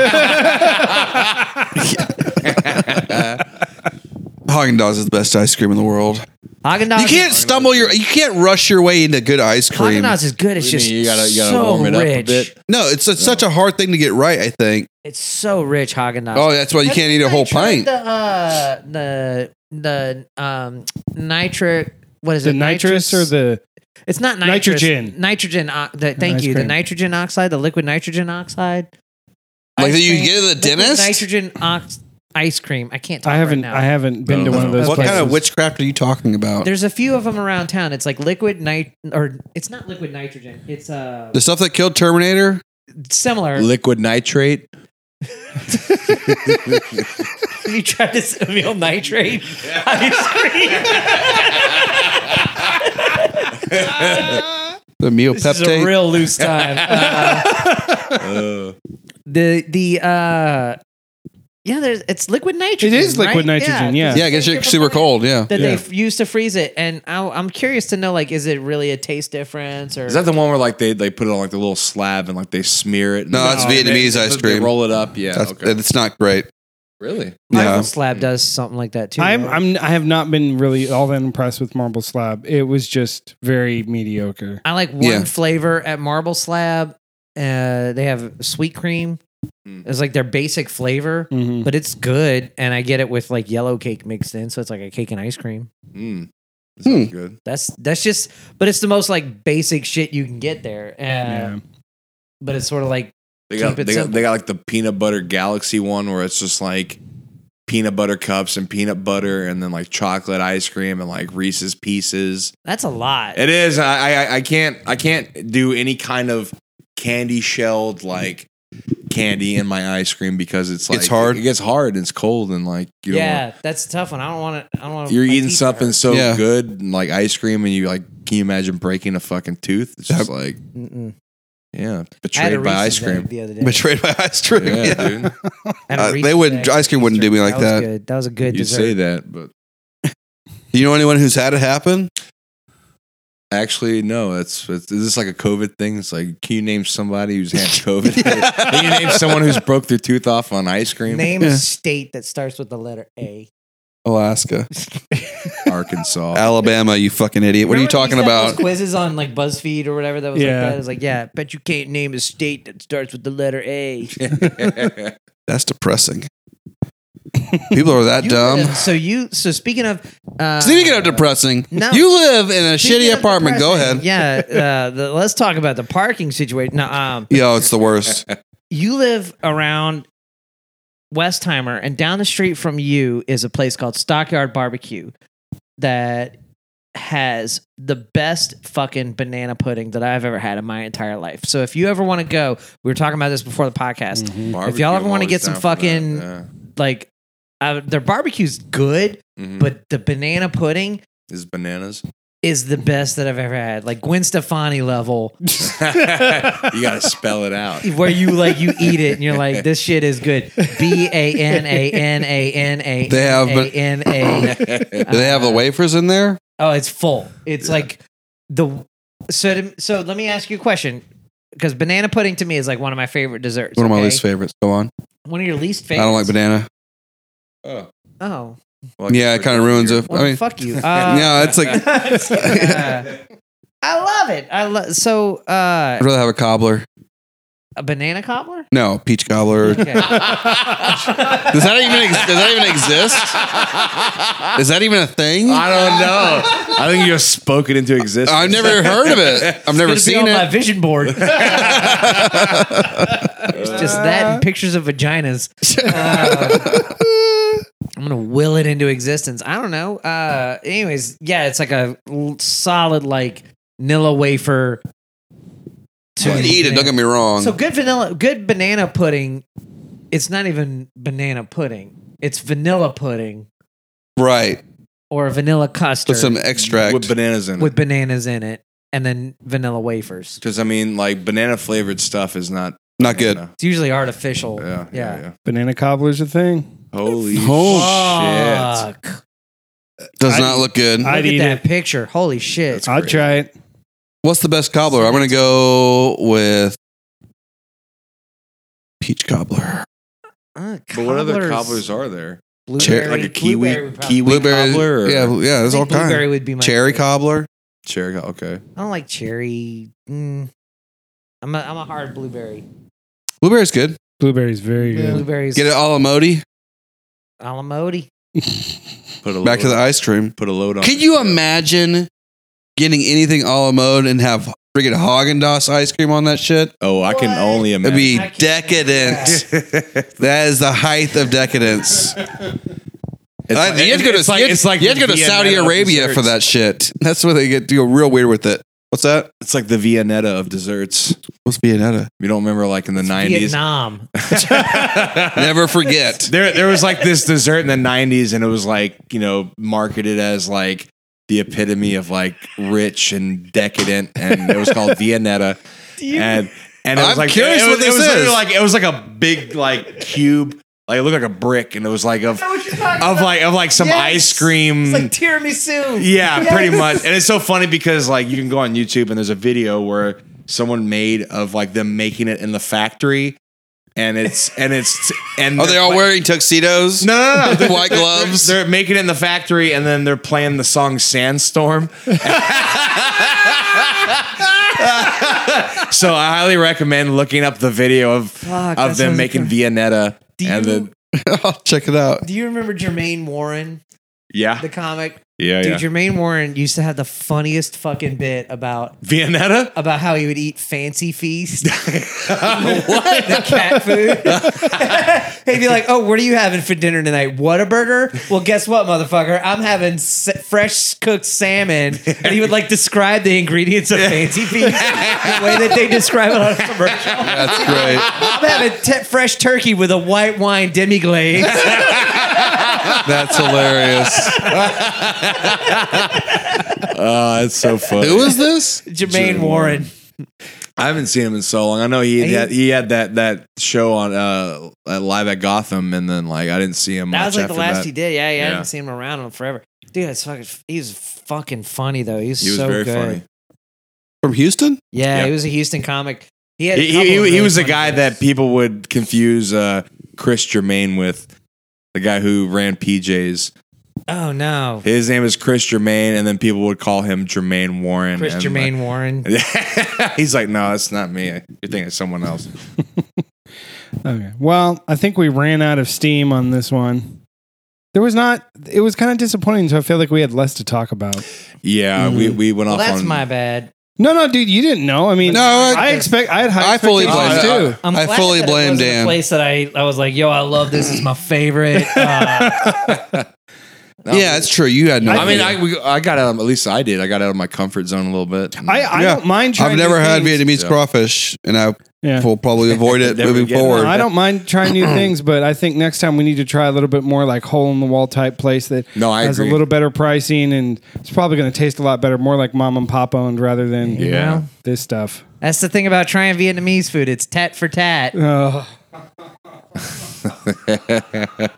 [SPEAKER 2] Haagen Dazs is the best ice cream in the world.
[SPEAKER 3] Haagen
[SPEAKER 2] You can't
[SPEAKER 3] Dazs.
[SPEAKER 2] stumble your. You can't rush your way into good ice
[SPEAKER 3] Haagen
[SPEAKER 2] cream.
[SPEAKER 3] Dazs is good. It's
[SPEAKER 4] What
[SPEAKER 3] just
[SPEAKER 4] do you mean? You gotta- you gotta
[SPEAKER 3] so
[SPEAKER 4] warm it up a
[SPEAKER 3] rich.
[SPEAKER 4] bit.
[SPEAKER 2] No, it's, it's such a hard thing to get right. I think.
[SPEAKER 3] It's so rich. Haagen Dazs.
[SPEAKER 2] Oh, that's why you can't eat a whole pint.
[SPEAKER 3] The uh, the the um nitric. What is
[SPEAKER 1] the
[SPEAKER 3] it?
[SPEAKER 1] nitrous or the
[SPEAKER 3] It's not nitrous.
[SPEAKER 1] Nitrogen.
[SPEAKER 3] Nitrogen. o- the, thank
[SPEAKER 1] ice
[SPEAKER 3] you. The
[SPEAKER 1] cream.
[SPEAKER 3] nitrogen oxide, the liquid nitrogen oxide.
[SPEAKER 2] Like
[SPEAKER 3] Ice
[SPEAKER 2] that you
[SPEAKER 3] cream-
[SPEAKER 2] get at the
[SPEAKER 3] liquid
[SPEAKER 2] dentist?
[SPEAKER 3] Nitrogen ox- ice cream. I can't. Talk
[SPEAKER 1] I haven't
[SPEAKER 3] Right now.
[SPEAKER 1] I haven't been to one of those.
[SPEAKER 2] Oh, What
[SPEAKER 1] places.
[SPEAKER 2] kind of witchcraft are you talking about?
[SPEAKER 3] There's a few of them around town. It's like liquid nit, or it's not liquid nitrogen. It's uh
[SPEAKER 2] the stuff that killed Terminator.
[SPEAKER 3] similar.
[SPEAKER 4] Liquid nitrate.
[SPEAKER 3] you tried this amyl nitrate ice cream.
[SPEAKER 2] The meal
[SPEAKER 3] This is a
[SPEAKER 2] peptide.
[SPEAKER 3] real loose time. Uh, the the uh yeah, there's it's liquid nitrogen.
[SPEAKER 1] is liquid
[SPEAKER 3] right?
[SPEAKER 1] nitrogen, yeah.
[SPEAKER 2] yeah, I guess you're super cold. Yeah.
[SPEAKER 3] that
[SPEAKER 1] Yeah.
[SPEAKER 3] they f- used to freeze it. And I, I'm curious to know, like, is it really a taste difference or
[SPEAKER 4] Is that the one where like they, they put it on like the little slab and like they smear it? and-
[SPEAKER 2] No, that's
[SPEAKER 4] they-
[SPEAKER 2] Vietnamese
[SPEAKER 4] they-
[SPEAKER 2] ice
[SPEAKER 4] they
[SPEAKER 2] cream.
[SPEAKER 4] roll it up. Yeah.
[SPEAKER 2] That's,
[SPEAKER 4] okay.
[SPEAKER 2] It's not great.
[SPEAKER 4] really?
[SPEAKER 3] Marble
[SPEAKER 2] Yeah.
[SPEAKER 3] Slab does something like that too?
[SPEAKER 1] I'm,
[SPEAKER 3] right?
[SPEAKER 1] I'm I have not been really all that impressed with Marble Slab. It was just very mediocre.
[SPEAKER 3] I like one
[SPEAKER 2] Yeah.
[SPEAKER 3] flavor at Marble Slab. Uh, they have sweet cream.
[SPEAKER 4] Mm.
[SPEAKER 3] It's like their basic flavor,
[SPEAKER 4] Mm-hmm.
[SPEAKER 1] Mhm.
[SPEAKER 3] but it's good. And I get it with like yellow cake mixed in, so it's like a cake and ice cream.
[SPEAKER 4] Mm.
[SPEAKER 3] Hmm.
[SPEAKER 4] Sounds good.
[SPEAKER 3] That's that's just, but it's the most like basic shit you can get there. Uh,
[SPEAKER 1] Yeah.
[SPEAKER 3] But it's sort of like
[SPEAKER 4] They got,
[SPEAKER 3] Keep it
[SPEAKER 4] they, got,
[SPEAKER 3] simple.
[SPEAKER 4] they got like the peanut butter galaxy one where it's just like peanut butter cups and peanut butter and then like chocolate ice cream and like Reese's pieces.
[SPEAKER 3] that's a lot.
[SPEAKER 4] It is. I I, I can't I can't do any kind of candy shelled like candy in my ice cream because it's like
[SPEAKER 2] It's hard.
[SPEAKER 4] It gets hard and it's cold and like you don't
[SPEAKER 3] yeah,
[SPEAKER 4] want-
[SPEAKER 3] that's a tough one. I don't want to. I don't want.
[SPEAKER 4] you're eating something so
[SPEAKER 2] Yeah.
[SPEAKER 4] good and like ice cream and you like can you imagine breaking a fucking tooth? It's just like
[SPEAKER 3] Mm-mm. I
[SPEAKER 4] Yeah.
[SPEAKER 3] had a
[SPEAKER 4] Betrayed
[SPEAKER 3] Reese's
[SPEAKER 4] by ice
[SPEAKER 3] that
[SPEAKER 4] cream.
[SPEAKER 3] the other day.
[SPEAKER 2] Betrayed by ice cream.
[SPEAKER 4] Yeah,
[SPEAKER 2] yeah.
[SPEAKER 4] dude.
[SPEAKER 3] I had a
[SPEAKER 2] Uh, they
[SPEAKER 3] Reese's
[SPEAKER 2] wouldn't-
[SPEAKER 3] that I
[SPEAKER 2] ice cream wouldn't do me like
[SPEAKER 3] was
[SPEAKER 2] that.
[SPEAKER 3] good. That was a good
[SPEAKER 4] You
[SPEAKER 3] dessert.
[SPEAKER 4] say that, but
[SPEAKER 2] Do you know anyone who's had it happen?
[SPEAKER 4] actually, no. It's, it's is this like a COVID thing? It's like, can you name somebody who's had COVID? Can you name someone who's broke their tooth off on ice cream?
[SPEAKER 3] Name
[SPEAKER 2] Yeah.
[SPEAKER 3] a state that starts with the letter A.
[SPEAKER 2] Alaska,
[SPEAKER 4] Arkansas.
[SPEAKER 2] Alabama. You fucking idiot. What are you
[SPEAKER 3] Remember
[SPEAKER 2] talking
[SPEAKER 3] when they used to have
[SPEAKER 2] about?
[SPEAKER 3] those quizzes on like BuzzFeed or whatever that was
[SPEAKER 1] Yeah.
[SPEAKER 3] like that. It was like, yeah, bet you can't name a state that starts with the letter A.
[SPEAKER 2] That's depressing. People are that
[SPEAKER 3] You
[SPEAKER 2] dumb.
[SPEAKER 3] live- so you so speaking of uh,
[SPEAKER 2] Speaking of depressing,
[SPEAKER 3] no.
[SPEAKER 2] you live in a
[SPEAKER 3] speaking
[SPEAKER 2] shitty
[SPEAKER 3] of
[SPEAKER 2] apartment. Go
[SPEAKER 3] depressing,
[SPEAKER 2] ahead.
[SPEAKER 3] Yeah, uh, the, let's talk about the parking situation. No, um,
[SPEAKER 2] Yo, it's the worst.
[SPEAKER 3] you live around Westheimer, and down the street from you is a place called Stockyard Barbecue that has the best fucking banana pudding that I've ever had in my entire life. So if you ever want to go, we were talking about this before the podcast.
[SPEAKER 1] Mm.
[SPEAKER 3] If y'all ever wanna get some fucking- Like, uh, their barbecue's good,
[SPEAKER 4] but
[SPEAKER 3] but the banana pudding
[SPEAKER 4] is bananas.
[SPEAKER 3] is the best that I've ever had. Like Gwen Stefani level,
[SPEAKER 1] Mm-hmm.
[SPEAKER 4] you gotta spell it out.
[SPEAKER 3] where you like you eat it and you're like, this shit is good. B a n a n a n a.
[SPEAKER 2] They have ba-
[SPEAKER 3] a n a.
[SPEAKER 2] Do they have
[SPEAKER 3] Uh-huh.
[SPEAKER 2] the wafers in there?
[SPEAKER 3] Oh, it's full. It's like the so. To, so let me ask you a question because banana pudding to me is like one of my favorite desserts.
[SPEAKER 2] One of my
[SPEAKER 3] okay?
[SPEAKER 2] least favorites. Go on.
[SPEAKER 3] One of your least
[SPEAKER 2] I
[SPEAKER 3] favorites.
[SPEAKER 2] don't like banana.
[SPEAKER 4] oh,
[SPEAKER 3] Oh,
[SPEAKER 2] Yeah, it kind of ruins it.
[SPEAKER 3] well,
[SPEAKER 2] I mean,
[SPEAKER 3] fuck you. Uh,
[SPEAKER 2] no, it's like I'd
[SPEAKER 3] uh, I love it. I love so uh,
[SPEAKER 2] rather have a cobbler.
[SPEAKER 3] a banana cobbler.
[SPEAKER 2] No, peach cobbler. Does
[SPEAKER 3] Okay.
[SPEAKER 2] that even ex- does that even exist? Is that even a thing?
[SPEAKER 4] I don't know. I think you just spoke it into existence.
[SPEAKER 2] I've never heard of it. I've never
[SPEAKER 3] It's gonna
[SPEAKER 2] seen
[SPEAKER 3] be on my
[SPEAKER 2] it.
[SPEAKER 3] vision board. it's
[SPEAKER 4] Uh,
[SPEAKER 3] just that and pictures of vaginas. Uh, I'm gonna will it into existence. I don't know. Uh, anyways, yeah, it's like a l- solid like vanilla wafer.
[SPEAKER 2] You can eat it. Don't get me wrong.
[SPEAKER 3] So good vanilla, good banana pudding. It's not even banana pudding. It's vanilla pudding
[SPEAKER 2] right,
[SPEAKER 3] or vanilla custard
[SPEAKER 2] with some extract.
[SPEAKER 4] with bananas in
[SPEAKER 3] with
[SPEAKER 4] it.
[SPEAKER 3] bananas in it, and then vanilla wafers.
[SPEAKER 4] Because I mean, like banana flavored stuff is not
[SPEAKER 2] Not good.
[SPEAKER 4] banana.
[SPEAKER 3] It's usually artificial.
[SPEAKER 4] Yeah, yeah, yeah.
[SPEAKER 1] Banana cobbler's a thing.
[SPEAKER 4] Holy
[SPEAKER 2] Oh,
[SPEAKER 4] shit!
[SPEAKER 3] Fuck.
[SPEAKER 2] Does
[SPEAKER 1] I-
[SPEAKER 2] not look good.
[SPEAKER 1] I- I'd
[SPEAKER 3] Look at
[SPEAKER 1] eat
[SPEAKER 3] that
[SPEAKER 1] it.
[SPEAKER 3] picture. Holy shit.
[SPEAKER 4] That's-
[SPEAKER 1] I'll
[SPEAKER 4] great.
[SPEAKER 1] try it.
[SPEAKER 2] What's the best cobbler? I'm gonna go with peach cobbler.
[SPEAKER 3] Uh,
[SPEAKER 4] But what other cobblers are there?
[SPEAKER 3] Blueberry,
[SPEAKER 4] like a kiwi,
[SPEAKER 3] blueberry would probably-
[SPEAKER 4] kiwi
[SPEAKER 2] Blueberry.
[SPEAKER 4] cobbler. Or
[SPEAKER 2] Yeah, yeah.
[SPEAKER 3] I
[SPEAKER 2] There's
[SPEAKER 3] think
[SPEAKER 2] all
[SPEAKER 3] Blueberry
[SPEAKER 2] kinds.
[SPEAKER 3] would be my
[SPEAKER 2] Cherry
[SPEAKER 3] favorite.
[SPEAKER 2] cobbler.
[SPEAKER 4] cherry. co- Okay,
[SPEAKER 3] I don't like cherry. Mm. I'm a, I'm a hard blueberry.
[SPEAKER 2] Blueberry's good.
[SPEAKER 1] Blueberry's very good.
[SPEAKER 3] Blueberries.
[SPEAKER 2] Get it all modi.
[SPEAKER 3] Alamodi.
[SPEAKER 4] put a
[SPEAKER 2] Back to the
[SPEAKER 4] load-
[SPEAKER 2] ice cream.
[SPEAKER 4] Put a load on.
[SPEAKER 2] Can
[SPEAKER 4] it.
[SPEAKER 2] you
[SPEAKER 4] Yeah.
[SPEAKER 2] imagine getting anything a la mode and have freaking Haagen Dazs ice cream on that shit?
[SPEAKER 4] Oh, I can
[SPEAKER 3] What?
[SPEAKER 4] only
[SPEAKER 2] It'd
[SPEAKER 4] imagine.
[SPEAKER 2] be
[SPEAKER 3] I can't-
[SPEAKER 2] decadent. that is the height of decadence.
[SPEAKER 4] It's
[SPEAKER 2] I-
[SPEAKER 4] like-
[SPEAKER 2] you have to go to,
[SPEAKER 4] it's like-
[SPEAKER 2] you have-
[SPEAKER 4] it's like
[SPEAKER 2] you have to go to
[SPEAKER 4] Viennetta
[SPEAKER 2] Saudi
[SPEAKER 4] of
[SPEAKER 2] Arabia for
[SPEAKER 4] desserts.
[SPEAKER 2] that shit. That's where they get to go real weird with it. What's that?
[SPEAKER 4] It's like the Viennetta of desserts.
[SPEAKER 2] What's Viennetta?
[SPEAKER 4] You don't remember like in the nineties.
[SPEAKER 3] Vietnam.
[SPEAKER 2] Never forget.
[SPEAKER 4] There, there was like this dessert in the nineties, and it was like you know marketed as like the epitome of like rich and decadent, and it was called Viennetta. And and it was
[SPEAKER 2] I'm
[SPEAKER 4] like
[SPEAKER 2] curious
[SPEAKER 4] it, was-
[SPEAKER 2] what
[SPEAKER 4] it
[SPEAKER 2] this
[SPEAKER 4] was literally
[SPEAKER 2] is.
[SPEAKER 4] like it was like a big like cube, like it looked like a brick, and it was like of of like of like some
[SPEAKER 3] Yes.
[SPEAKER 4] ice cream.
[SPEAKER 3] It's like tiramisu.
[SPEAKER 4] Yeah,
[SPEAKER 3] Yes.
[SPEAKER 4] pretty much. And it's so funny because like you can go on YouTube and there's a video where someone made of like them making it in the factory, and it's and it's and
[SPEAKER 2] Are they all
[SPEAKER 4] pla-
[SPEAKER 2] wearing tuxedos?
[SPEAKER 4] No, no, no. They're-
[SPEAKER 2] White
[SPEAKER 4] they're-
[SPEAKER 2] gloves?
[SPEAKER 4] They're, making it in the factory, and then they're playing the song "Sandstorm." so I highly recommend looking up the video of
[SPEAKER 3] Fuck, that
[SPEAKER 4] of them
[SPEAKER 3] sounds
[SPEAKER 4] making Viennetta,
[SPEAKER 3] Do
[SPEAKER 4] and
[SPEAKER 3] you-
[SPEAKER 4] then
[SPEAKER 2] I'll check it out.
[SPEAKER 3] Do you remember Jermaine Warren,
[SPEAKER 4] yeah,
[SPEAKER 3] the comic?
[SPEAKER 4] yeah, Oh, yeah.
[SPEAKER 3] Dude, Jermaine Warren used to have the funniest fucking bit about
[SPEAKER 4] Viennetta.
[SPEAKER 3] about how he would eat fancy feast. what? the cat food. He'd be like, "Oh, what are you having for dinner tonight? What a burger? Well, guess what, motherfucker? I'm having s- fresh cooked salmon." And he would like describe the ingredients of fancy feast the way that they describe it on a commercial.
[SPEAKER 2] That's great.
[SPEAKER 3] I'm having te- fresh turkey with a white wine demi glaze.
[SPEAKER 2] That's hilarious.
[SPEAKER 4] Uh, it's so funny.
[SPEAKER 2] Who is this?
[SPEAKER 3] Jermaine Warren.
[SPEAKER 4] I haven't seen him in so long. I know he
[SPEAKER 3] And he-
[SPEAKER 4] had, he had that that show on uh at live at Gotham, and then like I didn't see him.
[SPEAKER 3] That
[SPEAKER 4] much
[SPEAKER 3] was like the
[SPEAKER 4] after
[SPEAKER 3] last
[SPEAKER 4] that.
[SPEAKER 3] he did. Yeah, yeah, I
[SPEAKER 4] Yeah.
[SPEAKER 3] haven't seen him around in forever. Dude, it's fucking. He was fucking funny though. He was,
[SPEAKER 4] He was
[SPEAKER 3] so
[SPEAKER 4] very
[SPEAKER 3] good.
[SPEAKER 4] funny.
[SPEAKER 2] From Houston?
[SPEAKER 3] Yeah,
[SPEAKER 4] Yeah.
[SPEAKER 3] he was a Houston comic. He had. a
[SPEAKER 4] He,
[SPEAKER 3] couple
[SPEAKER 4] he, he,
[SPEAKER 3] of really
[SPEAKER 4] was the
[SPEAKER 3] funny
[SPEAKER 4] guy
[SPEAKER 3] bits.
[SPEAKER 4] that people would confuse uh, Chris Germain with the guy who ran PJs.
[SPEAKER 3] Oh no,
[SPEAKER 4] His name is Chris Germain, and then people would call him Jermaine Warren.
[SPEAKER 3] Chris
[SPEAKER 4] and,
[SPEAKER 3] Jermaine Warren.
[SPEAKER 4] like- he's like, no, that's not me. You're thinking it's someone else.
[SPEAKER 1] Okay. Well, I think we ran out of steam on this one. There was not. It was kind of disappointing, so I feel like we had less to talk about.
[SPEAKER 4] Yeah, we, we went
[SPEAKER 3] Mm-hmm. Well,
[SPEAKER 4] off
[SPEAKER 3] that's
[SPEAKER 4] on
[SPEAKER 3] my bad.
[SPEAKER 1] No, no, dude, you didn't know. I mean,
[SPEAKER 2] No, I-
[SPEAKER 1] I expect. I had high
[SPEAKER 2] I fully
[SPEAKER 1] expectations,
[SPEAKER 2] blame-
[SPEAKER 1] too.
[SPEAKER 2] I- I
[SPEAKER 3] glad
[SPEAKER 2] fully
[SPEAKER 3] that it
[SPEAKER 2] blame
[SPEAKER 3] wasn't
[SPEAKER 2] Dan.
[SPEAKER 3] A place that I, I was like, yo, I love this. It's my favorite. Uh,
[SPEAKER 2] yeah, it's true. You had no.
[SPEAKER 4] I mean,
[SPEAKER 2] idea.
[SPEAKER 4] I we, I got out. Of, at least I did. I got out of my comfort zone a little bit.
[SPEAKER 1] I, I
[SPEAKER 2] Yeah.
[SPEAKER 1] don't mind. Trying
[SPEAKER 2] I've never
[SPEAKER 1] new
[SPEAKER 2] had
[SPEAKER 1] things.
[SPEAKER 2] Vietnamese
[SPEAKER 4] Yeah.
[SPEAKER 2] crawfish, and I
[SPEAKER 1] Yeah.
[SPEAKER 2] will probably avoid it
[SPEAKER 4] Never
[SPEAKER 2] moving
[SPEAKER 4] again.
[SPEAKER 2] forward.
[SPEAKER 1] No, I don't mind trying new things, but I think next time we need to try a little bit more like hole in the wall type place that
[SPEAKER 4] No, I
[SPEAKER 1] has
[SPEAKER 4] agree.
[SPEAKER 1] a little better pricing and it's probably going to taste a lot better, more like mom and pop owned rather than
[SPEAKER 3] you
[SPEAKER 4] Yeah.
[SPEAKER 3] know?
[SPEAKER 1] this stuff.
[SPEAKER 3] That's the thing about trying Vietnamese food. It's tat for tat.
[SPEAKER 1] Ugh.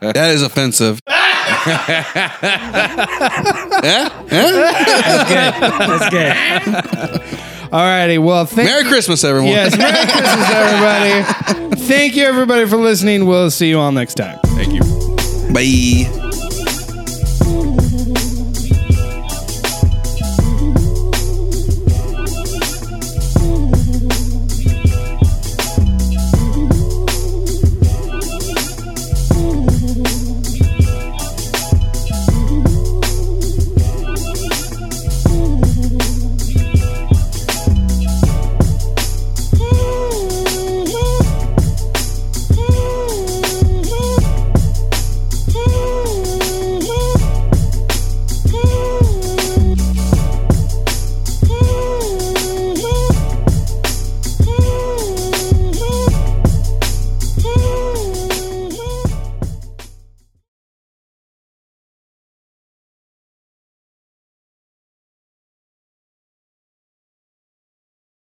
[SPEAKER 2] That is offensive. yeah? Yeah?
[SPEAKER 3] That's good.
[SPEAKER 1] All righty. Well, thank
[SPEAKER 2] Merry Christmas, everyone.
[SPEAKER 1] Yes, Merry Christmas, everybody. Thank you, everybody, for listening. We'll see you all next time.
[SPEAKER 2] Bye.